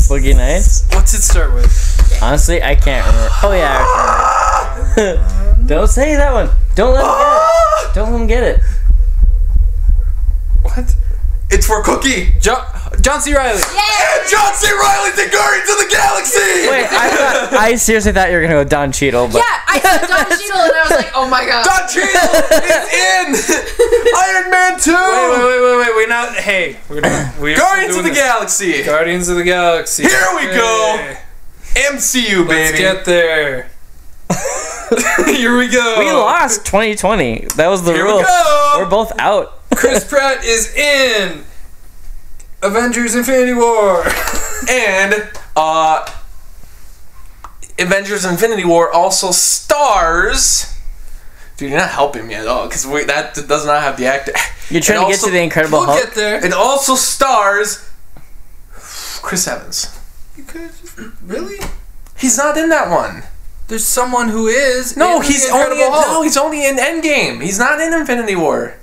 Speaker 4: Boogie Nights?
Speaker 5: What's it start with?
Speaker 4: Honestly, I can't remember. Oh yeah, I remember. Don't say that one. Don't let him get it. Don't let him get it.
Speaker 5: What?
Speaker 6: It's for Cookie.
Speaker 5: John, John C. Riley.
Speaker 6: And John C. Riley's the Guardians of the Galaxy.
Speaker 4: Wait, I thought I seriously thought you were gonna go Don Cheadle, but
Speaker 7: Yeah, I saw Don Cheadle and I was like, oh my god.
Speaker 6: Don Cheadle is in Iron Man Two.
Speaker 5: Wait, wait, wait, wait, wait. We're not. Hey, we're not. We're still
Speaker 6: Guardians of the
Speaker 5: doing this.
Speaker 6: Galaxy.
Speaker 5: Guardians of the Galaxy.
Speaker 6: Here we go.
Speaker 5: Hey,
Speaker 6: MCU
Speaker 5: Let's
Speaker 6: baby.
Speaker 5: get there. Here we go.
Speaker 4: we
Speaker 5: uh,
Speaker 4: lost 2020. That was the
Speaker 6: Here
Speaker 4: rule.
Speaker 6: we go.
Speaker 4: We're both out.
Speaker 5: Chris Pratt is in Avengers: Infinity War.
Speaker 6: and uh Avengers: Infinity War also stars. Dude, you're not helping me at all because that does not have the actor.
Speaker 4: You're trying
Speaker 6: It
Speaker 4: to get to
Speaker 6: also-
Speaker 4: the Incredible
Speaker 5: We'll
Speaker 4: Hulk.
Speaker 5: get there.
Speaker 6: It also stars Chris Evans.
Speaker 5: You could just- really?
Speaker 6: He's not in that one.
Speaker 5: There's someone who is.
Speaker 6: No,
Speaker 5: in The
Speaker 6: he's
Speaker 5: Incredible
Speaker 6: only in,
Speaker 5: Hulk.
Speaker 6: no, he's only in Endgame. He's not in Infinity War.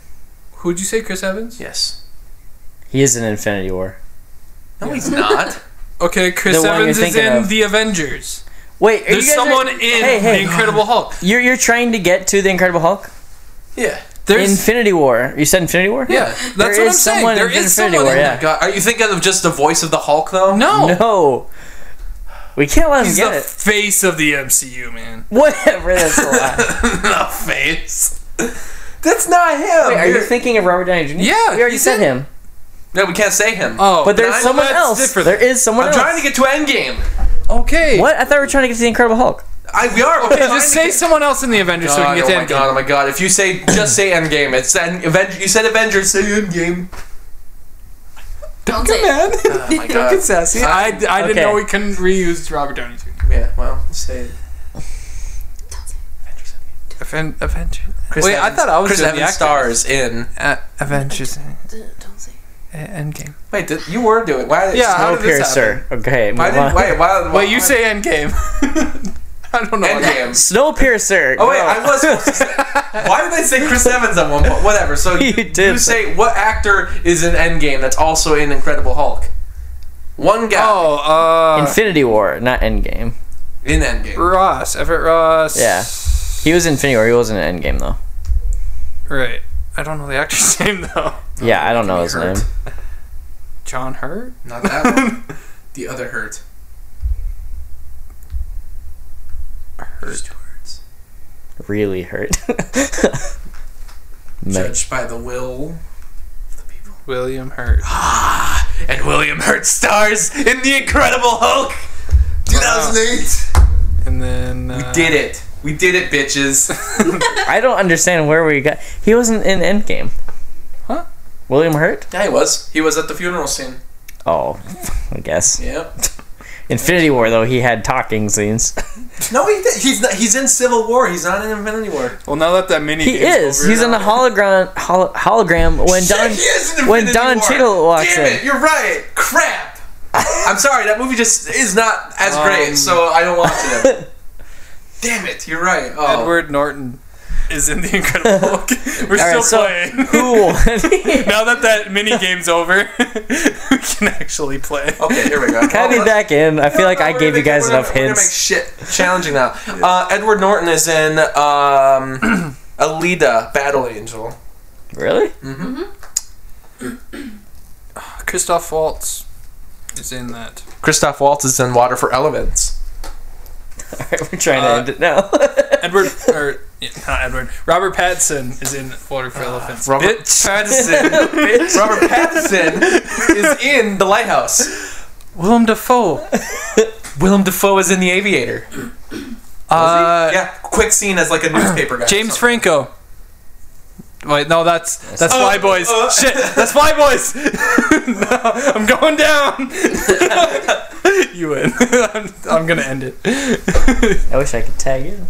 Speaker 5: Who'd you say, Chris Evans?
Speaker 6: Yes.
Speaker 4: He is in Infinity War.
Speaker 6: No, he's not.
Speaker 5: Okay, Chris
Speaker 4: The one you're
Speaker 5: Evans is
Speaker 4: thinking
Speaker 5: in
Speaker 4: of.
Speaker 5: The Avengers.
Speaker 4: Wait, are you
Speaker 5: There's
Speaker 4: guys
Speaker 5: someone
Speaker 4: right-
Speaker 5: in
Speaker 4: Hey, hey,
Speaker 5: The Incredible Hulk.
Speaker 4: You're you're trying to get to the Incredible Hulk.
Speaker 6: yeah.
Speaker 5: There's
Speaker 4: Infinity War. You said Infinity War.
Speaker 5: yeah. That's
Speaker 4: There
Speaker 5: what
Speaker 4: is
Speaker 5: I'm saying.
Speaker 4: someone
Speaker 5: There
Speaker 4: in
Speaker 5: is
Speaker 4: Infinity
Speaker 5: someone
Speaker 4: War,
Speaker 5: in
Speaker 4: Oh, yeah.
Speaker 5: that.
Speaker 6: God, are you thinking of just the voice of the Hulk though?
Speaker 5: No,
Speaker 4: No. We can't let him
Speaker 5: he's
Speaker 4: get
Speaker 5: the
Speaker 4: it.
Speaker 5: face of the MCU, man.
Speaker 4: Whatever. That's a lie.
Speaker 6: the face. That's not him.
Speaker 4: Are you thinking of Robert Downey Jr.?
Speaker 5: Yeah,
Speaker 4: We already
Speaker 5: he's
Speaker 4: said
Speaker 5: in-
Speaker 4: him.
Speaker 6: no, we can't say him.
Speaker 5: Oh,
Speaker 4: But there's
Speaker 6: I-
Speaker 4: someone
Speaker 5: that's
Speaker 4: else.
Speaker 5: different.
Speaker 4: There is someone
Speaker 6: I'm
Speaker 4: else.
Speaker 6: trying to get to Endgame.
Speaker 5: okay.
Speaker 4: What? I thought we were trying to get to the Incredible Hulk.
Speaker 6: I, we are. We're
Speaker 5: Hey,
Speaker 6: trying
Speaker 5: just
Speaker 6: to
Speaker 5: say
Speaker 6: get-
Speaker 5: someone else in the Avengers so we
Speaker 6: God,
Speaker 5: can get
Speaker 6: oh
Speaker 5: to
Speaker 6: my
Speaker 5: Endgame.
Speaker 6: god! Oh my god! If you say just say Endgame, it's then Avenger. You said Avengers. Say Endgame.
Speaker 7: Don't say it.
Speaker 6: Oh my god!
Speaker 5: See, I, I didn't
Speaker 4: Okay.
Speaker 5: know we couldn't reuse Robert Downey Jr.
Speaker 6: Yeah. Well, say. it.
Speaker 5: Aven- Avengers.
Speaker 6: Chris
Speaker 5: Wait, I
Speaker 6: Evans-
Speaker 5: thought I was
Speaker 6: Chris
Speaker 5: doing
Speaker 6: Evans
Speaker 5: the actor.
Speaker 6: stars in.
Speaker 5: Uh, Avengers uh,
Speaker 7: Don't say it.
Speaker 5: Endgame.
Speaker 6: Wait, did, you were doing. Why?
Speaker 5: Yeah, how did this happen?
Speaker 4: Snowpiercer. Okay, move
Speaker 6: Why
Speaker 4: on.
Speaker 6: did? Wait. Why? why
Speaker 5: Wait, you say Endgame. I don't know. what that-
Speaker 6: Endgame.
Speaker 4: Snowpiercer.
Speaker 6: Oh wait,
Speaker 4: go.
Speaker 6: I was. Supposed to say, why did I say Chris Evans at one point? Whatever. So
Speaker 4: You did.
Speaker 6: say what actor is in Endgame that's also in Incredible Hulk? One guy
Speaker 5: Oh, uh,
Speaker 4: Infinity War, not Endgame.
Speaker 6: in Endgame.
Speaker 5: Ross, Everett Ross.
Speaker 4: Yeah. He was in Infinity War. He wasn't in Endgame though.
Speaker 5: Right. I don't know the actor's name though.
Speaker 4: Yeah, I don't know his
Speaker 6: Oh, Hurt.
Speaker 4: name.
Speaker 5: John Hurt.
Speaker 6: Not that one. the other hurt. Hurt.
Speaker 4: Really hurt. Mate.
Speaker 6: Judged by the will of the people.
Speaker 5: William Hurt.
Speaker 6: And William Hurt stars in The Incredible Hulk 2008.
Speaker 5: And then uh,
Speaker 6: We did it. We did it, bitches.
Speaker 4: I don't understand where we got. He wasn't in Endgame.
Speaker 5: Huh?
Speaker 4: William Hurt?
Speaker 6: yeah, he was. He was at the funeral scene.
Speaker 4: Oh, I guess.
Speaker 6: Yep.
Speaker 4: Infinity War though, he had talking scenes.
Speaker 6: No, he did. He's not, he's in Civil War. He's not in Infinity War.
Speaker 5: Well, now that that mini uh,
Speaker 4: He is. He's in the hologram. Holo- hologram when
Speaker 6: Shit,
Speaker 4: Don
Speaker 6: he is in
Speaker 4: when
Speaker 6: Infinity
Speaker 4: Don
Speaker 6: War.
Speaker 4: Cheadle walks
Speaker 6: Damn
Speaker 4: in.
Speaker 6: it, you're right. Crap. I'm sorry. That movie just is not as
Speaker 5: Um,
Speaker 6: great, so I don't watch it. Damn it, you're right. Oh,
Speaker 5: Edward Norton is in the Incredible Hulk. We're still
Speaker 4: Alright, so
Speaker 5: playing.
Speaker 4: who won?
Speaker 5: now that that mini game's over, we can actually play.
Speaker 6: Okay, here we go.
Speaker 4: Can I
Speaker 6: Hold
Speaker 4: be
Speaker 6: on.
Speaker 4: back in? I feel like
Speaker 6: No,
Speaker 4: I
Speaker 6: we're
Speaker 4: gave
Speaker 6: gonna
Speaker 4: you guys
Speaker 6: make- we're
Speaker 4: enough
Speaker 6: gonna- we're gonna
Speaker 4: hints.
Speaker 6: make shit challenging now. Uh, Edward Norton is in um, Alita: Battle Angel.
Speaker 4: Really?
Speaker 5: Christoph Waltz is in that.
Speaker 6: Christoph Waltz is in Water for Elements.
Speaker 4: Alright, we're trying
Speaker 5: Uh,
Speaker 4: to end it now.
Speaker 5: Edward, or yeah, not Edward, Robert Pattinson is in Water for Elephants.
Speaker 6: Ah, Robert-
Speaker 5: Bitch. Pattinson.
Speaker 6: Robert Pattinson is in The Lighthouse.
Speaker 5: Willem Dafoe.
Speaker 6: Willem Dafoe is in The Aviator.
Speaker 5: Uh,
Speaker 6: yeah, quick scene as like a newspaper guy.
Speaker 5: James Franco. Wait, no, that's that's
Speaker 6: Oh,
Speaker 5: Fly Boys.
Speaker 6: uh.
Speaker 5: Shit, that's Fly Boys. no, I'm going down. you win. I'm, I'm gonna end it.
Speaker 4: I wish I could tag you.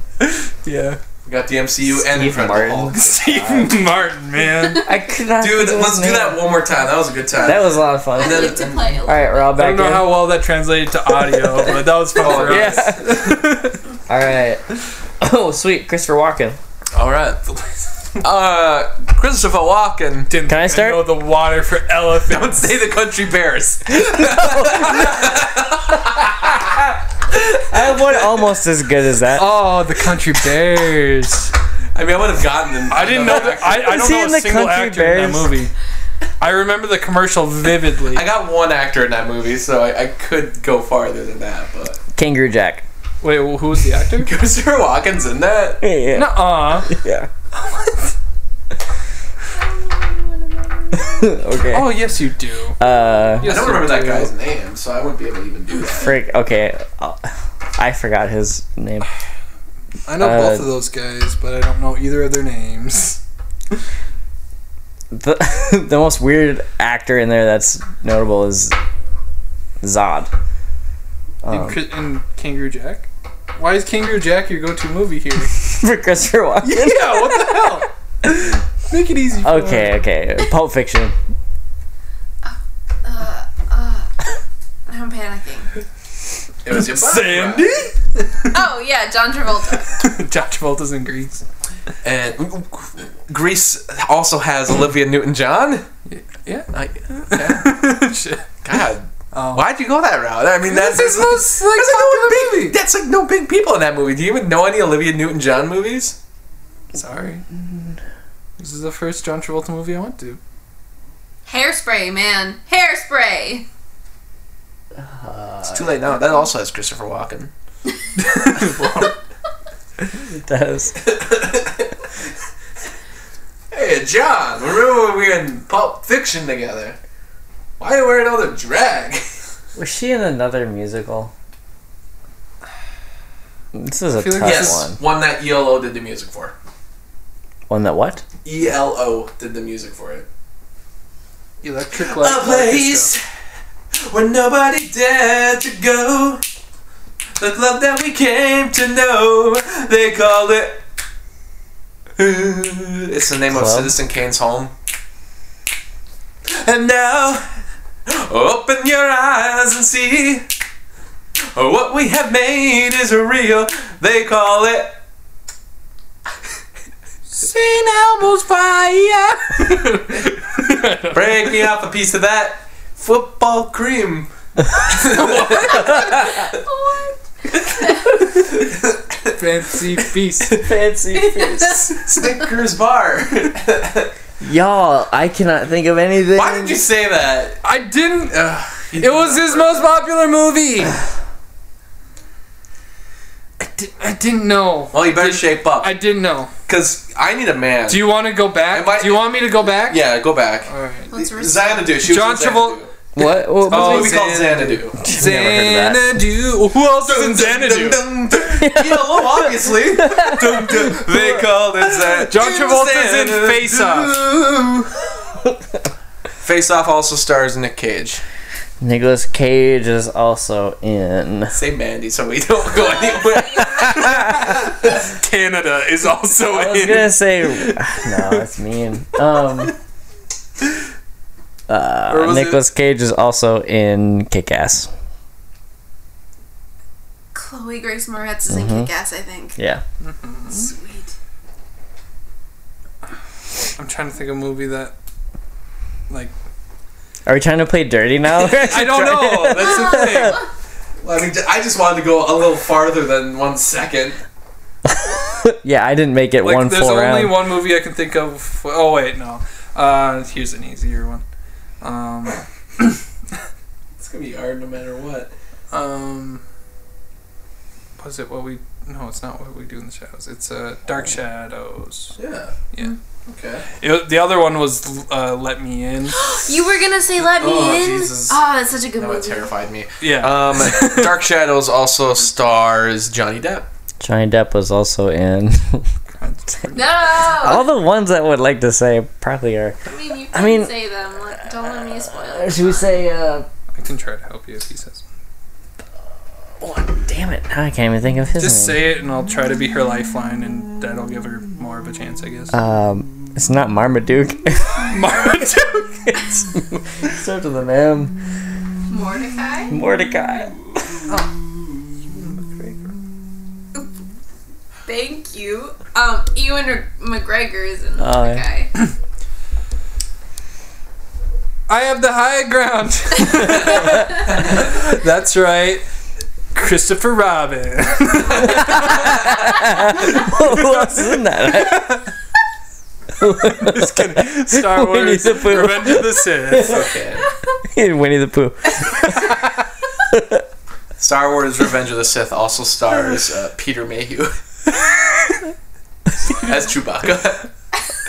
Speaker 5: yeah,
Speaker 6: We got the MCU and
Speaker 4: Steve
Speaker 6: Incredible
Speaker 4: Martin.
Speaker 6: Hulk.
Speaker 5: Stephen Martin, man.
Speaker 4: I could not.
Speaker 6: Dude,
Speaker 4: think of
Speaker 6: let's
Speaker 4: his
Speaker 6: do
Speaker 4: name.
Speaker 6: that one more time. That was a good time.
Speaker 4: That was a lot of fun.
Speaker 7: I like to play a
Speaker 4: All right, we're all
Speaker 5: I
Speaker 4: back
Speaker 5: don't know
Speaker 4: in.
Speaker 5: how well that translated to audio, but that was fun.
Speaker 6: Oh,
Speaker 5: for us.
Speaker 4: yeah. all right. Oh, sweet, Christopher Walken.
Speaker 6: All right. Uh, Christopher Walken.
Speaker 5: Didn't
Speaker 4: Can I
Speaker 5: think
Speaker 4: start?
Speaker 5: know the water for elephants.
Speaker 6: Don't say the Country Bears.
Speaker 4: I have one almost as good as that.
Speaker 5: Oh, the Country Bears.
Speaker 6: I mean, I would have gotten them.
Speaker 5: I didn't know. That, I, I
Speaker 4: Is
Speaker 5: don't
Speaker 4: he
Speaker 5: know a
Speaker 4: in the
Speaker 5: single
Speaker 4: Country
Speaker 5: actor in that
Speaker 4: Bears?
Speaker 5: movie. I remember the commercial vividly.
Speaker 6: I got one actor in that movie, so I, I could go farther than that. But
Speaker 4: Kangaroo Jack.
Speaker 5: Wait, well, who was the actor?
Speaker 6: Christopher Walken's in that.
Speaker 4: Yeah.
Speaker 5: Nuh-uh.
Speaker 4: yeah. okay.
Speaker 5: Oh, yes, you do.
Speaker 4: Uh,
Speaker 6: I
Speaker 5: Yes,
Speaker 6: don't
Speaker 5: you
Speaker 6: remember that
Speaker 5: do.
Speaker 6: guy's name, so I wouldn't be able to even do that.
Speaker 4: frick. Okay. I'll- I forgot his name.
Speaker 5: I know
Speaker 4: Uh,
Speaker 5: both of those guys, but I don't know either of their names.
Speaker 4: The the most weird actor in there that's notable is Zod.
Speaker 5: Um,
Speaker 4: Um,
Speaker 5: in, Chris- in Kangaroo Jack? Why is Kangaroo Jack your go-to movie here?
Speaker 4: For Christopher Walken.
Speaker 5: yeah, what the hell? Make it easy. For
Speaker 4: Okay, okay. Pulp Fiction.
Speaker 2: Uh, uh, I'm panicking.
Speaker 6: It was your
Speaker 5: Sandy.
Speaker 2: Oh yeah, John Travolta.
Speaker 5: John Travolta's in Greece.
Speaker 6: And Greece also has Olivia Newton-John.
Speaker 5: Yeah.
Speaker 6: I, God,
Speaker 5: Oh.
Speaker 6: why'd you go that route? I mean, that's
Speaker 5: That's his most like
Speaker 6: that's like
Speaker 5: popular
Speaker 6: no big,
Speaker 5: movie.
Speaker 6: That's like no big people in that movie. Do you even know any Olivia Newton-John movies?
Speaker 5: Sorry. This is the first John Travolta movie I went to.
Speaker 7: Hairspray, man. Hairspray.
Speaker 6: It's too late now. That also has Christopher Walken.
Speaker 4: It does.
Speaker 6: Hey, John, remember when we were in Pulp Fiction together? Why are you wearing all the drag?
Speaker 4: Was she in another musical? This is a
Speaker 5: feel like
Speaker 4: tough
Speaker 5: this
Speaker 6: yes,
Speaker 4: one.
Speaker 6: one that ELO did the music for.
Speaker 4: One that what?
Speaker 6: ELO did the music for it.
Speaker 5: Electric
Speaker 6: A
Speaker 5: Light
Speaker 6: place where nobody dared to go. The love that we came to know, they called it. It's the name of
Speaker 4: Club?
Speaker 6: Citizen Kane's home. And now, open your eyes and see what we have made is real. They call it. St. Elmo's fire. Break me off a piece of that football cream.
Speaker 5: Fancy Feast.
Speaker 4: Fancy
Speaker 6: Snickers bar.
Speaker 4: Y'all, I cannot think of anything.
Speaker 6: Why did you say that?
Speaker 5: I didn't. Uh, it was his most popular movie. I, di- I didn't know.
Speaker 6: Well, you better shape
Speaker 5: I
Speaker 6: up,
Speaker 5: didn't know.
Speaker 6: cause I need a man.
Speaker 5: Do you want to go back?
Speaker 6: Am I-
Speaker 5: Do you want me to go back?
Speaker 6: yeah, go back.
Speaker 5: All right.
Speaker 7: Let's re-
Speaker 6: Xanadu. She was
Speaker 5: John
Speaker 6: in Xanadu.
Speaker 5: Travol-
Speaker 4: What? what
Speaker 6: It's a
Speaker 5: Oh,
Speaker 6: movie called Xanadu.
Speaker 4: never heard of that.
Speaker 5: Xanadu. Who else is in Xanadu?
Speaker 6: Dun, dun, dun. Yeah, well, obviously. Dun, dun. They called it Xanadu.
Speaker 5: John Travolta's in
Speaker 6: Xanadu.
Speaker 5: Face
Speaker 6: Face Off also stars Nick Cage.
Speaker 4: Nicholas Cage is also in.
Speaker 6: Say Mandy, so we don't go anywhere.
Speaker 5: Canada is also
Speaker 4: I was gonna say no, that's mean. Um,
Speaker 6: Or
Speaker 4: uh,
Speaker 6: was it-
Speaker 4: Nicholas Cage is also in Kick Ass.
Speaker 7: Chloe Grace Moretz is
Speaker 6: Mm-hmm.
Speaker 7: in Kick-Ass, I think.
Speaker 4: Yeah,
Speaker 7: Sweet.
Speaker 5: I'm trying to think of a movie that. Like.
Speaker 4: are we trying to play dirty now?
Speaker 5: I don't know. That's the thing.
Speaker 6: Well, I mean, I just wanted to go a little farther than one second.
Speaker 4: yeah, I didn't make it
Speaker 5: Like,
Speaker 4: one
Speaker 5: there's
Speaker 4: full
Speaker 5: only
Speaker 4: round.
Speaker 5: one movie I can think of. Oh wait, no. Uh, here's an easier one. Um,
Speaker 6: It's gonna be hard no matter what.
Speaker 5: um, was it what we? No, it's not what we do in the shadows. It's uh, Dark Shadows.
Speaker 6: Yeah.
Speaker 5: Yeah.
Speaker 6: Okay.
Speaker 5: It- the other one was uh, Let Me In.
Speaker 7: You were gonna say Let Me
Speaker 6: Oh,
Speaker 7: In?
Speaker 6: Jesus.
Speaker 7: Oh, that's such a good
Speaker 6: That one
Speaker 7: movie.
Speaker 6: terrified me.
Speaker 5: Yeah.
Speaker 6: Um, Dark Shadows also stars Johnny Depp.
Speaker 4: Johnny Depp was also in.
Speaker 7: No!
Speaker 4: All the ones that I would like to say probably are.
Speaker 7: I mean, you can
Speaker 4: Oh. I mean-
Speaker 7: say them. Like, don't let me spoil it.
Speaker 4: Should we say? uh...
Speaker 5: I can try to help you if he says.
Speaker 4: oh, damn it! Now I can't even think of his
Speaker 5: Just
Speaker 4: name.
Speaker 5: say it, and I'll try to be her lifeline, and that'll give her more of a chance, I guess.
Speaker 4: um, it's not Marmaduke.
Speaker 5: Marmaduke.
Speaker 4: Starts with an M.
Speaker 7: Mordecai?
Speaker 4: Mordecai.
Speaker 7: Thank you. Um, Ewan McGregor is in
Speaker 4: Oh, yeah.
Speaker 7: Mordecai.
Speaker 5: I have the high ground. That's right. Christopher Robin.
Speaker 4: Who else is in that?
Speaker 5: Just kidding. Star
Speaker 4: Winnie
Speaker 5: Wars
Speaker 4: the Pooh.
Speaker 5: Revenge of the Sith.
Speaker 6: Okay.
Speaker 4: Winnie the Pooh.
Speaker 6: Star Wars: Revenge of the Sith also stars uh, Peter Mayhew as Chewbacca.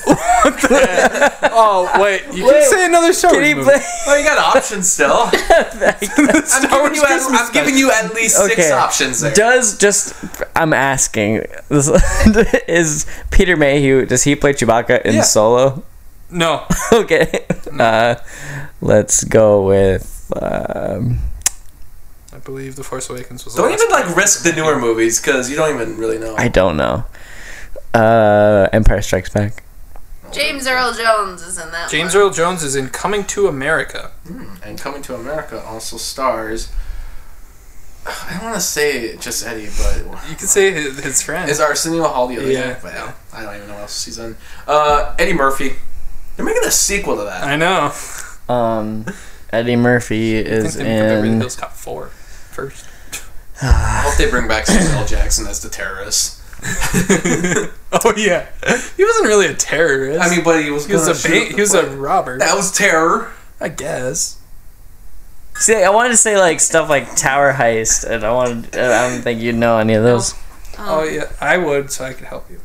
Speaker 5: Oh, wait. You
Speaker 4: Wait.
Speaker 5: can say another Star
Speaker 4: Can
Speaker 5: Wars
Speaker 4: he
Speaker 5: movie.
Speaker 4: play?
Speaker 6: Well, you got options still. I'm, giving
Speaker 5: Wars
Speaker 6: you at,
Speaker 5: Christmas
Speaker 6: I'm giving you at least six
Speaker 4: Okay.
Speaker 6: options there.
Speaker 4: Does just I'm asking this- is Peter Mayhew does he play Chewbacca in
Speaker 5: Yeah.
Speaker 4: Solo?
Speaker 5: No.
Speaker 4: Okay, uh, let's go with um,
Speaker 5: I believe The Force Awakens was. the
Speaker 6: Don't
Speaker 5: last
Speaker 6: even
Speaker 5: one.
Speaker 6: like risk the newer movies because you don't even really know.
Speaker 4: I don't know. Uh, Empire Strikes Back.
Speaker 7: James Earl Jones is in that.
Speaker 5: James
Speaker 7: one.
Speaker 5: Earl Jones is in Coming to America.
Speaker 6: Hmm. and Coming to America also stars. I don't want to say just Eddie, but
Speaker 5: You could say his, his friend.
Speaker 6: is Arsenio Hall the other
Speaker 5: Yeah.
Speaker 6: guy? Well, I don't even know what else he's in. Uh, Eddie Murphy. They're making a sequel to that.
Speaker 5: I know.
Speaker 4: Um, Eddie Murphy
Speaker 5: I
Speaker 4: is
Speaker 5: think they put Beverly
Speaker 4: in.
Speaker 5: Hills Cop 4 first.
Speaker 6: I hope they bring back Samuel L. Jackson as the terrorist.
Speaker 5: oh yeah, he wasn't really a terrorist.
Speaker 6: I mean, but he was.
Speaker 5: he was
Speaker 6: gonna
Speaker 5: a
Speaker 6: shoot
Speaker 5: ba-
Speaker 6: the
Speaker 5: he was
Speaker 6: plane.
Speaker 5: a robber.
Speaker 6: That was terror.
Speaker 5: I guess.
Speaker 4: See, I wanted to say like stuff like Tower Heist, and I wanted. and I don't think you'd know any of those.
Speaker 5: Oh yeah, I would, so I could help you.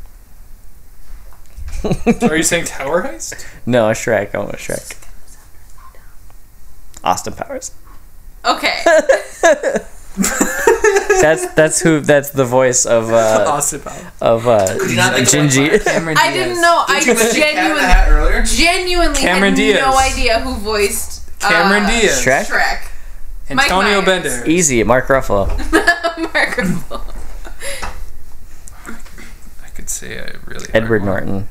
Speaker 5: Are you saying Tower Heist?
Speaker 4: No, Shrek. I want Shrek. Austin Powers.
Speaker 7: Okay.
Speaker 4: That's that's who. That's the voice of uh,
Speaker 5: Austin Powers.
Speaker 4: of uh,
Speaker 6: not think of
Speaker 4: Gingy.
Speaker 7: I didn't know. I genuinely,
Speaker 6: earlier.
Speaker 7: genuinely
Speaker 5: Cameron
Speaker 7: had
Speaker 5: Diaz.
Speaker 7: no idea who voiced uh,
Speaker 5: Cameron Diaz.
Speaker 4: Shrek.
Speaker 7: Shrek. Mike
Speaker 5: Antonio
Speaker 7: Myers. E-
Speaker 5: Bender.
Speaker 4: Easy. Mark Ruffalo.
Speaker 7: Mark Ruffalo.
Speaker 5: I could say I really. hard
Speaker 4: Edward
Speaker 5: one.
Speaker 4: Norton.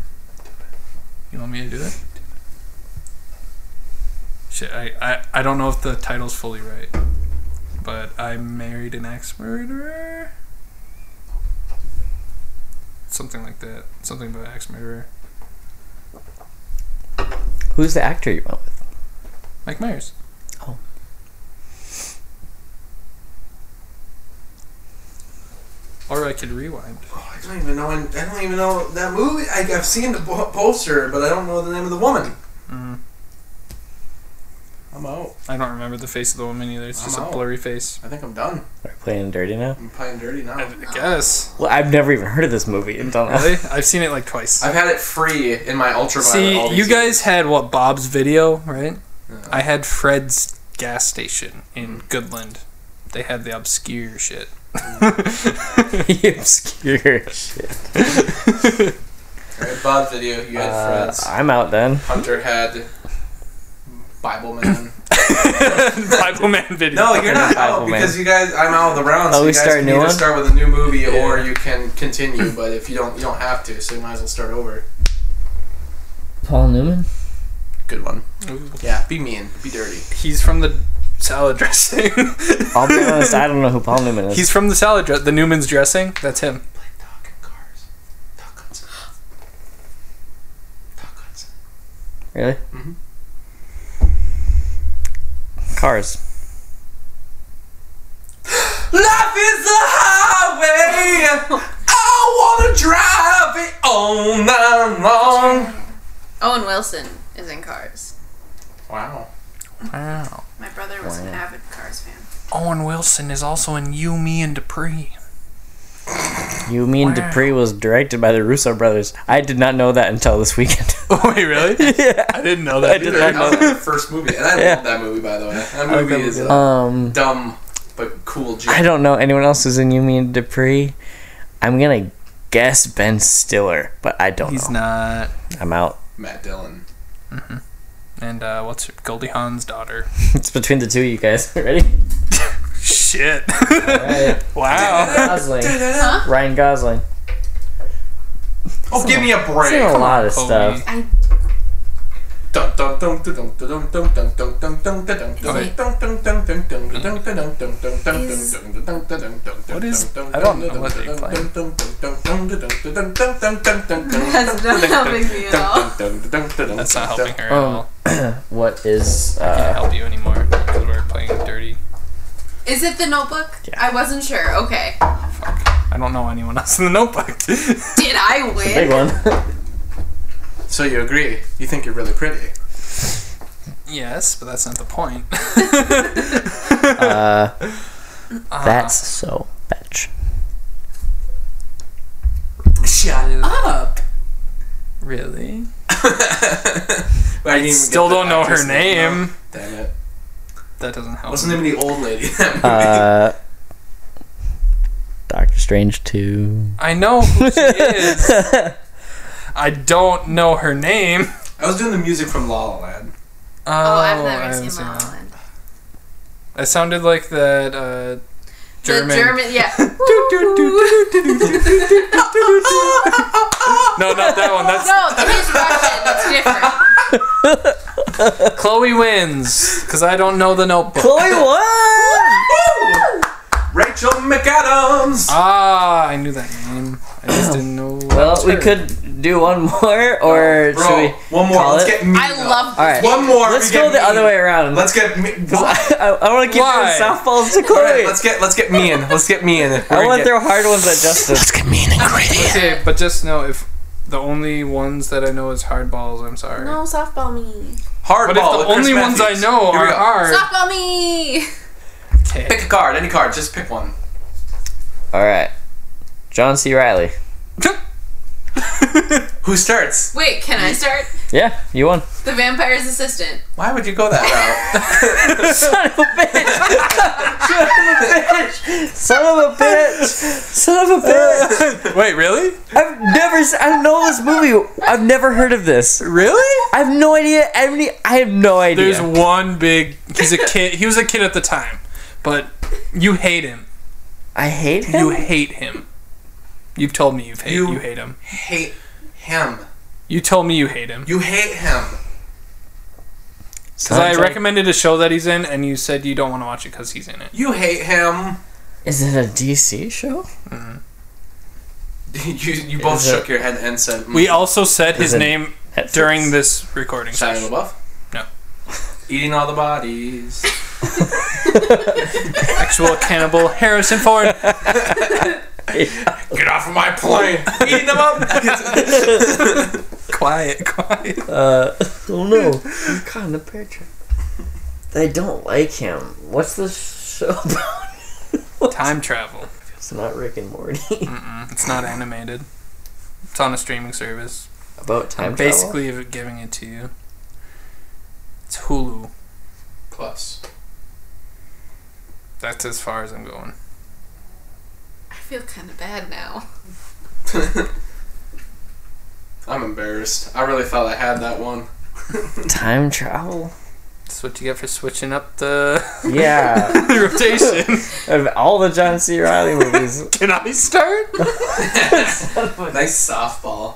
Speaker 5: You want me to do it? Shit, I, I, I don't know if the title's fully right. But I married an ex murderer? Something like that. Something about ex murderer.
Speaker 4: Who's the actor you went with?
Speaker 5: Mike Myers.
Speaker 4: Oh.
Speaker 5: Or I could rewind.
Speaker 6: Oh, I don't even know. I don't even know that movie. I, I've seen the po- poster, but I don't know the name of the woman. Mm-hmm.
Speaker 5: Mm.
Speaker 6: I'm out.
Speaker 5: I don't remember the face of the woman either. It's
Speaker 6: I'm
Speaker 5: just a
Speaker 6: out.
Speaker 5: blurry face.
Speaker 6: I think I'm done.
Speaker 4: Are we playing dirty now?
Speaker 6: I'm playing dirty now.
Speaker 5: I guess.
Speaker 4: Well, I've never even heard of this movie. Don't know.
Speaker 5: Really? I've seen it like twice.
Speaker 6: I've had it free in my ultraviolet.
Speaker 5: See,
Speaker 6: all these
Speaker 5: you
Speaker 6: years.
Speaker 5: guys had what Bob's video, right? I had Fred's gas station in Goodland. They had the obscure shit.
Speaker 4: obscure shit.
Speaker 6: Alright, Bob video. You had
Speaker 4: Uh,
Speaker 6: Fred's.
Speaker 4: I'm out then.
Speaker 6: Hunter had Bible Man.
Speaker 5: Bible Man video.
Speaker 6: No, you're not
Speaker 4: Bible
Speaker 6: out
Speaker 4: Man.
Speaker 6: because you guys. I'm out of the round.
Speaker 4: Oh,
Speaker 6: so
Speaker 4: we
Speaker 6: you guys
Speaker 4: start a
Speaker 6: can
Speaker 4: new
Speaker 6: either
Speaker 4: one?
Speaker 6: start with a new movie or you can continue. But if you don't, you don't have to. So you might as well start over.
Speaker 4: Paul Newman.
Speaker 6: Good one.
Speaker 5: Ooh.
Speaker 6: Yeah, be mean, be dirty.
Speaker 5: He's from the salad dressing.
Speaker 4: I'll be honest. I don't know who Paul Newman is.
Speaker 5: He's from the salad dress. The Newman's dressing. That's him.
Speaker 6: Doc and Cars. Doc Hudson. Doc Hudson.
Speaker 4: really.
Speaker 6: Mhm.
Speaker 5: Mm-hmm.
Speaker 4: Cars.
Speaker 6: Life is a highway. I wanna drive it all night long.
Speaker 7: Owen Wilson is in Cars.
Speaker 6: Wow.
Speaker 5: Wow.
Speaker 7: My brother was an avid Cars fan.
Speaker 5: Owen Wilson is also in You, Me, and Dupree.
Speaker 4: You mean Dupree was directed by the Russo brothers? I did not know that until this weekend.
Speaker 5: Oh wait, really?
Speaker 4: yeah.
Speaker 5: I didn't know that.
Speaker 4: I did
Speaker 5: either.
Speaker 4: not
Speaker 6: That was like the first movie, and I love that movie by the way. That movie
Speaker 5: that
Speaker 6: is
Speaker 5: movie.
Speaker 6: a
Speaker 4: Um,
Speaker 6: dumb but cool joke.
Speaker 4: I don't know anyone else who's in You Mean Dupree. I'm gonna guess Ben Stiller, but I don't
Speaker 5: He's
Speaker 4: know.
Speaker 5: not.
Speaker 4: I'm out.
Speaker 6: Matt Dillon.
Speaker 5: And uh, what's her? Goldie Hawn's daughter.
Speaker 4: It's between the two of you guys. Ready?
Speaker 5: Shit.
Speaker 4: Alright.
Speaker 5: wow.
Speaker 4: Gosling. Ryan Gosling.
Speaker 6: Oh, give me a
Speaker 4: I've seen
Speaker 6: break.
Speaker 4: a lot of
Speaker 5: Kobe.
Speaker 4: stuff.
Speaker 6: Dun dun dun dun dun dun dun dun dun dun dun dun dun
Speaker 5: Wait.
Speaker 6: dun dun dun dun dun dun dun dun dun dun dun
Speaker 7: Is-
Speaker 6: dun dun dun dun dun dun
Speaker 5: What is-
Speaker 6: dun
Speaker 5: I don't know
Speaker 6: dun dun
Speaker 5: what they
Speaker 6: dun
Speaker 5: play.
Speaker 6: dun dun dun dun dun dun dun dun dun dun dun dun
Speaker 7: That's not
Speaker 6: dun
Speaker 7: helping me at
Speaker 6: dun
Speaker 7: all.
Speaker 6: dun dun dun dun
Speaker 5: That's not
Speaker 6: dun
Speaker 5: helping her at
Speaker 4: Um,
Speaker 5: all.
Speaker 4: What is
Speaker 5: Can't
Speaker 4: uh
Speaker 5: help you anymore because we're playing dirty.
Speaker 7: Is it The Notebook? I wasn't sure. Okay.
Speaker 5: I don't know anyone else in the notebook.
Speaker 7: Did I win?
Speaker 4: big one?
Speaker 6: dun. So you agree? You think you're really pretty?
Speaker 5: yes, but that's not the point.
Speaker 4: uh, that's so fetch.
Speaker 6: Shut up.
Speaker 5: Really?
Speaker 6: I
Speaker 5: I still don't know her name.
Speaker 6: Damn it!
Speaker 5: That doesn't help.
Speaker 6: What's the name of the old lady?
Speaker 4: Uh, Doctor Strange two.
Speaker 5: I know who she is. I don't know her name.
Speaker 6: I was doing the music from La La Land.
Speaker 5: Oh,
Speaker 7: oh, I've
Speaker 5: I
Speaker 7: never
Speaker 5: haven't
Speaker 7: seen
Speaker 5: seen
Speaker 7: La La
Speaker 5: that.
Speaker 7: Land.
Speaker 5: That sounded like that uh, German.
Speaker 7: The German, yeah.
Speaker 5: No, not that one. That's
Speaker 7: no, that is Russian. That's different.
Speaker 5: Chloe wins because I don't know the Notebook.
Speaker 4: Chloe won.
Speaker 6: Rachel McAdams.
Speaker 5: Ah, I knew that name. I just didn't know.
Speaker 4: Well, we could do one more, or
Speaker 6: Bro,
Speaker 4: should we?
Speaker 6: one more.
Speaker 4: call
Speaker 6: Let's
Speaker 4: it?
Speaker 6: get mean.
Speaker 7: I love
Speaker 4: All right.
Speaker 6: One more.
Speaker 4: Let's
Speaker 6: we get
Speaker 4: go the
Speaker 6: mean.
Speaker 4: other way around.
Speaker 6: Let's get mean.
Speaker 4: I, want to keep
Speaker 5: Why?
Speaker 4: doing softballs to Chloe.
Speaker 6: Alright, let's get let's get me in. Let's get me in. We're
Speaker 4: I
Speaker 6: gonna
Speaker 4: want to
Speaker 6: get-
Speaker 4: throw hard ones at Justin.
Speaker 5: Okay, but just know if the only ones that I know is hardballs, I'm sorry.
Speaker 2: No, softball me.
Speaker 6: hardball.
Speaker 5: But if the
Speaker 6: with Chris
Speaker 5: only ones I
Speaker 6: Matthews.
Speaker 5: know
Speaker 6: Here
Speaker 5: are
Speaker 6: we go.
Speaker 5: hard,
Speaker 7: softball me.
Speaker 6: Pick a card, any card, just pick one.
Speaker 4: All right, John C. Riley.
Speaker 6: Who starts?
Speaker 7: Wait, can I start?
Speaker 4: Yeah, you won.
Speaker 7: The vampire's assistant.
Speaker 6: Why would you go that route?
Speaker 4: Son of a bitch! Son of a bitch! Son of a bitch! Son of a bitch!
Speaker 5: wait, really?
Speaker 4: I've never. se- I don't know this movie. I've never heard of this.
Speaker 5: Really?
Speaker 4: I have no idea. Any. I have no idea.
Speaker 5: There's one big. He's a kid. He was a kid at the time, but you hate him.
Speaker 4: I hate
Speaker 5: You
Speaker 4: him.
Speaker 5: hate him. You've told me you've hate, you
Speaker 6: You-
Speaker 5: hate him.
Speaker 6: hate him.
Speaker 5: You told me you hate him.
Speaker 6: You hate him.
Speaker 5: Because I recommended a show that he's in, and you said you don't want to watch it because he's in it.
Speaker 6: You hate him.
Speaker 4: Is it a DC show?
Speaker 6: You you both
Speaker 4: Is it-
Speaker 6: shook your head and said mm,
Speaker 5: We also said his
Speaker 4: it
Speaker 5: name
Speaker 4: Netflix?
Speaker 5: during this recording.
Speaker 6: Shia
Speaker 5: session.
Speaker 6: LaBeouf?
Speaker 5: No.
Speaker 6: Eating all the bodies.
Speaker 5: Actual cannibal Harrison Ford.
Speaker 6: Get off of my plane. Eating them up.
Speaker 5: quiet, quiet.
Speaker 4: Uh, oh no. I'm caught in the bear trap. I don't like him. What's this show about?
Speaker 5: Time travel.
Speaker 4: It's not Rick and Morty.
Speaker 5: Mm-mm, Mm, it's not animated. It's on a streaming service.
Speaker 4: about time
Speaker 5: I'm basically giving it to you. It's Hulu.
Speaker 6: Plus.
Speaker 5: That's as far as I'm going.
Speaker 7: I feel kind of bad now.
Speaker 6: I'm embarrassed. I really thought I had that one.
Speaker 4: Time travel?
Speaker 5: That's what you get for switching up the
Speaker 4: Yeah.
Speaker 5: rotation.
Speaker 4: Out of all the John C. Riley movies.
Speaker 5: Can I start?
Speaker 6: nice softball.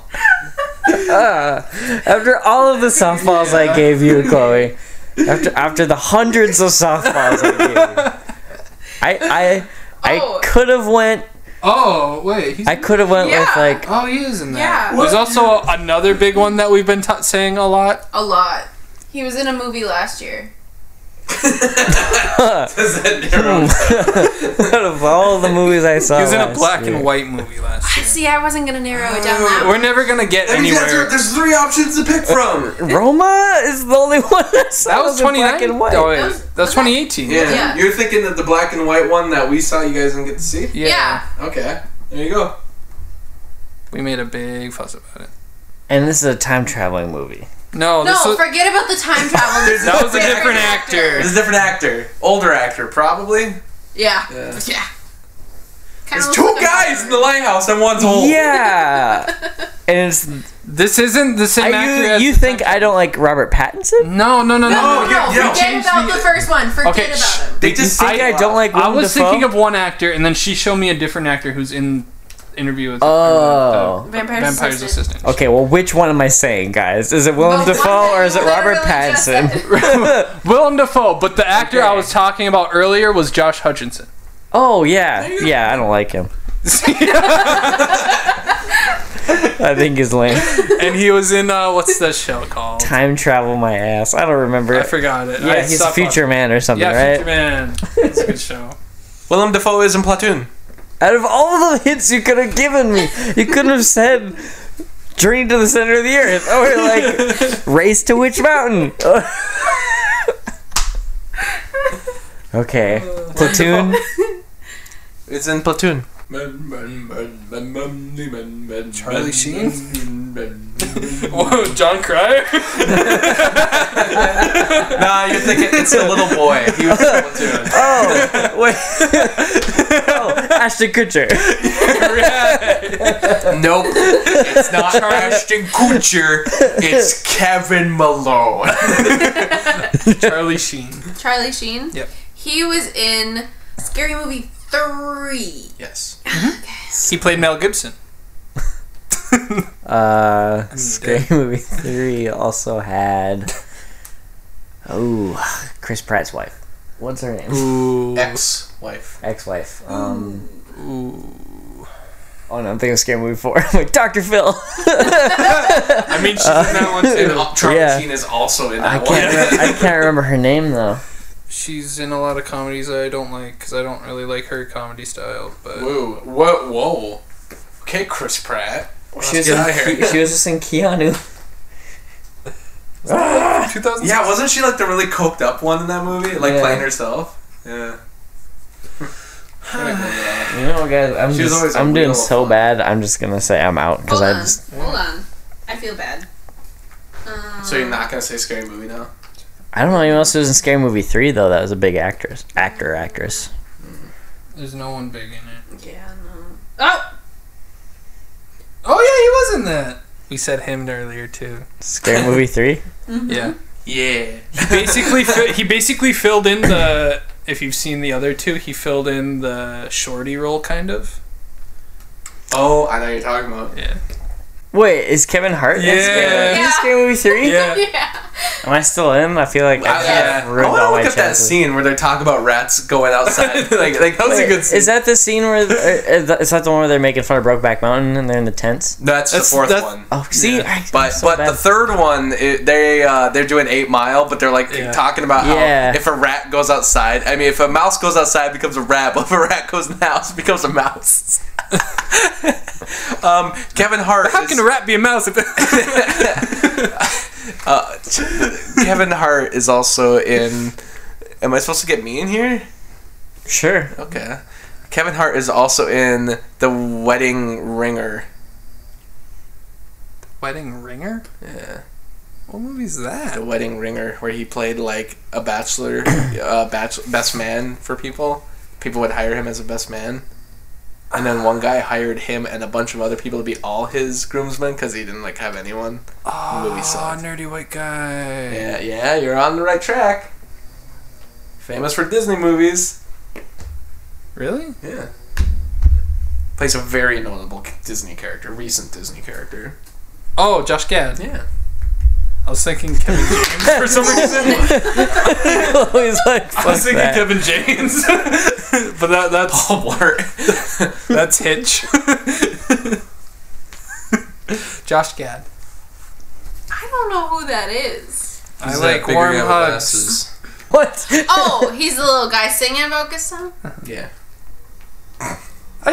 Speaker 4: Uh, after all of the softballs I gave you, Chloe. After after the hundreds of softballs I gave you. I I
Speaker 7: Oh.
Speaker 4: I could have went
Speaker 5: Oh wait, he's
Speaker 4: I could have went with
Speaker 7: Yeah.
Speaker 4: like
Speaker 5: Oh, he is in that.
Speaker 7: Yeah.
Speaker 5: There's also another big one that we've been ta saying a lot.
Speaker 7: A lot. He was in a movie last year.
Speaker 6: Does that narrow?
Speaker 4: out of all the movies Oh, I saw.
Speaker 5: He was in a
Speaker 4: last
Speaker 5: black
Speaker 4: year.
Speaker 5: and white movie last year.
Speaker 7: See, I wasn't gonna narrow it down that
Speaker 5: We're never gonna get
Speaker 6: That means
Speaker 5: anywhere.
Speaker 6: that's- There's three options to pick from.
Speaker 4: Roma is the only one I saw
Speaker 5: That was
Speaker 4: in black
Speaker 5: 2019.
Speaker 4: and white.
Speaker 5: Oh, wait,
Speaker 7: That was-
Speaker 5: that's 2018.
Speaker 6: Yeah.
Speaker 7: Yeah.
Speaker 6: You're thinking that the black and white one that we saw you guys didn't get to see?
Speaker 5: Yeah.
Speaker 7: Yeah.
Speaker 6: Okay. There you go.
Speaker 5: We made a big fuss about it.
Speaker 4: And this is a time traveling movie.
Speaker 5: No,
Speaker 7: No,
Speaker 5: this was,
Speaker 7: forget about the time travel. This is
Speaker 5: that was a different actor.
Speaker 6: There's a different actor. Older actor, probably.
Speaker 7: Yeah. Yeah.
Speaker 6: Yeah.
Speaker 7: Kinda
Speaker 6: There's
Speaker 7: looks
Speaker 6: two
Speaker 7: like a-
Speaker 6: guys in the lighthouse and one's
Speaker 5: Oh.
Speaker 6: old.
Speaker 4: Yeah. and it's
Speaker 5: This isn't the same
Speaker 4: I-
Speaker 5: actor
Speaker 4: you,
Speaker 5: as
Speaker 4: you think I don't like Robert Pattinson?
Speaker 5: No, no, no, no. no.
Speaker 7: No,
Speaker 6: Oh,
Speaker 7: no,
Speaker 6: yeah, yeah.
Speaker 7: forget
Speaker 5: Change
Speaker 7: about
Speaker 5: the-
Speaker 7: the, first one. Forget
Speaker 5: Okay,
Speaker 7: about
Speaker 5: shh.
Speaker 7: him.
Speaker 6: They
Speaker 4: You
Speaker 6: just
Speaker 4: think I don't like
Speaker 5: I
Speaker 4: Willem
Speaker 5: was
Speaker 4: Dafoe?
Speaker 5: thinking of one actor, and then she showed me a different actor who's in interview with uh,
Speaker 4: Oh.
Speaker 7: Vampire's,
Speaker 5: Vampire's
Speaker 7: Assistant.
Speaker 5: Assistant.
Speaker 4: Okay, well, which one am I saying, guys? Is it Willem
Speaker 7: The one
Speaker 4: Dafoe
Speaker 7: that
Speaker 4: or is it
Speaker 7: you
Speaker 4: Robert
Speaker 7: literally just
Speaker 4: Pattinson?
Speaker 7: said.
Speaker 5: Willem Dafoe, but the actor I was talking about earlier was Josh Hutchinson.
Speaker 4: Oh yeah, yeah. I don't like him. I think he's lame.
Speaker 5: and he was in uh, what's that show called?
Speaker 4: Time travel my ass. I don't remember.
Speaker 5: I
Speaker 4: it.
Speaker 5: forgot it.
Speaker 4: yeah,
Speaker 5: I
Speaker 4: he's
Speaker 5: suck on-
Speaker 4: Future Man or something,
Speaker 5: Yeah,
Speaker 4: right?
Speaker 5: Future Man. It's a good show.
Speaker 6: Willem Dafoe is in Platoon.
Speaker 4: Out of all the hints you could have given me, you couldn't have said "Journey to the Center of the Earth" or like "Race to Witch Mountain." okay,
Speaker 5: Uh,
Speaker 4: platoon.
Speaker 6: It's in Platoon.
Speaker 5: Charlie
Speaker 6: Charlie
Speaker 5: Sheen? Whoa, John Cryer?
Speaker 6: nah, you're thinking it's a little boy. He was in Platoon.
Speaker 4: Oh wait. oh, Ashton Kutcher.
Speaker 6: Nope. It's not Ashton Kutcher. It's Kevin Malone.
Speaker 5: Charlie Sheen.
Speaker 7: Charlie Sheen.
Speaker 5: Yep.
Speaker 7: He was in Scary Movie 3.
Speaker 6: Yes.
Speaker 5: He played Mel Gibson.
Speaker 4: Uh,
Speaker 6: Mm,
Speaker 5: mean,
Speaker 4: Scary Movie Three also had. Oh, Chris Pratt's wife. What's her name?
Speaker 5: Ooh.
Speaker 6: Ex-wife.
Speaker 4: Ex-wife. Um. Oh no, I'm thinking of Scary Movie Four. I'm like Doctor Phil.
Speaker 6: I mean, she's in that one too. And Charlie
Speaker 4: yeah.
Speaker 6: Sheen is also in
Speaker 4: I
Speaker 6: that one.
Speaker 4: can't. Remember, I can't remember her name though.
Speaker 5: She's in a lot of comedies that I don't like because I don't really like her comedy style. But
Speaker 6: Whoa, whoa, whoa. Okay, Chris Pratt.
Speaker 4: She was,
Speaker 6: get
Speaker 4: in
Speaker 6: outta here.
Speaker 4: Ke- she was just in Keanu.
Speaker 5: 2000.
Speaker 6: Yeah, wasn't she like the really coked up one in that movie? Like
Speaker 4: Yeah.
Speaker 6: playing herself? Yeah.
Speaker 4: You know, guys, I'm
Speaker 6: She was always
Speaker 4: just,
Speaker 6: a
Speaker 4: I'm doing
Speaker 6: real
Speaker 4: so
Speaker 6: one.
Speaker 4: bad. I'm just gonna say I'm out because
Speaker 7: Hold
Speaker 4: I
Speaker 7: on.
Speaker 4: just
Speaker 7: Hold on. I feel bad. Um,
Speaker 6: So you're not gonna say scary movie now?
Speaker 4: I don't know anyone else who was in Scary Movie Three though. That was a big actress, actor, actress.
Speaker 5: There's no one big in it.
Speaker 7: Yeah, no. Oh!
Speaker 5: Oh yeah, he was in that. We said him earlier too.
Speaker 4: Scary Movie Three.
Speaker 5: Yeah.
Speaker 6: Yeah.
Speaker 5: basically, fi- he basically filled in the. If you've seen the other two, he filled in the shorty role kind of.
Speaker 6: Oh, I know what you're talking about.
Speaker 5: Yeah.
Speaker 4: Wait, is Kevin Hart in Scary,
Speaker 5: Yeah.
Speaker 4: in Scary Movie Three?
Speaker 5: Yeah.
Speaker 7: Yeah.
Speaker 4: Am I still in? I feel like I
Speaker 6: I,
Speaker 4: have
Speaker 6: yeah. I
Speaker 4: ruined
Speaker 6: want to
Speaker 4: all my
Speaker 6: look at that
Speaker 4: chances.
Speaker 6: scene where they talk about rats going outside. like, like that was a good scene.
Speaker 4: Is that the scene where? uh, uh, is that the one where they're making fun of Brokeback Mountain and they're in the tents?
Speaker 6: that's,
Speaker 5: That's-
Speaker 6: the fourth
Speaker 5: that's-
Speaker 6: one.
Speaker 4: Oh, see,
Speaker 5: Yeah.
Speaker 4: I-
Speaker 6: But
Speaker 4: so
Speaker 6: but
Speaker 4: bad.
Speaker 6: the third one, it, they uh, they're doing Eight Mile, but they're like
Speaker 5: Yeah.
Speaker 6: talking about how
Speaker 4: Yeah.
Speaker 6: if a rat goes outside, I mean, if a mouse goes outside, it becomes a rat. But if a rat goes in the house, it becomes a mouse. um, Kevin Hart.
Speaker 5: How
Speaker 6: is-
Speaker 5: can a rat be a mouse? If
Speaker 6: uh, Kevin Hart is also in. Am I supposed to get me in here?
Speaker 4: sure.
Speaker 6: Okay. Kevin Hart is also in The Wedding Ringer.
Speaker 5: Wedding ringer?
Speaker 6: Yeah.
Speaker 5: What movie is that?
Speaker 6: The Wedding Ringer, where he played like a bachelor, uh, bachelor, best man for people. People would hire him as a best man, and then one guy hired him and a bunch of other people to be all his groomsmen because he didn't like have anyone.
Speaker 5: Oh,
Speaker 6: movie sucked.
Speaker 5: nerdy white guy.
Speaker 6: Yeah, yeah, you're on the right track. Famous for Disney movies.
Speaker 5: Really?
Speaker 6: Yeah. Plays a very notable Disney character, recent Disney character.
Speaker 5: Oh, Josh Gad.
Speaker 6: Yeah.
Speaker 5: I was thinking Kevin James for some reason.
Speaker 6: Oh,
Speaker 4: He's like,
Speaker 5: I was
Speaker 4: fuck
Speaker 5: thinking
Speaker 4: that.
Speaker 5: Kevin James, but that that's
Speaker 6: Paul Blart.
Speaker 5: that's Hitch. Josh Gad.
Speaker 7: I don't know who that is.
Speaker 5: I like warm hugs.
Speaker 4: What?
Speaker 7: Oh, he's the little guy singing about Gaston?
Speaker 6: Yeah.
Speaker 5: I, just, I'm-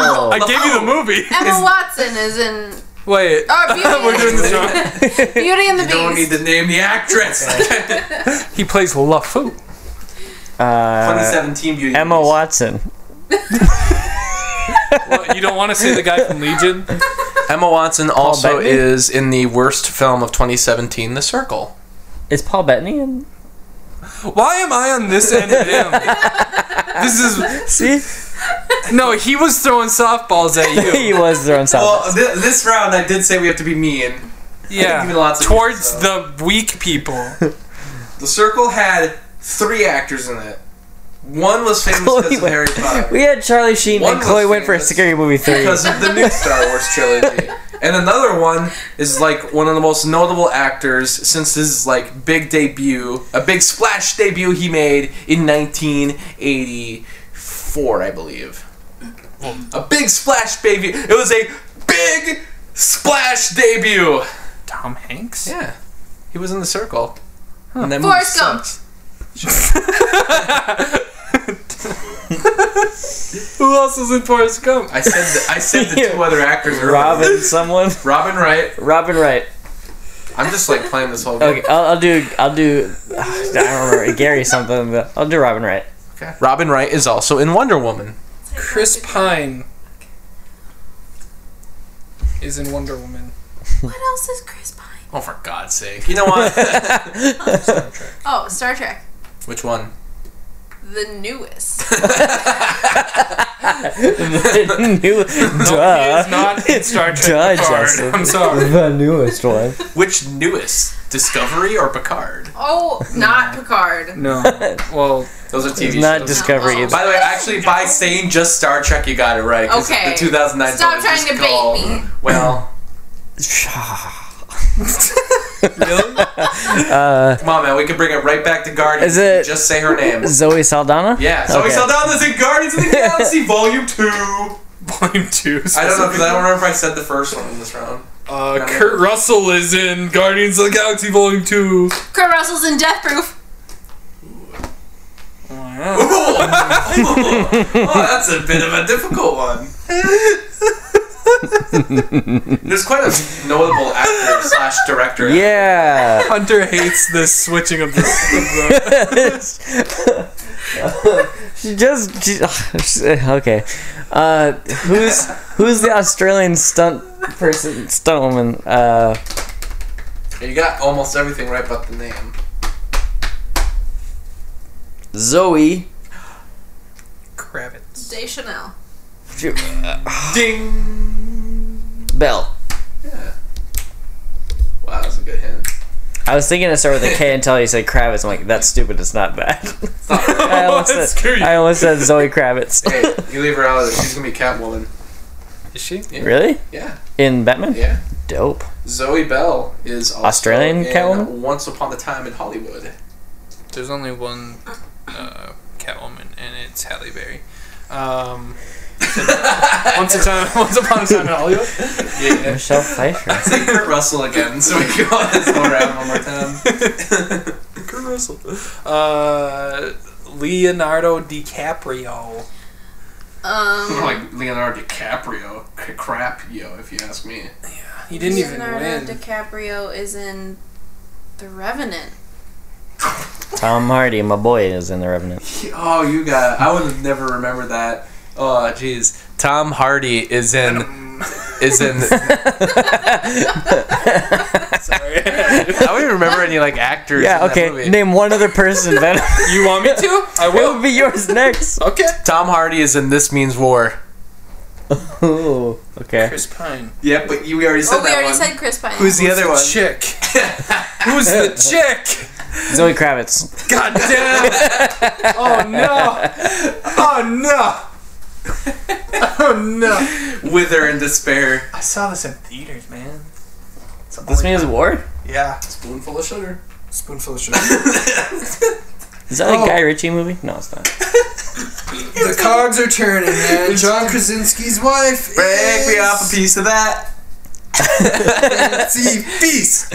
Speaker 4: Oh.
Speaker 5: I gave you the movie.
Speaker 7: Emma Watson is in.
Speaker 5: Wait.
Speaker 7: Oh, Beauty,
Speaker 5: We're doing this wrong.
Speaker 7: Beauty and the Beast.
Speaker 6: Don't need to name the actress.
Speaker 5: He plays LaFou.
Speaker 4: Uh,
Speaker 6: 2017 Beauty. and the
Speaker 4: Emma
Speaker 6: Beast.
Speaker 4: Watson.
Speaker 5: What, you don't want to see the guy from Legion?
Speaker 6: Emma Watson also
Speaker 4: Bettany?
Speaker 6: is in the worst film of 2017, The Circle.
Speaker 4: Is Paul Bettany in?
Speaker 5: Why am I on this end of him? This is
Speaker 4: See,
Speaker 5: no. He was throwing softballs at you.
Speaker 4: he was throwing something.
Speaker 6: th- this round, I did say we have to be mean.
Speaker 5: Yeah.
Speaker 6: give you lots of
Speaker 5: Towards
Speaker 6: these,
Speaker 5: the weak people.
Speaker 6: The Circle had three actors in it. One was famous
Speaker 4: Chloe
Speaker 6: because of
Speaker 4: Went-
Speaker 6: Harry Potter,
Speaker 4: We had Charlie Sheen
Speaker 6: One
Speaker 4: and
Speaker 6: was
Speaker 4: Chloe went for a
Speaker 6: famous
Speaker 4: Scary Movie Three.
Speaker 6: because of the new Star Wars trilogy. And another one is like one of the most notable actors since his like big debut, a big splash debut he made in 1984, I believe. A big splash debut. It was a big splash debut.
Speaker 5: Tom Hanks?
Speaker 6: Yeah. He was in the circle. And that
Speaker 7: Forrest Gump.
Speaker 5: Who else is in Forrest Gump?
Speaker 6: I said the, I said the two other actors are
Speaker 4: Robin, someone,
Speaker 6: Robin Wright.
Speaker 4: Robin Wright.
Speaker 6: I'm just like playing this whole game.
Speaker 4: Okay, I'll, I'll do. I'll do. I don't remember Gary something, but I'll do Robin Wright.
Speaker 6: Robin Wright is also in Wonder Woman.
Speaker 5: Chris Pine is in Wonder Woman.
Speaker 7: What else is Chris Pine?
Speaker 6: Oh, for God's sake. You know what?
Speaker 7: Oh, Star Trek.
Speaker 6: Which one?
Speaker 7: The newest.
Speaker 4: New,
Speaker 5: He
Speaker 4: duh,
Speaker 5: is not in Star Trek.
Speaker 4: Duh,
Speaker 5: Picard.
Speaker 4: Justin.
Speaker 5: I'm sorry.
Speaker 4: the newest one.
Speaker 6: Which newest? Discovery or Picard?
Speaker 7: Oh, not Picard.
Speaker 5: No. Well,
Speaker 6: Those are TV
Speaker 4: It's not
Speaker 6: shows.
Speaker 4: Discovery.
Speaker 7: No.
Speaker 4: It's
Speaker 6: by the way, actually, by saying just Star Trek, you got it right. 'cause
Speaker 7: Okay.
Speaker 6: The 2009.
Speaker 7: Stop
Speaker 6: was
Speaker 7: trying
Speaker 6: just
Speaker 7: to bait
Speaker 6: called-
Speaker 7: me.
Speaker 6: Well, come on, man. We can bring it right back to Guardians.
Speaker 4: Is
Speaker 6: if you
Speaker 4: it-
Speaker 6: Just say her name.
Speaker 4: Zoe Saldana.
Speaker 6: Yeah. So we
Speaker 4: Okay.
Speaker 6: saw Saldana's in Guardians of the Galaxy Volume Two.
Speaker 5: volume two.
Speaker 6: I don't know because I don't remember if I said the first one in this round.
Speaker 5: Uh, Kurt Russell is in Guardians of the Galaxy Volume Two.
Speaker 7: Kurt Russell's in Death Proof.
Speaker 6: oh, that's a bit of a difficult one. There's quite a notable actor slash director.
Speaker 4: Yeah.
Speaker 5: Hunter hates this switching of this. Of the,
Speaker 4: she just. She, eh, okay. Uh, who's who's the Australian stunt person stunt woman? Uh,
Speaker 6: You got almost everything right but the name.
Speaker 4: Zoe.
Speaker 5: Kravitz.
Speaker 7: Day Chanel.
Speaker 5: Ding.
Speaker 4: Bell.
Speaker 6: Wow, that's a good hint.
Speaker 4: I was thinking to start with a K until you said Kravitz. I'm like, that's stupid. It's not that. I, almost
Speaker 5: Screw
Speaker 4: said,
Speaker 5: you.
Speaker 4: I almost said Zoe Kravitz.
Speaker 6: Hey, you leave her out of it. She's gonna be Catwoman.
Speaker 5: Is she?
Speaker 4: really?
Speaker 6: Yeah,
Speaker 4: In Batman?
Speaker 6: yeah.
Speaker 4: Dope.
Speaker 6: Zoe Bell is also
Speaker 4: Australian
Speaker 6: in
Speaker 4: Catwoman?
Speaker 6: Once upon a time in Hollywood.
Speaker 5: There's only one uh, Catwoman, and it's Halle Berry. Um, once a time, once upon a time in Hollywood.
Speaker 6: Yeah.
Speaker 4: Michelle Pfeiffer.
Speaker 6: Say Kurt Russell again, so we can go on this whole round one more time.
Speaker 5: Kurt Russell. Uh, Leonardo DiCaprio.
Speaker 6: More
Speaker 7: Um,
Speaker 6: like Leonardo DiCaprio, C- crap yo, if you ask me.
Speaker 5: He didn't even
Speaker 7: Leonardo
Speaker 5: win.
Speaker 7: DiCaprio is in The Revenant.
Speaker 4: Tom Hardy, my boy, is in The Revenant.
Speaker 6: Oh, you got. I would have never remembered that. Oh, jeez. Tom Hardy is in. Is in.
Speaker 5: Sorry.
Speaker 6: I don't even remember any like actors.
Speaker 4: Yeah,
Speaker 6: in that
Speaker 4: okay.
Speaker 6: movie.
Speaker 4: Name one other person then.
Speaker 5: you want me to? I
Speaker 4: it
Speaker 5: will.
Speaker 4: would be yours next.
Speaker 5: Okay.
Speaker 6: Tom Hardy is in This Means War.
Speaker 4: Ooh, okay.
Speaker 5: Chris Pine.
Speaker 6: Yeah, but you we already said
Speaker 7: Oh, we already said Chris Pine.
Speaker 6: Who's the other one?
Speaker 5: Chick. Who's the chick?
Speaker 4: Zoe Kravitz.
Speaker 5: God damn. it. Oh no. Oh no. Oh no.
Speaker 6: Wither and Despair.
Speaker 5: I saw this in theaters, man.
Speaker 4: This means war?
Speaker 5: Yeah.
Speaker 6: Spoonful of sugar.
Speaker 5: Spoonful of sugar.
Speaker 4: Is that a
Speaker 5: Oh.
Speaker 4: Guy Ritchie movie? No, it's not.
Speaker 5: the cogs are turning, man. John Krasinski's wife.
Speaker 6: Break me off a piece of that.
Speaker 5: See, peace.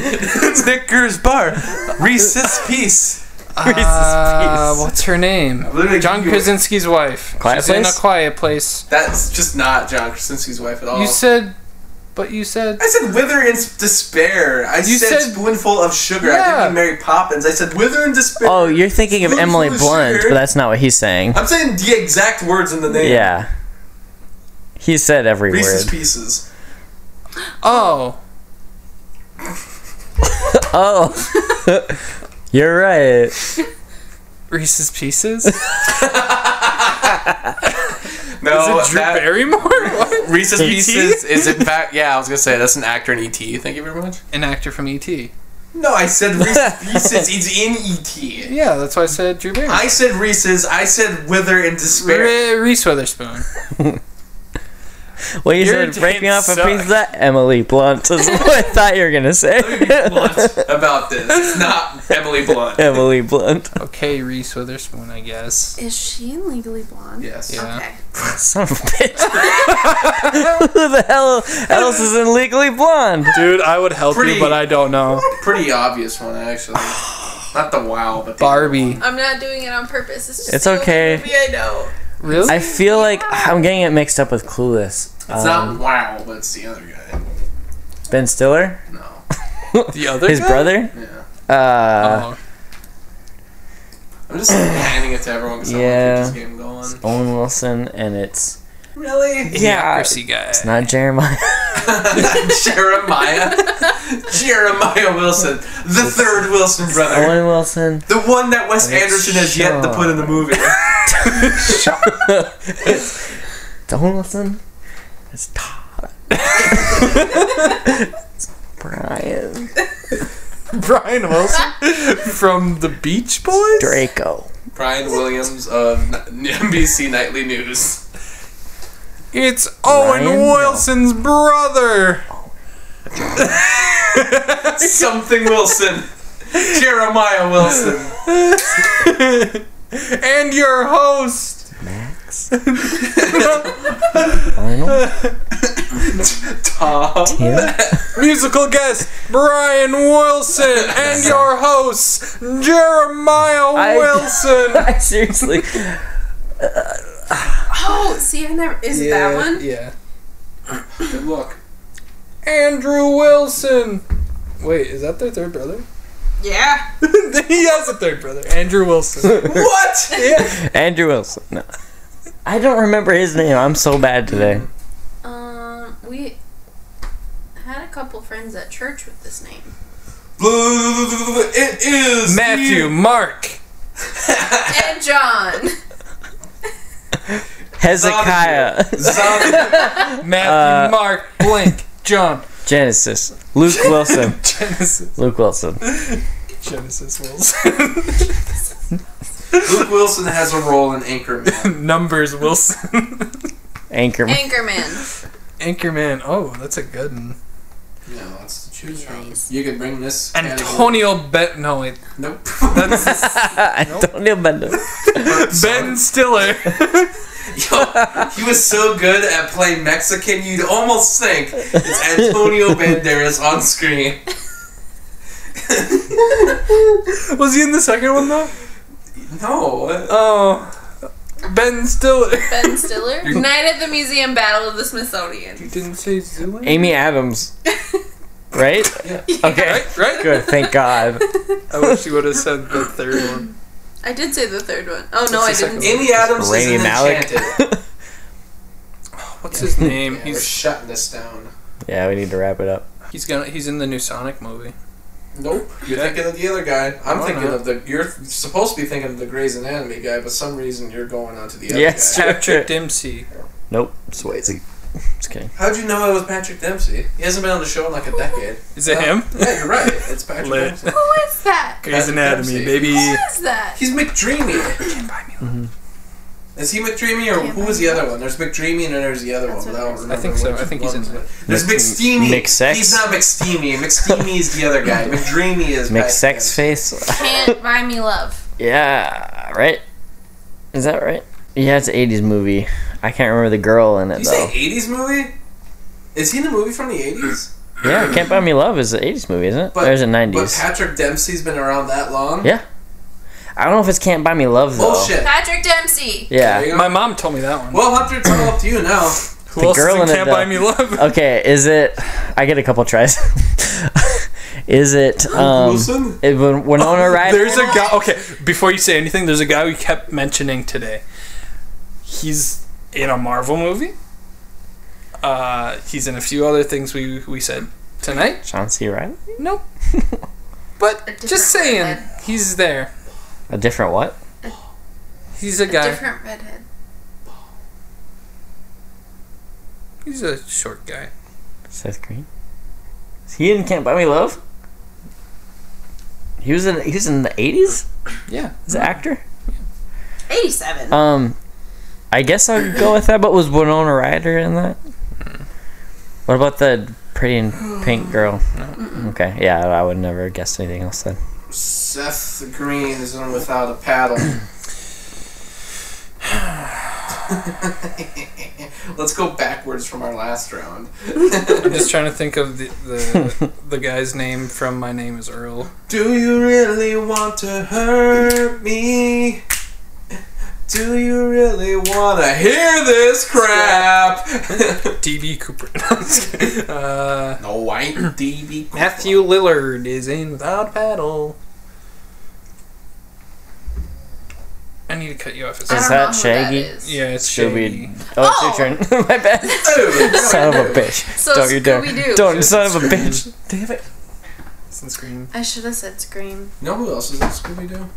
Speaker 6: Snickers bar. Reese's piece.
Speaker 5: Uh, what's her name?
Speaker 6: literally
Speaker 5: John
Speaker 6: giving you-
Speaker 5: Krasinski's wife.
Speaker 4: Quiet
Speaker 5: She's in a
Speaker 4: Place?
Speaker 5: quiet place.
Speaker 6: That's just not John Krasinski's wife at all.
Speaker 5: You said, but you said.
Speaker 6: I said wither and s- despair. I
Speaker 5: You
Speaker 6: said,
Speaker 5: said-
Speaker 6: spoonful of sugar. I
Speaker 5: Yeah.
Speaker 6: didn't mean Mary Poppins. I said wither and despair.
Speaker 4: Oh, you're thinking of
Speaker 6: Who's
Speaker 4: Emily
Speaker 6: the
Speaker 4: Blunt,
Speaker 6: shooter?
Speaker 4: but that's not what he's saying.
Speaker 6: I'm saying the exact words in the name.
Speaker 4: Yeah. He said every
Speaker 6: Reese's
Speaker 4: word.
Speaker 6: Pieces.
Speaker 5: Oh,
Speaker 4: Oh. you're right.
Speaker 5: Reese's Pieces. Is
Speaker 6: No,
Speaker 5: it Drew
Speaker 6: Oh, that-
Speaker 5: Barrymore? What?
Speaker 6: Reese's
Speaker 4: E.T.?
Speaker 6: Pieces is in fact. Yeah, I was gonna say that's an actor in ET. Thank you very much.
Speaker 5: An actor from E E.T.
Speaker 6: No, I said Reese's Pieces. He's in ET.
Speaker 5: Yeah, that's why I said Drew Barrymore.
Speaker 6: I said Reese's. I said wither and despair.
Speaker 5: Re- Reese Witherspoon.
Speaker 4: Well, you
Speaker 5: Your
Speaker 4: said break me
Speaker 5: dance
Speaker 4: off a piece of that. Emily Blunt is what I thought you were gonna say.
Speaker 6: Blunt about this. It's not Emily Blunt.
Speaker 4: Emily Blunt.
Speaker 5: Okay, Reese Witherspoon, I guess.
Speaker 7: Is she in Legally Blonde?
Speaker 6: Yes.
Speaker 5: Yeah.
Speaker 7: Okay.
Speaker 4: Son of a bitch. Who the hell else is in Legally Blonde?
Speaker 5: Dude, I would help
Speaker 6: Pretty-
Speaker 5: you, but I don't know.
Speaker 6: Pretty obvious one actually. Not the wow, but the
Speaker 5: Barbie.
Speaker 7: I'm not doing it on purpose. It's just
Speaker 4: It's
Speaker 7: the only
Speaker 4: okay.
Speaker 7: Movie I know.
Speaker 5: Really?
Speaker 4: I feel like I'm getting it mixed up with Clueless.
Speaker 6: It's
Speaker 4: Um,
Speaker 6: not wow, but it's the other guy.
Speaker 4: ben Stiller,
Speaker 6: No.
Speaker 5: the other
Speaker 4: his
Speaker 5: guy?
Speaker 4: brother.
Speaker 6: Yeah.
Speaker 4: Uh,
Speaker 5: Oh.
Speaker 6: I'm just handing it to everyone because
Speaker 4: Yeah.
Speaker 6: I want to keep this game going.
Speaker 4: Owen Wilson, and it's
Speaker 6: Really?
Speaker 4: yeah,
Speaker 5: Idiocracy guy.
Speaker 4: not Jeremiah.
Speaker 6: Jeremiah. Jeremiah Wilson. The third Wilson brother.
Speaker 4: Owen Wilson.
Speaker 6: The one that Wes
Speaker 4: It's
Speaker 6: Anderson has yet to put in the movie.
Speaker 4: It's Owen Wilson. It's Todd. it's Brian.
Speaker 5: Brian Wilson from the Beach Boys.
Speaker 4: Draco.
Speaker 6: Brian Williams of N- NBC Nightly News.
Speaker 5: It's Owen
Speaker 4: Brian
Speaker 5: Wilson's brother.
Speaker 6: Something Wilson. Jeremiah Wilson.
Speaker 5: and your host.
Speaker 4: Arnold.
Speaker 6: Tom.
Speaker 4: Yeah.
Speaker 5: Musical guest Brian Wilson and your host Jeremiah
Speaker 4: I-
Speaker 5: Wilson.
Speaker 4: I seriously.
Speaker 7: Oh, see, I never. Is it that one?
Speaker 5: Yeah.
Speaker 6: Good luck.
Speaker 5: Andrew Wilson. Wait, is that their third brother?
Speaker 7: Yeah.
Speaker 5: he has a third brother, Andrew Wilson.
Speaker 6: What?
Speaker 4: Andrew Wilson. No. I don't remember his name. I'm so bad today.
Speaker 7: Um, we had a couple friends at church with this name.
Speaker 6: It is
Speaker 5: Matthew, Mark,
Speaker 7: And John.
Speaker 4: Hezekiah.
Speaker 6: Zombie.
Speaker 5: Matthew,
Speaker 4: Uh,
Speaker 5: Mark, Blank, John,
Speaker 4: Genesis. Luke Wilson.
Speaker 5: Genesis,
Speaker 4: Luke Wilson.
Speaker 5: Genesis Wilson,
Speaker 6: Luke Wilson has a role in Anchorman.
Speaker 5: Numbers Wilson,
Speaker 4: Anchorman.
Speaker 7: Anchorman.
Speaker 5: Anchorman. Oh, that's a good one.
Speaker 6: Yeah, lots to choose from.
Speaker 7: Nice.
Speaker 6: You could bring this. category-
Speaker 5: Antonio Bet. No, wait.
Speaker 6: Nope.
Speaker 5: That's
Speaker 4: Antonio Bender.
Speaker 5: Ben Stiller.
Speaker 6: Yo, he was so good at playing Mexican, you'd almost think it's Antonio Banderas on screen.
Speaker 5: Was he in the second one though?
Speaker 6: No.
Speaker 5: Oh, Ben Stiller.
Speaker 7: Ben Stiller. Night at the Museum Battle of the Smithsonian.
Speaker 5: Didn't say Zoolander.
Speaker 4: Amy Adams. Right? Okay.
Speaker 5: Right, right.
Speaker 4: Good. Thank God.
Speaker 5: I wish you would have said the third one.
Speaker 7: I did say the third one. Oh no, I
Speaker 5: That's the second
Speaker 7: didn't.
Speaker 6: Amy Adams is
Speaker 4: Rami
Speaker 6: in
Speaker 4: Malek.
Speaker 6: Enchanted.
Speaker 5: What's his name?
Speaker 6: We're
Speaker 5: He's
Speaker 6: shutting this down.
Speaker 4: Yeah, we need to wrap it up.
Speaker 5: he's gonna he's in the new Sonic movie.
Speaker 6: Nope. You're thinking of the other guy. I'm
Speaker 5: No, I'm
Speaker 6: thinking
Speaker 5: not.
Speaker 6: of the. You're supposed to be thinking of the Grey's Anatomy guy, but some reason you're going on to the other
Speaker 4: Yes,
Speaker 6: guy.
Speaker 4: true.
Speaker 5: Patrick Dempsey.
Speaker 4: Nope. Swayze. Just kidding.
Speaker 6: How'd you know it was Patrick Dempsey? He hasn't been on the show in like a decade.
Speaker 5: Is it him?
Speaker 6: Yeah, you're right. It's Patrick
Speaker 5: Lit.
Speaker 6: Dempsey.
Speaker 7: Who is that?
Speaker 5: Grey's
Speaker 6: Patrick
Speaker 5: Anatomy,
Speaker 6: Dempsey.
Speaker 5: baby.
Speaker 7: Who is that?
Speaker 6: He's McDreamy.
Speaker 5: Mm-hmm.
Speaker 6: Is he McDreamy or
Speaker 7: Can't
Speaker 6: who was the other one? There's McDreamy and then there's the other
Speaker 7: That's
Speaker 6: one.
Speaker 7: what
Speaker 6: but I
Speaker 7: I
Speaker 6: don't
Speaker 7: said.
Speaker 6: remember
Speaker 5: I think so.
Speaker 6: which
Speaker 5: I think he's in
Speaker 6: one.
Speaker 5: there.
Speaker 6: There's
Speaker 4: Mc-
Speaker 6: McSteamy.
Speaker 4: McSex?
Speaker 6: He's not McSteamy. McSteamy's the other guy. McDreamy is
Speaker 4: Make
Speaker 6: Patrick
Speaker 4: sex
Speaker 6: Dempsey.
Speaker 4: face.
Speaker 7: Can't buy me love.
Speaker 4: Yeah, right? Is that right? Yeah, it's an 80s movie. I can't remember the girl in it,
Speaker 6: Did you
Speaker 4: though.
Speaker 6: say 80s movie? Is he in a movie from the 80s?
Speaker 4: Yeah, Can't Buy Me Love is an 80s movie, isn't it?
Speaker 6: But-
Speaker 4: There's a
Speaker 6: But
Speaker 4: 90s.
Speaker 6: Patrick Dempsey's been around that long?
Speaker 4: Yeah. I don't know if it's Can't Buy Me Love, though.
Speaker 6: Bullshit.
Speaker 7: Patrick Dempsey.
Speaker 6: Oh, There
Speaker 4: Yeah.
Speaker 6: you go.
Speaker 5: My mom told me that one.
Speaker 6: Well, Hunter, it's all up to you now.
Speaker 5: Who else
Speaker 4: girl
Speaker 5: is in
Speaker 4: in it,
Speaker 5: Can't Buy
Speaker 4: though.
Speaker 5: Me Love?
Speaker 4: Okay, is it. I get a couple tries. is it. Um,
Speaker 6: Wilson?
Speaker 4: it Win- Winona Ryder?
Speaker 5: There's a guy. Okay, before you say anything, there's a guy we kept mentioning today. He's in a Marvel movie. Uh, he's in a few other things we we said tonight.
Speaker 4: John C. Riley?
Speaker 5: Nope. But
Speaker 7: different
Speaker 5: just saying,
Speaker 7: redhead.
Speaker 5: he's there.
Speaker 4: A different what?
Speaker 5: He's a
Speaker 7: A
Speaker 5: guy.
Speaker 7: different redhead.
Speaker 5: He's a short guy.
Speaker 4: Seth Green? Is he in Can't Buy Me Love? He was in, he was in the 80s?
Speaker 5: Yeah.
Speaker 4: He's an actor?
Speaker 7: 87.
Speaker 4: Um, I guess I'll go with that. But was Winona Ryder in that? What about the pretty and pink girl? Okay, yeah, I would never have guessed anything else then.
Speaker 6: Seth Green is in Without a Paddle. Let's go backwards from our last round.
Speaker 5: I'm just trying to think of the the, the guy's name from My Name Is Earl.
Speaker 6: Do you really want to hurt me? Do you really want to hear this crap?
Speaker 5: D.B. Cooper. No, I'm just kidding. uh,
Speaker 6: no, I ain't DB.
Speaker 5: Matthew Lillard is in Without a Paddle. I need to cut you off. Is
Speaker 7: I
Speaker 4: Is
Speaker 7: don't
Speaker 5: that-
Speaker 7: know
Speaker 4: that
Speaker 7: who
Speaker 4: Shaggy?
Speaker 7: That is.
Speaker 5: yeah, it's
Speaker 4: Should
Speaker 5: shady.
Speaker 4: we? Oh, it's your turn. My bad. Son of a bitch.
Speaker 7: So
Speaker 4: Don't you dare.
Speaker 7: Scooby-Doo.
Speaker 4: Don't, son of a bitch.
Speaker 5: Damn it. It's in Scream.
Speaker 7: I should have said Scream.
Speaker 6: know who else is in Scooby Doo?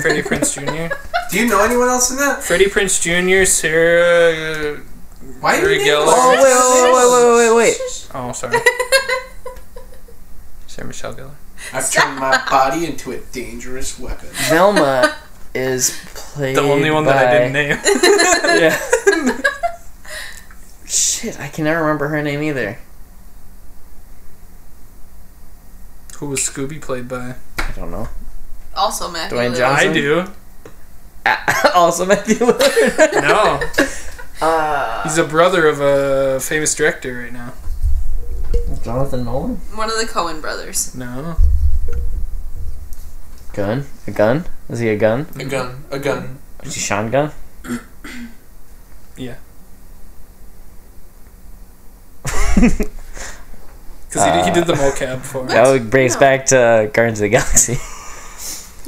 Speaker 5: Freddie Prince Jr.
Speaker 6: Do you know anyone else in that?
Speaker 5: Freddie Prince Jr., Sarah. uh,
Speaker 6: Why do you
Speaker 5: Mary
Speaker 6: name
Speaker 5: Geller.
Speaker 6: all
Speaker 4: Oh,
Speaker 6: this?
Speaker 4: wait, wait, wait, wait, wait, wait.
Speaker 5: Oh, sorry. Sarah Michelle Gellar.
Speaker 6: I've turned my body into a dangerous weapon.
Speaker 4: Velma is played
Speaker 5: The only one that I didn't name. yeah.
Speaker 4: Shit, I can never remember her name either.
Speaker 5: Who was Scooby played by?
Speaker 4: I don't know.
Speaker 7: Also, Matthew.
Speaker 4: Dwayne
Speaker 7: Lillard.
Speaker 4: Johnson?
Speaker 5: I do.
Speaker 4: also Matthew Lillard.
Speaker 5: No.
Speaker 4: uh,
Speaker 5: He's a brother of a famous director right now.
Speaker 4: Jonathan Nolan.
Speaker 7: One of the Cohen brothers.
Speaker 5: No.
Speaker 4: Gun. A gun. Is he a gun?
Speaker 6: A gun. A gun.
Speaker 4: Is he Sean Gun?
Speaker 5: Yeah. Because he, did- he did the mocap for it.
Speaker 4: That would brings
Speaker 7: No.
Speaker 4: back to uh, Guardians of the Galaxy.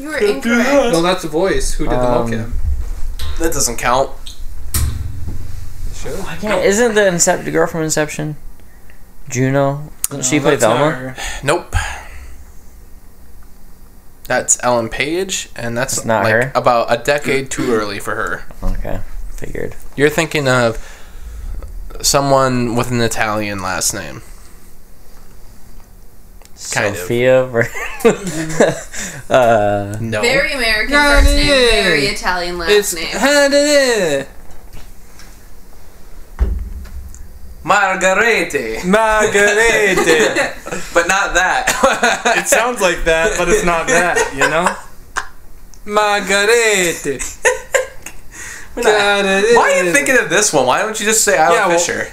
Speaker 7: You were incorrect.
Speaker 5: No, that's the voice. Who did
Speaker 4: Um,
Speaker 5: the mocap?
Speaker 6: That doesn't count.
Speaker 5: Sure.
Speaker 4: Yeah, isn't the Incept- the girl from Inception Juno? Doesn't she
Speaker 5: No,
Speaker 6: Uh,
Speaker 4: play
Speaker 5: that's not
Speaker 4: Velma?
Speaker 5: her.
Speaker 6: Nope. That's Ellen Page, and that's
Speaker 4: It's not
Speaker 6: like
Speaker 4: her?
Speaker 6: about a decade too early for her.
Speaker 4: Okay, figured.
Speaker 6: You're thinking of someone with an Italian last name. Kind of.
Speaker 4: Sophia. Ver- uh,
Speaker 6: No.
Speaker 7: Very American
Speaker 5: No,
Speaker 7: first
Speaker 5: no,
Speaker 7: name,
Speaker 5: no, no, no.
Speaker 7: very Italian last
Speaker 5: It's
Speaker 7: name.
Speaker 6: Margarete.
Speaker 5: Margarete.
Speaker 6: But not that.
Speaker 5: it sounds like that, but it's not that, you know? Margarete.
Speaker 6: Why are you thinking of this one? Why don't you just say Isla
Speaker 5: Yeah, well-
Speaker 6: Fisher?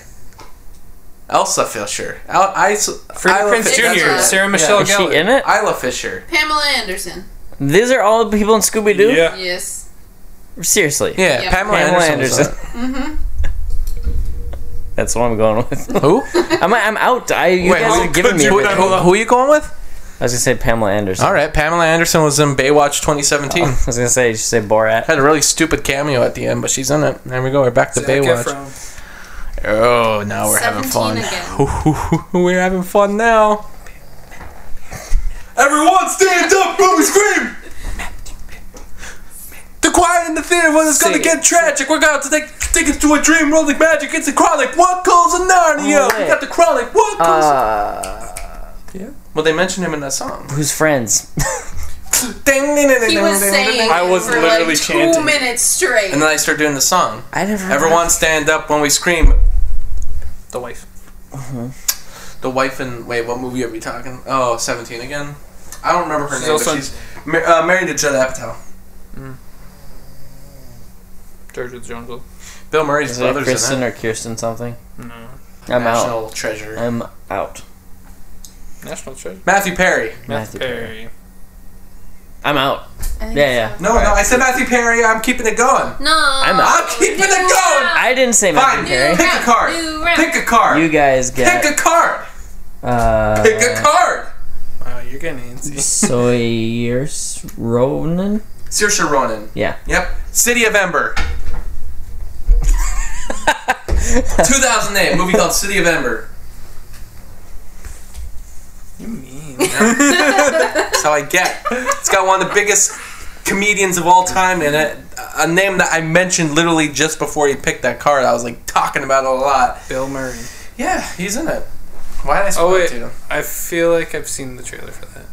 Speaker 6: Elsa Fisher. Al- I-
Speaker 5: Freddie
Speaker 6: Isla
Speaker 5: Prince
Speaker 6: Fisher.
Speaker 5: Jr.,
Speaker 7: That's-
Speaker 5: Sarah Michelle
Speaker 4: is she
Speaker 5: Gellar.
Speaker 4: in it?
Speaker 6: Isla Fisher.
Speaker 7: Pamela Anderson.
Speaker 4: These are all the people in Scooby Doo.
Speaker 5: Yeah.
Speaker 7: Yes.
Speaker 4: Seriously.
Speaker 6: Yeah,
Speaker 7: Yep.
Speaker 6: Pamela,
Speaker 4: Pamela
Speaker 6: Anderson. was
Speaker 4: Anderson. That's what I'm going with.
Speaker 6: on- Who?
Speaker 4: I'm, I'm out. I you
Speaker 6: Wait,
Speaker 4: guys
Speaker 6: who-
Speaker 4: are giving me.
Speaker 6: who,
Speaker 4: everything.
Speaker 6: who- who are you going with?
Speaker 4: I was gonna say Pamela Anderson.
Speaker 6: All right, Pamela Anderson was in Baywatch 2017.
Speaker 4: I was gonna say you should say Borat.
Speaker 6: Had a really stupid cameo at the end, but she's in it. There we go. We're back to
Speaker 5: Zac
Speaker 6: Baywatch.
Speaker 5: Efron.
Speaker 6: Oh, now we're having
Speaker 7: 17
Speaker 6: fun.
Speaker 7: again.
Speaker 6: we're having fun now. Everyone stand up, but we scream. The quiet in the theater when it's gonna
Speaker 5: Sing it.
Speaker 6: get tragic. We're gonna take take it to a dream world like magic. It's a chronic. What calls a Narnia?
Speaker 4: Oh,
Speaker 6: we
Speaker 4: wait.
Speaker 6: got the chronic. What calls?
Speaker 4: Uh,
Speaker 6: well, they mentioned him in that song.
Speaker 4: who's friends?
Speaker 7: He was saying
Speaker 5: I was
Speaker 7: it for
Speaker 5: literally
Speaker 7: like two
Speaker 5: chanting.
Speaker 7: minutes straight.
Speaker 6: And then I start doing the song.
Speaker 4: I never.
Speaker 6: Everyone stand up when we scream.
Speaker 5: The wife.
Speaker 6: The wife in wait, what movie are we talking? Oh, 17 again. I don't remember her
Speaker 5: She's
Speaker 6: name.
Speaker 5: also
Speaker 6: but
Speaker 5: in-
Speaker 6: she's ma- uh, married to Judd Apatow.
Speaker 5: George with Jones.
Speaker 6: Bill Murray's
Speaker 4: Is it
Speaker 6: brother's
Speaker 4: Kristen
Speaker 6: in it.
Speaker 4: or Kirsten something?
Speaker 5: No.
Speaker 4: I'm out.
Speaker 6: National treasure.
Speaker 4: I'm out.
Speaker 5: National Treasure.
Speaker 6: Matthew Perry.
Speaker 5: Matthew
Speaker 4: Matthew Perry.
Speaker 5: Perry.
Speaker 4: I'm out.
Speaker 7: I think
Speaker 4: Yeah, yeah.
Speaker 6: No, no, I said Matthew Perry. I'm keeping it going.
Speaker 7: so. No.
Speaker 4: I'm out.
Speaker 6: I'm keeping
Speaker 7: New
Speaker 6: it going.
Speaker 7: round.
Speaker 4: I didn't say Matthew
Speaker 6: Fine.
Speaker 4: Perry.
Speaker 6: Pick a card.
Speaker 7: New round.
Speaker 6: Pick a card.
Speaker 4: You guys
Speaker 6: Pick
Speaker 4: get
Speaker 6: a card.
Speaker 4: uh,
Speaker 6: Pick a card.
Speaker 5: Wow, you're getting antsy.
Speaker 4: Sawyer's Ronan.
Speaker 6: Saoirse Ronan.
Speaker 4: Yeah.
Speaker 6: Yep. City of Ember. 2008 movie called City of Ember.
Speaker 5: You mean.
Speaker 6: That's how I get. It's got one of the biggest comedians of all time in it. A name that I mentioned literally just before you picked that card. I was like talking about it a lot.
Speaker 5: Bill Murray.
Speaker 6: Yeah, he's in it. Why did I spoil
Speaker 5: Oh,
Speaker 6: it
Speaker 5: wait.
Speaker 6: to you?
Speaker 5: I feel like I've seen the trailer for that.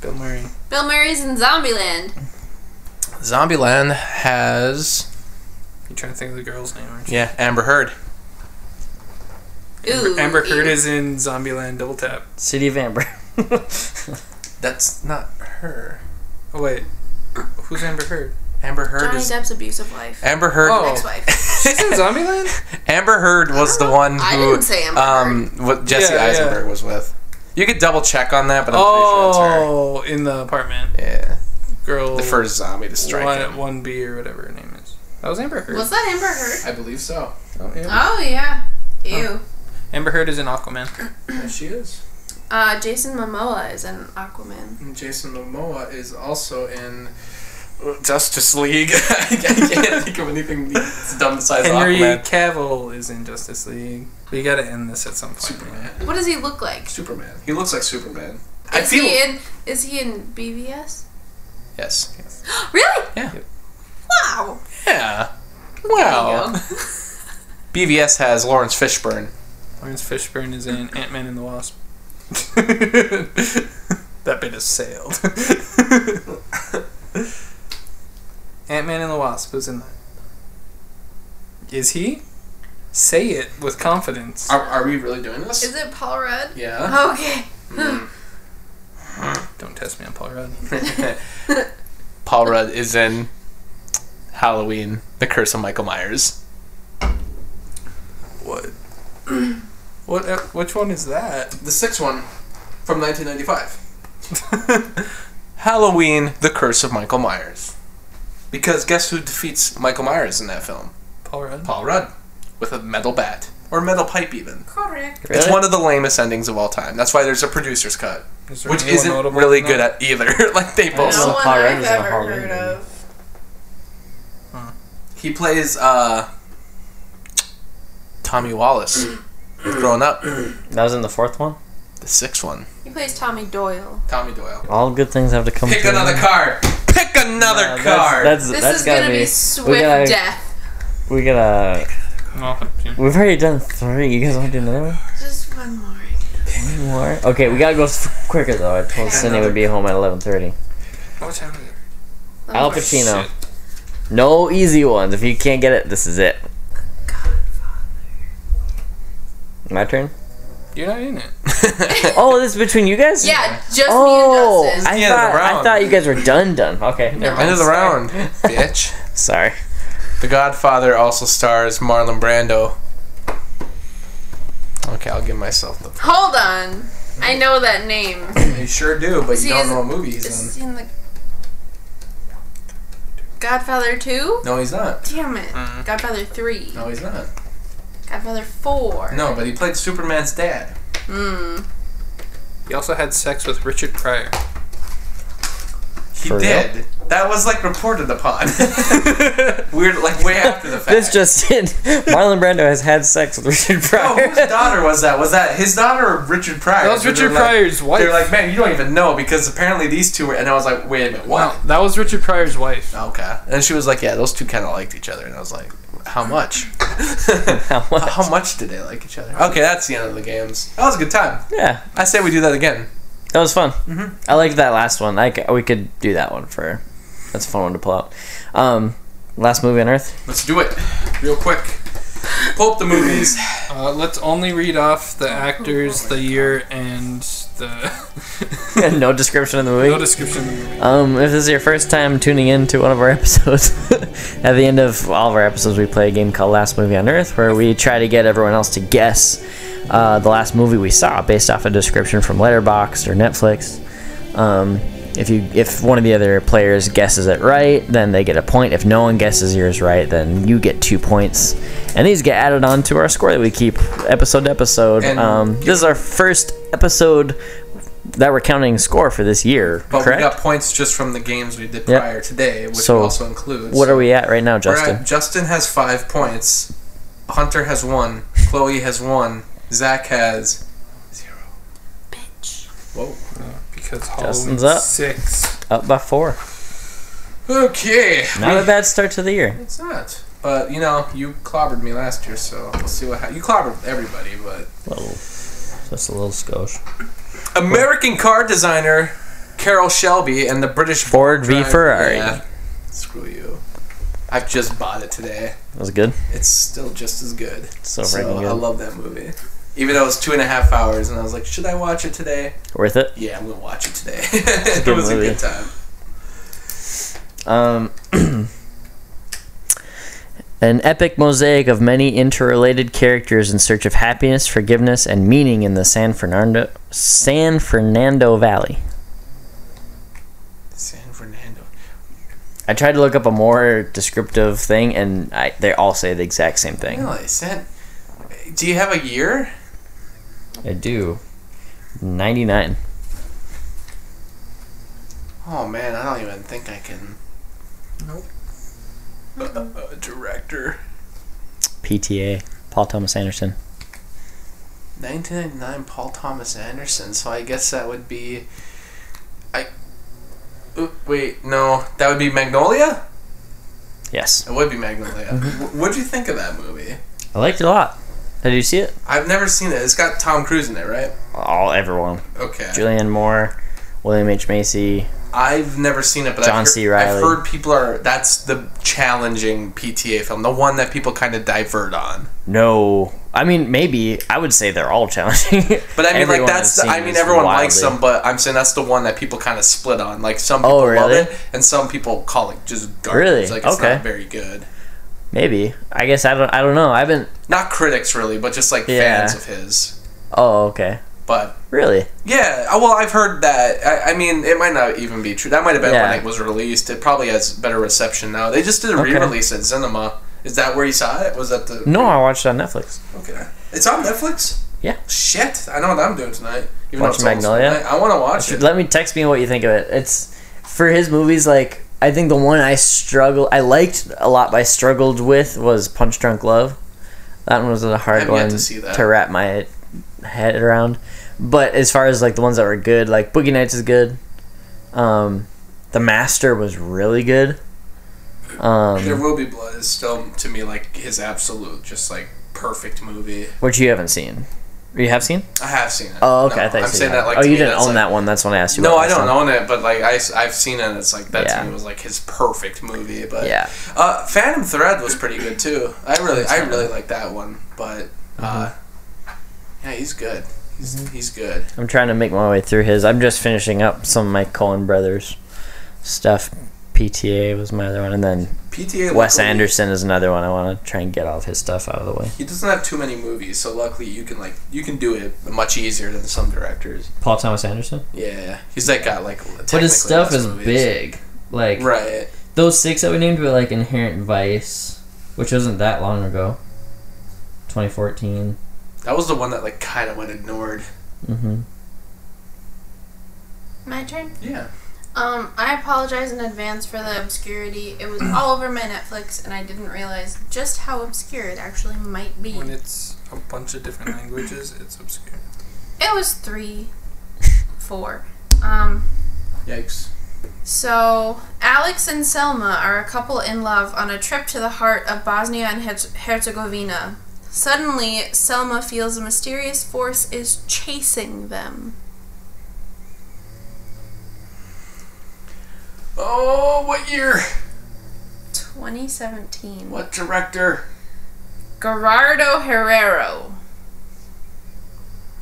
Speaker 5: Bill Murray.
Speaker 7: Bill Murray's in Zombieland.
Speaker 6: Zombieland has
Speaker 5: You're trying to think of the girl's name, aren't you?
Speaker 6: yeah Amber Heard.
Speaker 7: Ooh.
Speaker 5: Amber Heard
Speaker 7: ew.
Speaker 5: is in Zombieland Double Tap.
Speaker 4: City of Amber.
Speaker 6: That's not her.
Speaker 5: Oh, wait. Who's Amber Heard?
Speaker 6: Amber Heard
Speaker 7: Johnny
Speaker 6: is
Speaker 7: Depp's abusive wife.
Speaker 6: Amber Heard.
Speaker 5: Oh.
Speaker 7: Ex-wife.
Speaker 5: She's in Zombieland?
Speaker 6: Amber Heard was the one who
Speaker 7: I didn't say Amber
Speaker 6: um what Jesse
Speaker 5: Yeah, yeah.
Speaker 6: Eisenberg was with. You could double check on that, but I'm
Speaker 5: Oh, in the apartment.
Speaker 6: pretty sure it's her. Yeah,
Speaker 5: Girl.
Speaker 6: the first zombie to strike.
Speaker 5: one,
Speaker 6: him.
Speaker 5: one B or whatever her name is. That was Amber Heard.
Speaker 7: Was that Amber Heard?
Speaker 6: I believe so.
Speaker 5: Oh, yeah.
Speaker 7: Oh yeah. Ew.
Speaker 5: Amber Heard is in Aquaman.
Speaker 6: There she is.
Speaker 7: Uh, Jason Momoa is in Aquaman.
Speaker 6: And Jason Momoa is also in Justice League. I can't think of anything dumb besides
Speaker 5: Henry
Speaker 6: Aquaman.
Speaker 5: Cavill is in Justice League. We gotta end this at some point. man.
Speaker 4: Mm-hmm.
Speaker 7: What does he look like?
Speaker 6: Superman. He looks like Superman. I
Speaker 7: Is
Speaker 6: feel
Speaker 7: he in? Is he in BVS?
Speaker 6: yes.
Speaker 7: Really?
Speaker 6: Yeah.
Speaker 7: Wow.
Speaker 6: Yeah.
Speaker 7: There you
Speaker 6: Wow.
Speaker 7: go.
Speaker 6: BVS has Lawrence Fishburne.
Speaker 5: Lawrence Fishburne is in Ant Man and the Wasp. that bit has sailed. Ant Man and the Wasp was in that. Is he? Say it with confidence.
Speaker 6: Are, are we really doing this?
Speaker 2: Is it Paul Rudd?
Speaker 6: yeah.
Speaker 2: Okay.
Speaker 5: Don't test me on Paul Rudd.
Speaker 6: Paul Rudd is in Halloween, The Curse of Michael Myers.
Speaker 5: What? What? uh, Which one is that?
Speaker 6: The sixth one from 1995. Halloween, The Curse of Michael Myers. Because guess who defeats Michael Myers in that film?
Speaker 5: Paul Rudd.
Speaker 6: Paul Rudd. With a metal bat. Or metal pipe, even.
Speaker 2: Correct.
Speaker 6: It's
Speaker 4: Really?
Speaker 6: one of the lamest endings of all time. That's why there's a producer's cut,
Speaker 5: Is there
Speaker 6: which
Speaker 5: anyone
Speaker 6: isn't
Speaker 5: notable
Speaker 6: really
Speaker 5: in
Speaker 6: good
Speaker 5: that?
Speaker 6: at either. like, they both.
Speaker 4: know.
Speaker 2: No one
Speaker 4: Paul Rudd
Speaker 2: I've
Speaker 4: is in
Speaker 2: ever
Speaker 4: Halloween.
Speaker 2: heard of.
Speaker 6: He plays uh, Tommy Wallace growing up.
Speaker 4: That was in the fourth one.
Speaker 6: The sixth one.
Speaker 2: He plays Tommy Doyle.
Speaker 6: Tommy Doyle.
Speaker 4: All good things have to come.
Speaker 6: Pick
Speaker 4: to an
Speaker 6: another
Speaker 4: end.
Speaker 6: car. Pick another
Speaker 4: Uh,
Speaker 6: car.
Speaker 4: That's, that's,
Speaker 2: This
Speaker 4: that's
Speaker 2: is gonna
Speaker 4: gotta
Speaker 2: be,
Speaker 4: be.
Speaker 2: swift
Speaker 4: gotta-
Speaker 2: death.
Speaker 4: We gotta.
Speaker 5: No.
Speaker 4: We've already done three. You guys want to do another one?
Speaker 2: Just one more.
Speaker 4: One more? Okay, we gotta go f- quicker though. I told Cindy would be home at eleven thirty.
Speaker 5: What time is it?
Speaker 2: Oh,
Speaker 4: Al Pacino. No easy ones. If you can't get it, this is it. My turn.
Speaker 5: You're not in it.
Speaker 4: Oh, this is between you guys.
Speaker 2: Yeah, just
Speaker 4: Oh,
Speaker 2: me and Dustin.
Speaker 4: I
Speaker 6: the end of the
Speaker 4: thought I
Speaker 6: round.
Speaker 4: thought you guys were done. Done. Okay.
Speaker 2: No.
Speaker 6: End of the round, bitch.
Speaker 4: Sorry.
Speaker 6: The Godfather also stars Marlon Brando. Okay, I'll give myself the.
Speaker 2: Hold on. I know that name.
Speaker 6: You sure do, but
Speaker 2: See,
Speaker 6: you don't
Speaker 2: is-
Speaker 6: know what movie he's
Speaker 2: It's
Speaker 6: in.
Speaker 2: in the Godfather 2?
Speaker 6: No, he's not.
Speaker 2: Damn it. Godfather 3.
Speaker 6: No, he's not.
Speaker 2: Godfather 4.
Speaker 6: No, but he played Superman's dad.
Speaker 7: Hmm.
Speaker 2: Mm.
Speaker 5: He also had sex with Richard Pryor.
Speaker 6: He
Speaker 4: For real?
Speaker 6: did. That was like reported upon. Weird, like way after the fact.
Speaker 4: This just in. Marlon Brando has had sex with Richard
Speaker 6: No,
Speaker 4: Pryor.
Speaker 6: whose daughter was that? Was that his daughter or Richard Pryor?
Speaker 5: That was
Speaker 6: They're
Speaker 5: Richard
Speaker 6: like-
Speaker 5: Pryor's wife.
Speaker 6: They're like, man, you don't even know because apparently these two were. And I was like, wait a minute, what?
Speaker 5: No, that was Richard Pryor's wife.
Speaker 6: Okay. And she was like, yeah, those two kind of liked each other. And I was like, how much?
Speaker 4: How much?
Speaker 6: how much did they like each other? Okay, that's the end of the games. That was a good time.
Speaker 4: Yeah,
Speaker 6: I say we do that again.
Speaker 4: that was fun. I liked that last one. I c- we could do that one for. That's a fun one to pull out. Um, last movie on Earth.
Speaker 6: Let's do it real quick. Pull up the movies.
Speaker 5: Uh, let's only read off the actors, the year, and the
Speaker 4: no description of the movie.
Speaker 5: no description.
Speaker 4: Um, if this is your first time tuning in to one of our episodes, at the end of all of our episodes, we play a game called Last Movie on Earth, where we try to get everyone else to guess uh, the last movie we saw based off a description from Letterboxd or Netflix. Um, if you if one of the other players guesses it right, then they get a point. If no one guesses yours right, then you get two points, and these get added on to our score that we keep episode to episode.
Speaker 6: And-
Speaker 4: Um, this is our first episode that we're counting score for this year.
Speaker 6: But
Speaker 4: correct?
Speaker 6: we got points just from the games we
Speaker 4: Yep.
Speaker 6: did prior today, which
Speaker 4: So,
Speaker 6: also includes.
Speaker 4: What are we at right now,
Speaker 6: We're
Speaker 4: Justin?
Speaker 6: At, Justin has five points. Hunter has one. Chloe has one. Zach has.
Speaker 2: Bitch.
Speaker 5: Because
Speaker 4: Justin's
Speaker 5: Halloween
Speaker 4: up.
Speaker 5: Six.
Speaker 4: Up by four.
Speaker 6: Okay.
Speaker 4: Not a bad start to the year.
Speaker 6: It's not. But you know, you clobbered me last year, so we'll see what happens. You clobbered everybody, but
Speaker 4: Just a little skosh.
Speaker 6: American car designer Carol Shelby and the British
Speaker 4: Ford v
Speaker 6: driver-
Speaker 4: Ferrari.
Speaker 6: Yeah. Screw you. I've just bought it today.
Speaker 4: That was good.
Speaker 6: It's still just as good.
Speaker 4: So
Speaker 6: so
Speaker 4: freaking
Speaker 6: I
Speaker 4: good.
Speaker 6: love that movie. Even though it's two and a half hours, and I was like, should I watch it today?
Speaker 4: Worth it.
Speaker 6: Yeah, I'm gonna watch it today. it was a
Speaker 4: movie.
Speaker 6: good time.
Speaker 4: Um, an epic mosaic of many interrelated characters in search of happiness, forgiveness, and meaning in the San Fernando San Fernando Valley.
Speaker 6: San Fernando.
Speaker 4: I tried to look up a more descriptive thing, and I, they all say the exact same thing.
Speaker 6: Really? San. Do you have a year?
Speaker 4: I do. Ninety nine.
Speaker 6: Oh man, I don't even think I can. Nope. Uh, director.
Speaker 4: PTA. Paul Thomas Anderson.
Speaker 6: 1999 Paul Thomas Anderson, so I guess that would be. I. Oop, Wait, no. That would be Magnolia?
Speaker 4: Yes, Mm-hmm.
Speaker 6: It would be Magnolia. Wh- What'd you think of that movie?
Speaker 4: I liked it a lot. Did you see it?
Speaker 6: I've never seen it. It's got Tom Cruise in it, right?
Speaker 4: All everyone.
Speaker 6: Okay.
Speaker 4: Julianne Moore, William H Macy.
Speaker 6: I've never seen it, but
Speaker 4: John
Speaker 6: I've, heard,
Speaker 4: C. Reilly.
Speaker 6: I've heard people are. That's the challenging PTA film, the one that people kind of divert on.
Speaker 4: No, I mean maybe I would say they're all challenging.
Speaker 6: But I mean,
Speaker 4: Everyone
Speaker 6: like that's.
Speaker 4: I've
Speaker 6: The,
Speaker 4: seen
Speaker 6: I mean,
Speaker 4: is
Speaker 6: everyone
Speaker 4: wildly-
Speaker 6: likes them, but I'm saying that's the one that people kind of split on. Like some people
Speaker 4: Oh,
Speaker 6: love
Speaker 4: really?
Speaker 6: it, and some people call it just garbage.
Speaker 4: Really?
Speaker 6: Like it's
Speaker 4: Okay.
Speaker 6: not very good.
Speaker 4: Maybe I guess I don't. I don't know. I haven't.
Speaker 6: Not critics really, but just like
Speaker 4: Yeah.
Speaker 6: fans of his.
Speaker 4: Oh, okay.
Speaker 6: But
Speaker 4: Really?
Speaker 6: yeah, uh, well, I've heard that. I, I mean, it might not even be true. That might have been
Speaker 4: Yeah.
Speaker 6: when it was released. It probably has better reception now. They just did a
Speaker 4: Okay.
Speaker 6: re-release at Cinema. Is that where you saw it? Was that the
Speaker 4: No, I watched it on Netflix.
Speaker 6: Okay. It's on Netflix?
Speaker 4: Yeah.
Speaker 6: Shit. I know what I'm doing tonight. Even though
Speaker 4: Watching
Speaker 6: it's almost
Speaker 4: Magnolia?
Speaker 6: midnight. I want to watch it.
Speaker 4: Let me text me what you think of it. It's for his movies. Like I think the one I struggle, I liked a lot, but I struggled with was Punch Drunk Love. That one was a
Speaker 6: I
Speaker 4: hard
Speaker 6: have yet
Speaker 4: one
Speaker 6: to see that.
Speaker 4: to wrap my head around. But as far as like the ones that were good, like Boogie Nights is good. Um, the Master was really good.
Speaker 6: There
Speaker 4: Um,
Speaker 6: Will Be Blood is still, to me, like his absolute, just like perfect movie.
Speaker 4: which you haven't seen. You have seen?
Speaker 6: I have seen it.
Speaker 4: Oh, okay. I thought you
Speaker 6: am
Speaker 4: said
Speaker 6: saying
Speaker 4: you
Speaker 6: that
Speaker 4: had.
Speaker 6: like.
Speaker 4: oh,
Speaker 6: to
Speaker 4: you
Speaker 6: me,
Speaker 4: didn't
Speaker 6: that's,
Speaker 4: own
Speaker 6: like-
Speaker 4: that one. That's when I asked you.
Speaker 6: No,
Speaker 4: about
Speaker 6: I
Speaker 4: last
Speaker 6: don't
Speaker 4: time.
Speaker 6: own it, but like I, have seen it. It's like that
Speaker 4: Yeah.
Speaker 6: to me was like his perfect movie. But
Speaker 4: Yeah.
Speaker 6: uh, Phantom Thread was pretty good too. I really, I really like that one. But uh,
Speaker 4: Mm-hmm.
Speaker 6: yeah, he's good. He's he's good.
Speaker 4: I'm trying to make my way through his. I'm just finishing up some of my Cohen brothers stuff. PTA was my other one, and then
Speaker 6: PTA.
Speaker 4: Wes
Speaker 6: luckily-
Speaker 4: Anderson is another one. I want to try and get all of his stuff out of the way.
Speaker 6: he doesn't have too many movies, so luckily you can like you can do it much easier than some directors.
Speaker 4: Paul Thomas Anderson,
Speaker 6: Yeah, he's like got like.
Speaker 4: but
Speaker 6: technically
Speaker 4: his stuff
Speaker 6: less
Speaker 4: is
Speaker 6: movies.
Speaker 4: big. Like
Speaker 6: Right.
Speaker 4: those six that we named were like Inherent Vice, which wasn't that long ago. 2014.
Speaker 6: That was the one that like kind of went ignored.
Speaker 4: Mm-hmm.
Speaker 7: My turn.
Speaker 6: Yeah.
Speaker 7: Um, I apologize in advance for the obscurity. It was all over my Netflix, and I didn't realize just how obscure it actually might be.
Speaker 5: When it's a bunch of different languages, it's obscure.
Speaker 7: It was three, four. Um,
Speaker 6: Yikes.
Speaker 7: So, Alex and Selma are a couple in love on a trip to the heart of Bosnia and Herz- Herzegovina. Suddenly, Selma feels a mysterious force is chasing them.
Speaker 6: Oh, what year?
Speaker 7: 2017.
Speaker 6: What director?
Speaker 7: Gerardo Herrero.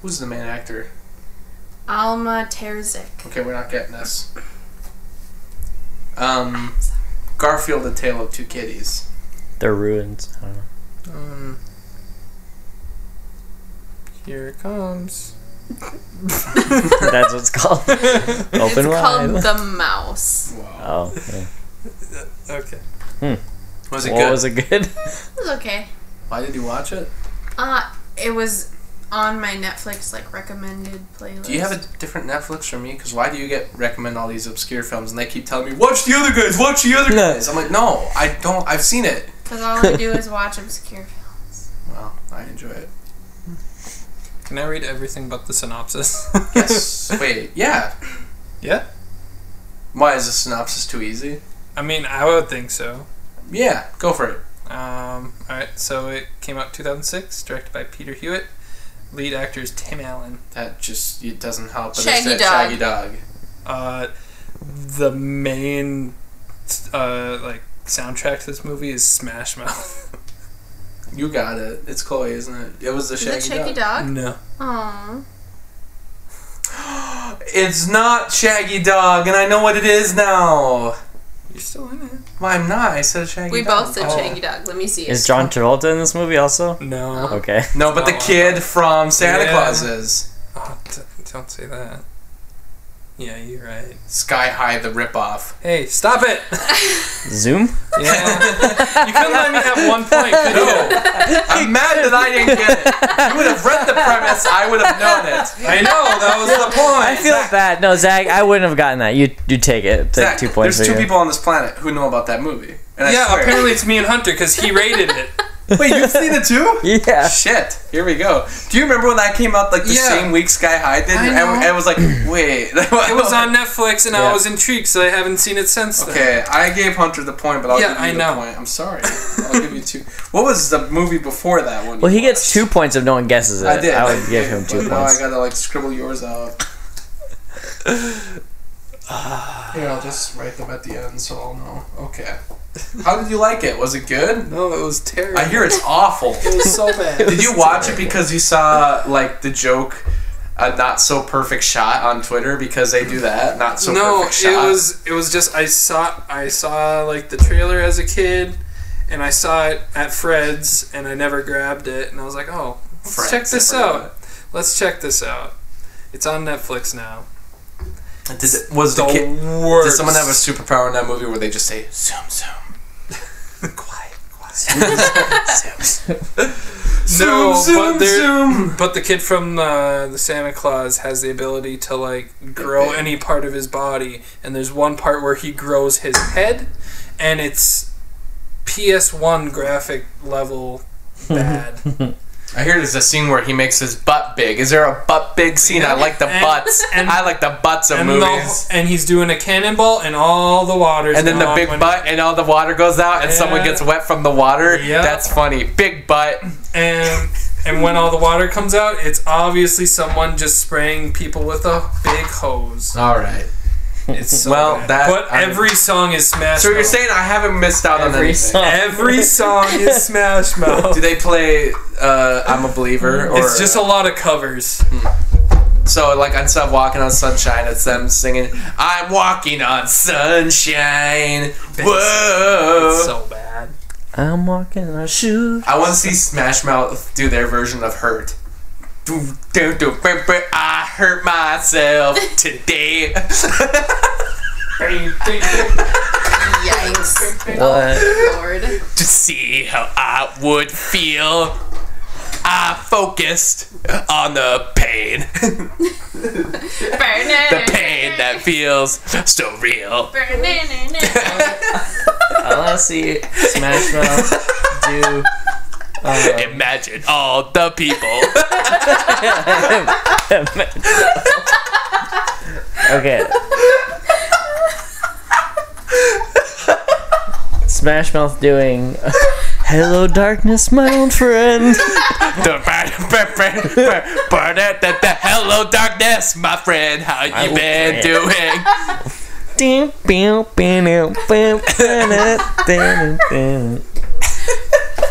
Speaker 6: Who's the main actor?
Speaker 7: Alma Terzic.
Speaker 6: Okay, we're not getting this. Um, Garfield: A Tale of Two Kitties.
Speaker 4: They're ruins. I don't know.
Speaker 5: Um, here it comes.
Speaker 4: That's what it's called.
Speaker 7: It's
Speaker 4: Open
Speaker 7: called
Speaker 4: wide.
Speaker 7: The Mouse.
Speaker 6: Wow.
Speaker 4: Oh, yeah.
Speaker 5: Okay.
Speaker 6: Was it
Speaker 4: what
Speaker 6: good?
Speaker 4: was it good?
Speaker 7: It was okay.
Speaker 6: Why did you watch it?
Speaker 7: Uh, it was on my Netflix, like, recommended playlist.
Speaker 6: Do you have a different Netflix from me? Because why do you get recommend all these obscure films and they keep telling me watch the other guys, watch the other
Speaker 4: No.
Speaker 6: guys? I'm like, no, I don't. I've seen it.
Speaker 7: Because all I do is watch obscure
Speaker 6: Well, I enjoy it.
Speaker 5: Can I read everything but the synopsis?
Speaker 6: Yes. Wait. Yeah.
Speaker 5: Yeah?
Speaker 6: Why is the synopsis too easy?
Speaker 5: I mean, I would think so.
Speaker 6: Yeah. Go for it.
Speaker 5: Um, all right, so it came out 2006, directed by Peter Hewitt. Lead actors Tim Allen.
Speaker 6: That just it doesn't help. But
Speaker 7: Shaggy
Speaker 6: it's that
Speaker 7: Dog.
Speaker 6: Shaggy dog.
Speaker 5: Uh, the main uh, like soundtrack to this movie is Smash Mouth.
Speaker 6: You got it. It's Chloe, isn't it? It was the Shaggy,
Speaker 7: films. The Shaky
Speaker 6: dog.
Speaker 7: Dog?
Speaker 5: no,
Speaker 7: Aww.
Speaker 6: It's not Shaggy Dog, and I know what it is now.
Speaker 5: you're still in it.
Speaker 6: Well, I'm not. I said Shaggy
Speaker 7: We
Speaker 6: Dog.
Speaker 7: both said
Speaker 5: Oh.
Speaker 7: Shaggy Dog. Let me see.
Speaker 4: Is John Travolta in this movie also?
Speaker 5: No,
Speaker 4: Okay.
Speaker 6: No, but the
Speaker 5: Oh.
Speaker 6: kid from Santa
Speaker 5: Yeah.
Speaker 6: Claus is
Speaker 5: oh, d- don't say that. Yeah, you're right.
Speaker 6: Sky High, the ripoff.
Speaker 5: Hey, stop it!
Speaker 4: Zoom?
Speaker 5: Yeah, you couldn't let me have one point. could you?
Speaker 6: No. I'm mad that I didn't get it. You would have read the premise. I would have known it.
Speaker 5: I know that was the point.
Speaker 4: I feel bad. No, Zach, I wouldn't have gotten that. You you take it. Take
Speaker 6: Zach,
Speaker 4: two points.
Speaker 6: There's two
Speaker 4: for you.
Speaker 6: people on this planet who know about that movie. And I
Speaker 5: yeah,
Speaker 6: swear,
Speaker 5: apparently it's me and Hunter because he rated it.
Speaker 6: Wait, you've seen it too?
Speaker 4: Yeah.
Speaker 6: Shit, here we go. Do you remember when that came out like the
Speaker 5: Yeah.
Speaker 6: same week Sky High did?
Speaker 5: I
Speaker 6: And
Speaker 5: know.
Speaker 6: I was like, wait.
Speaker 5: It was on Netflix, and
Speaker 4: Yeah.
Speaker 5: I was intrigued, so I haven't seen it since then.
Speaker 6: Okay, I gave Hunter the point, but I'll
Speaker 5: Yeah,
Speaker 6: give you
Speaker 5: I
Speaker 6: the
Speaker 5: know.
Speaker 6: point. I'm sorry. I'll give you two. What was the movie before that one?
Speaker 4: Well,
Speaker 6: you
Speaker 4: he gets
Speaker 6: watched?
Speaker 4: two points if no one guesses it.
Speaker 6: I did.
Speaker 4: I would give him
Speaker 6: But
Speaker 4: two
Speaker 6: Now I
Speaker 4: points.
Speaker 6: gotta like scribble yours out. Here, I'll just write them at the end so I'll know. Okay. How did you like it? Was it good?
Speaker 5: No, it was terrible.
Speaker 6: I hear it's awful.
Speaker 5: it was so bad.
Speaker 6: Did you watch it because you saw like the joke, a not so perfect shot on Twitter because they do that not so
Speaker 5: no,
Speaker 6: perfect shot.
Speaker 5: it was it was just I saw I saw like the trailer as a kid, and I saw it at Fred's, and I never grabbed it, and I was like, oh, let's
Speaker 6: Fred's,
Speaker 5: check this
Speaker 6: I forgot
Speaker 5: out. Let's check this out. It's on Netflix now.
Speaker 6: Did it, was the
Speaker 5: The
Speaker 6: kid,
Speaker 5: worst.
Speaker 6: did someone have a superpower in that movie where they just say zoom zoom?
Speaker 5: quiet? no, but, there- but the kid from uh, the Santa Claus has the ability to like grow any part of his body, and there's one part where he grows his head, and it's PS1 graphic level bad.
Speaker 6: I hear there's a scene where he makes his butt big. Is there a butt big scene? I like the
Speaker 5: And-
Speaker 6: butts.
Speaker 5: and-
Speaker 6: I like the butts of
Speaker 5: and, the-
Speaker 6: movies.
Speaker 5: and he's doing a cannonball, and all the waters.
Speaker 6: and then the
Speaker 5: gone
Speaker 6: big
Speaker 5: when-
Speaker 6: butt, and all the water goes out, and someone
Speaker 5: Yeah.
Speaker 6: gets wet from the water.
Speaker 5: Yeah.
Speaker 6: That's funny. Big butt.
Speaker 5: and and when all the water comes out, it's obviously someone just spraying people with a big hose.
Speaker 6: All right.
Speaker 5: It's so
Speaker 6: Well,
Speaker 5: bad.
Speaker 6: that-
Speaker 5: but
Speaker 6: I-
Speaker 5: every song is Smash.
Speaker 6: So you're
Speaker 5: Mouth.
Speaker 6: saying I haven't missed out on anything?
Speaker 5: every song is Smash Mouth.
Speaker 6: Do they play uh, "I'm a Believer"? Or,
Speaker 5: It's just a lot of covers.
Speaker 6: so like instead of walking on sunshine, it's them singing "I'm walking on sunshine." Whoa!
Speaker 5: It's so bad.
Speaker 4: I'm walking on shoes.
Speaker 6: I want to see Smash Mouth do their version of "Hurt." Do, do, do, br- br- I hurt myself today.
Speaker 7: Yikes.
Speaker 4: What?
Speaker 7: Lord.
Speaker 6: to see how I would feel. I focused on the pain, the pain that feels so real.
Speaker 4: I want to see Smash Mouth do.
Speaker 6: Imagine all the people.
Speaker 4: Okay. Smash Mouth doing. Hello, darkness, my old friend.
Speaker 6: Hello, darkness, my friend. How you
Speaker 4: will
Speaker 6: been
Speaker 4: quit.
Speaker 6: doing?
Speaker 4: Ding, bing, bing, bing, bing, bing, bing, bing.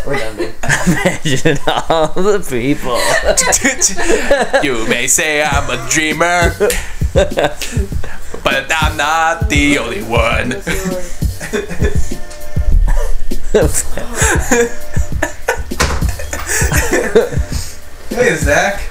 Speaker 4: We're done, dude. Imagine all the people.
Speaker 6: You may say I'm a dreamer, but I'm not the only one. Hey, Zach.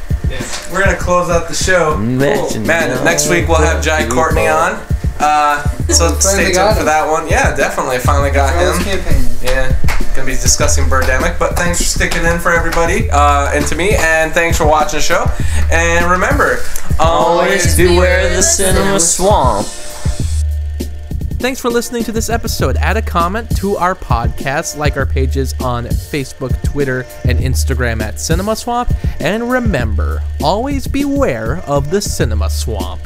Speaker 6: We're gonna close out the show.
Speaker 4: Imagine
Speaker 6: Man,
Speaker 4: all
Speaker 6: next week we'll have Jai
Speaker 4: the
Speaker 6: Courtney
Speaker 4: people.
Speaker 6: on. Uh, so stay tuned
Speaker 5: got
Speaker 6: for
Speaker 5: him.
Speaker 6: that one. Yeah, definitely. Finally got him. Yeah, gonna be discussing Birdemic, but thanks for sticking in for everybody uh, and to me, and thanks for watching the show. And remember, always
Speaker 4: Always beware the cinema swamp.
Speaker 3: Thanks for listening to this episode. Add a comment to our podcast, like our pages on Facebook, Twitter, and Instagram at Cinema Swamp. And remember, always beware of the Cinema Swamp.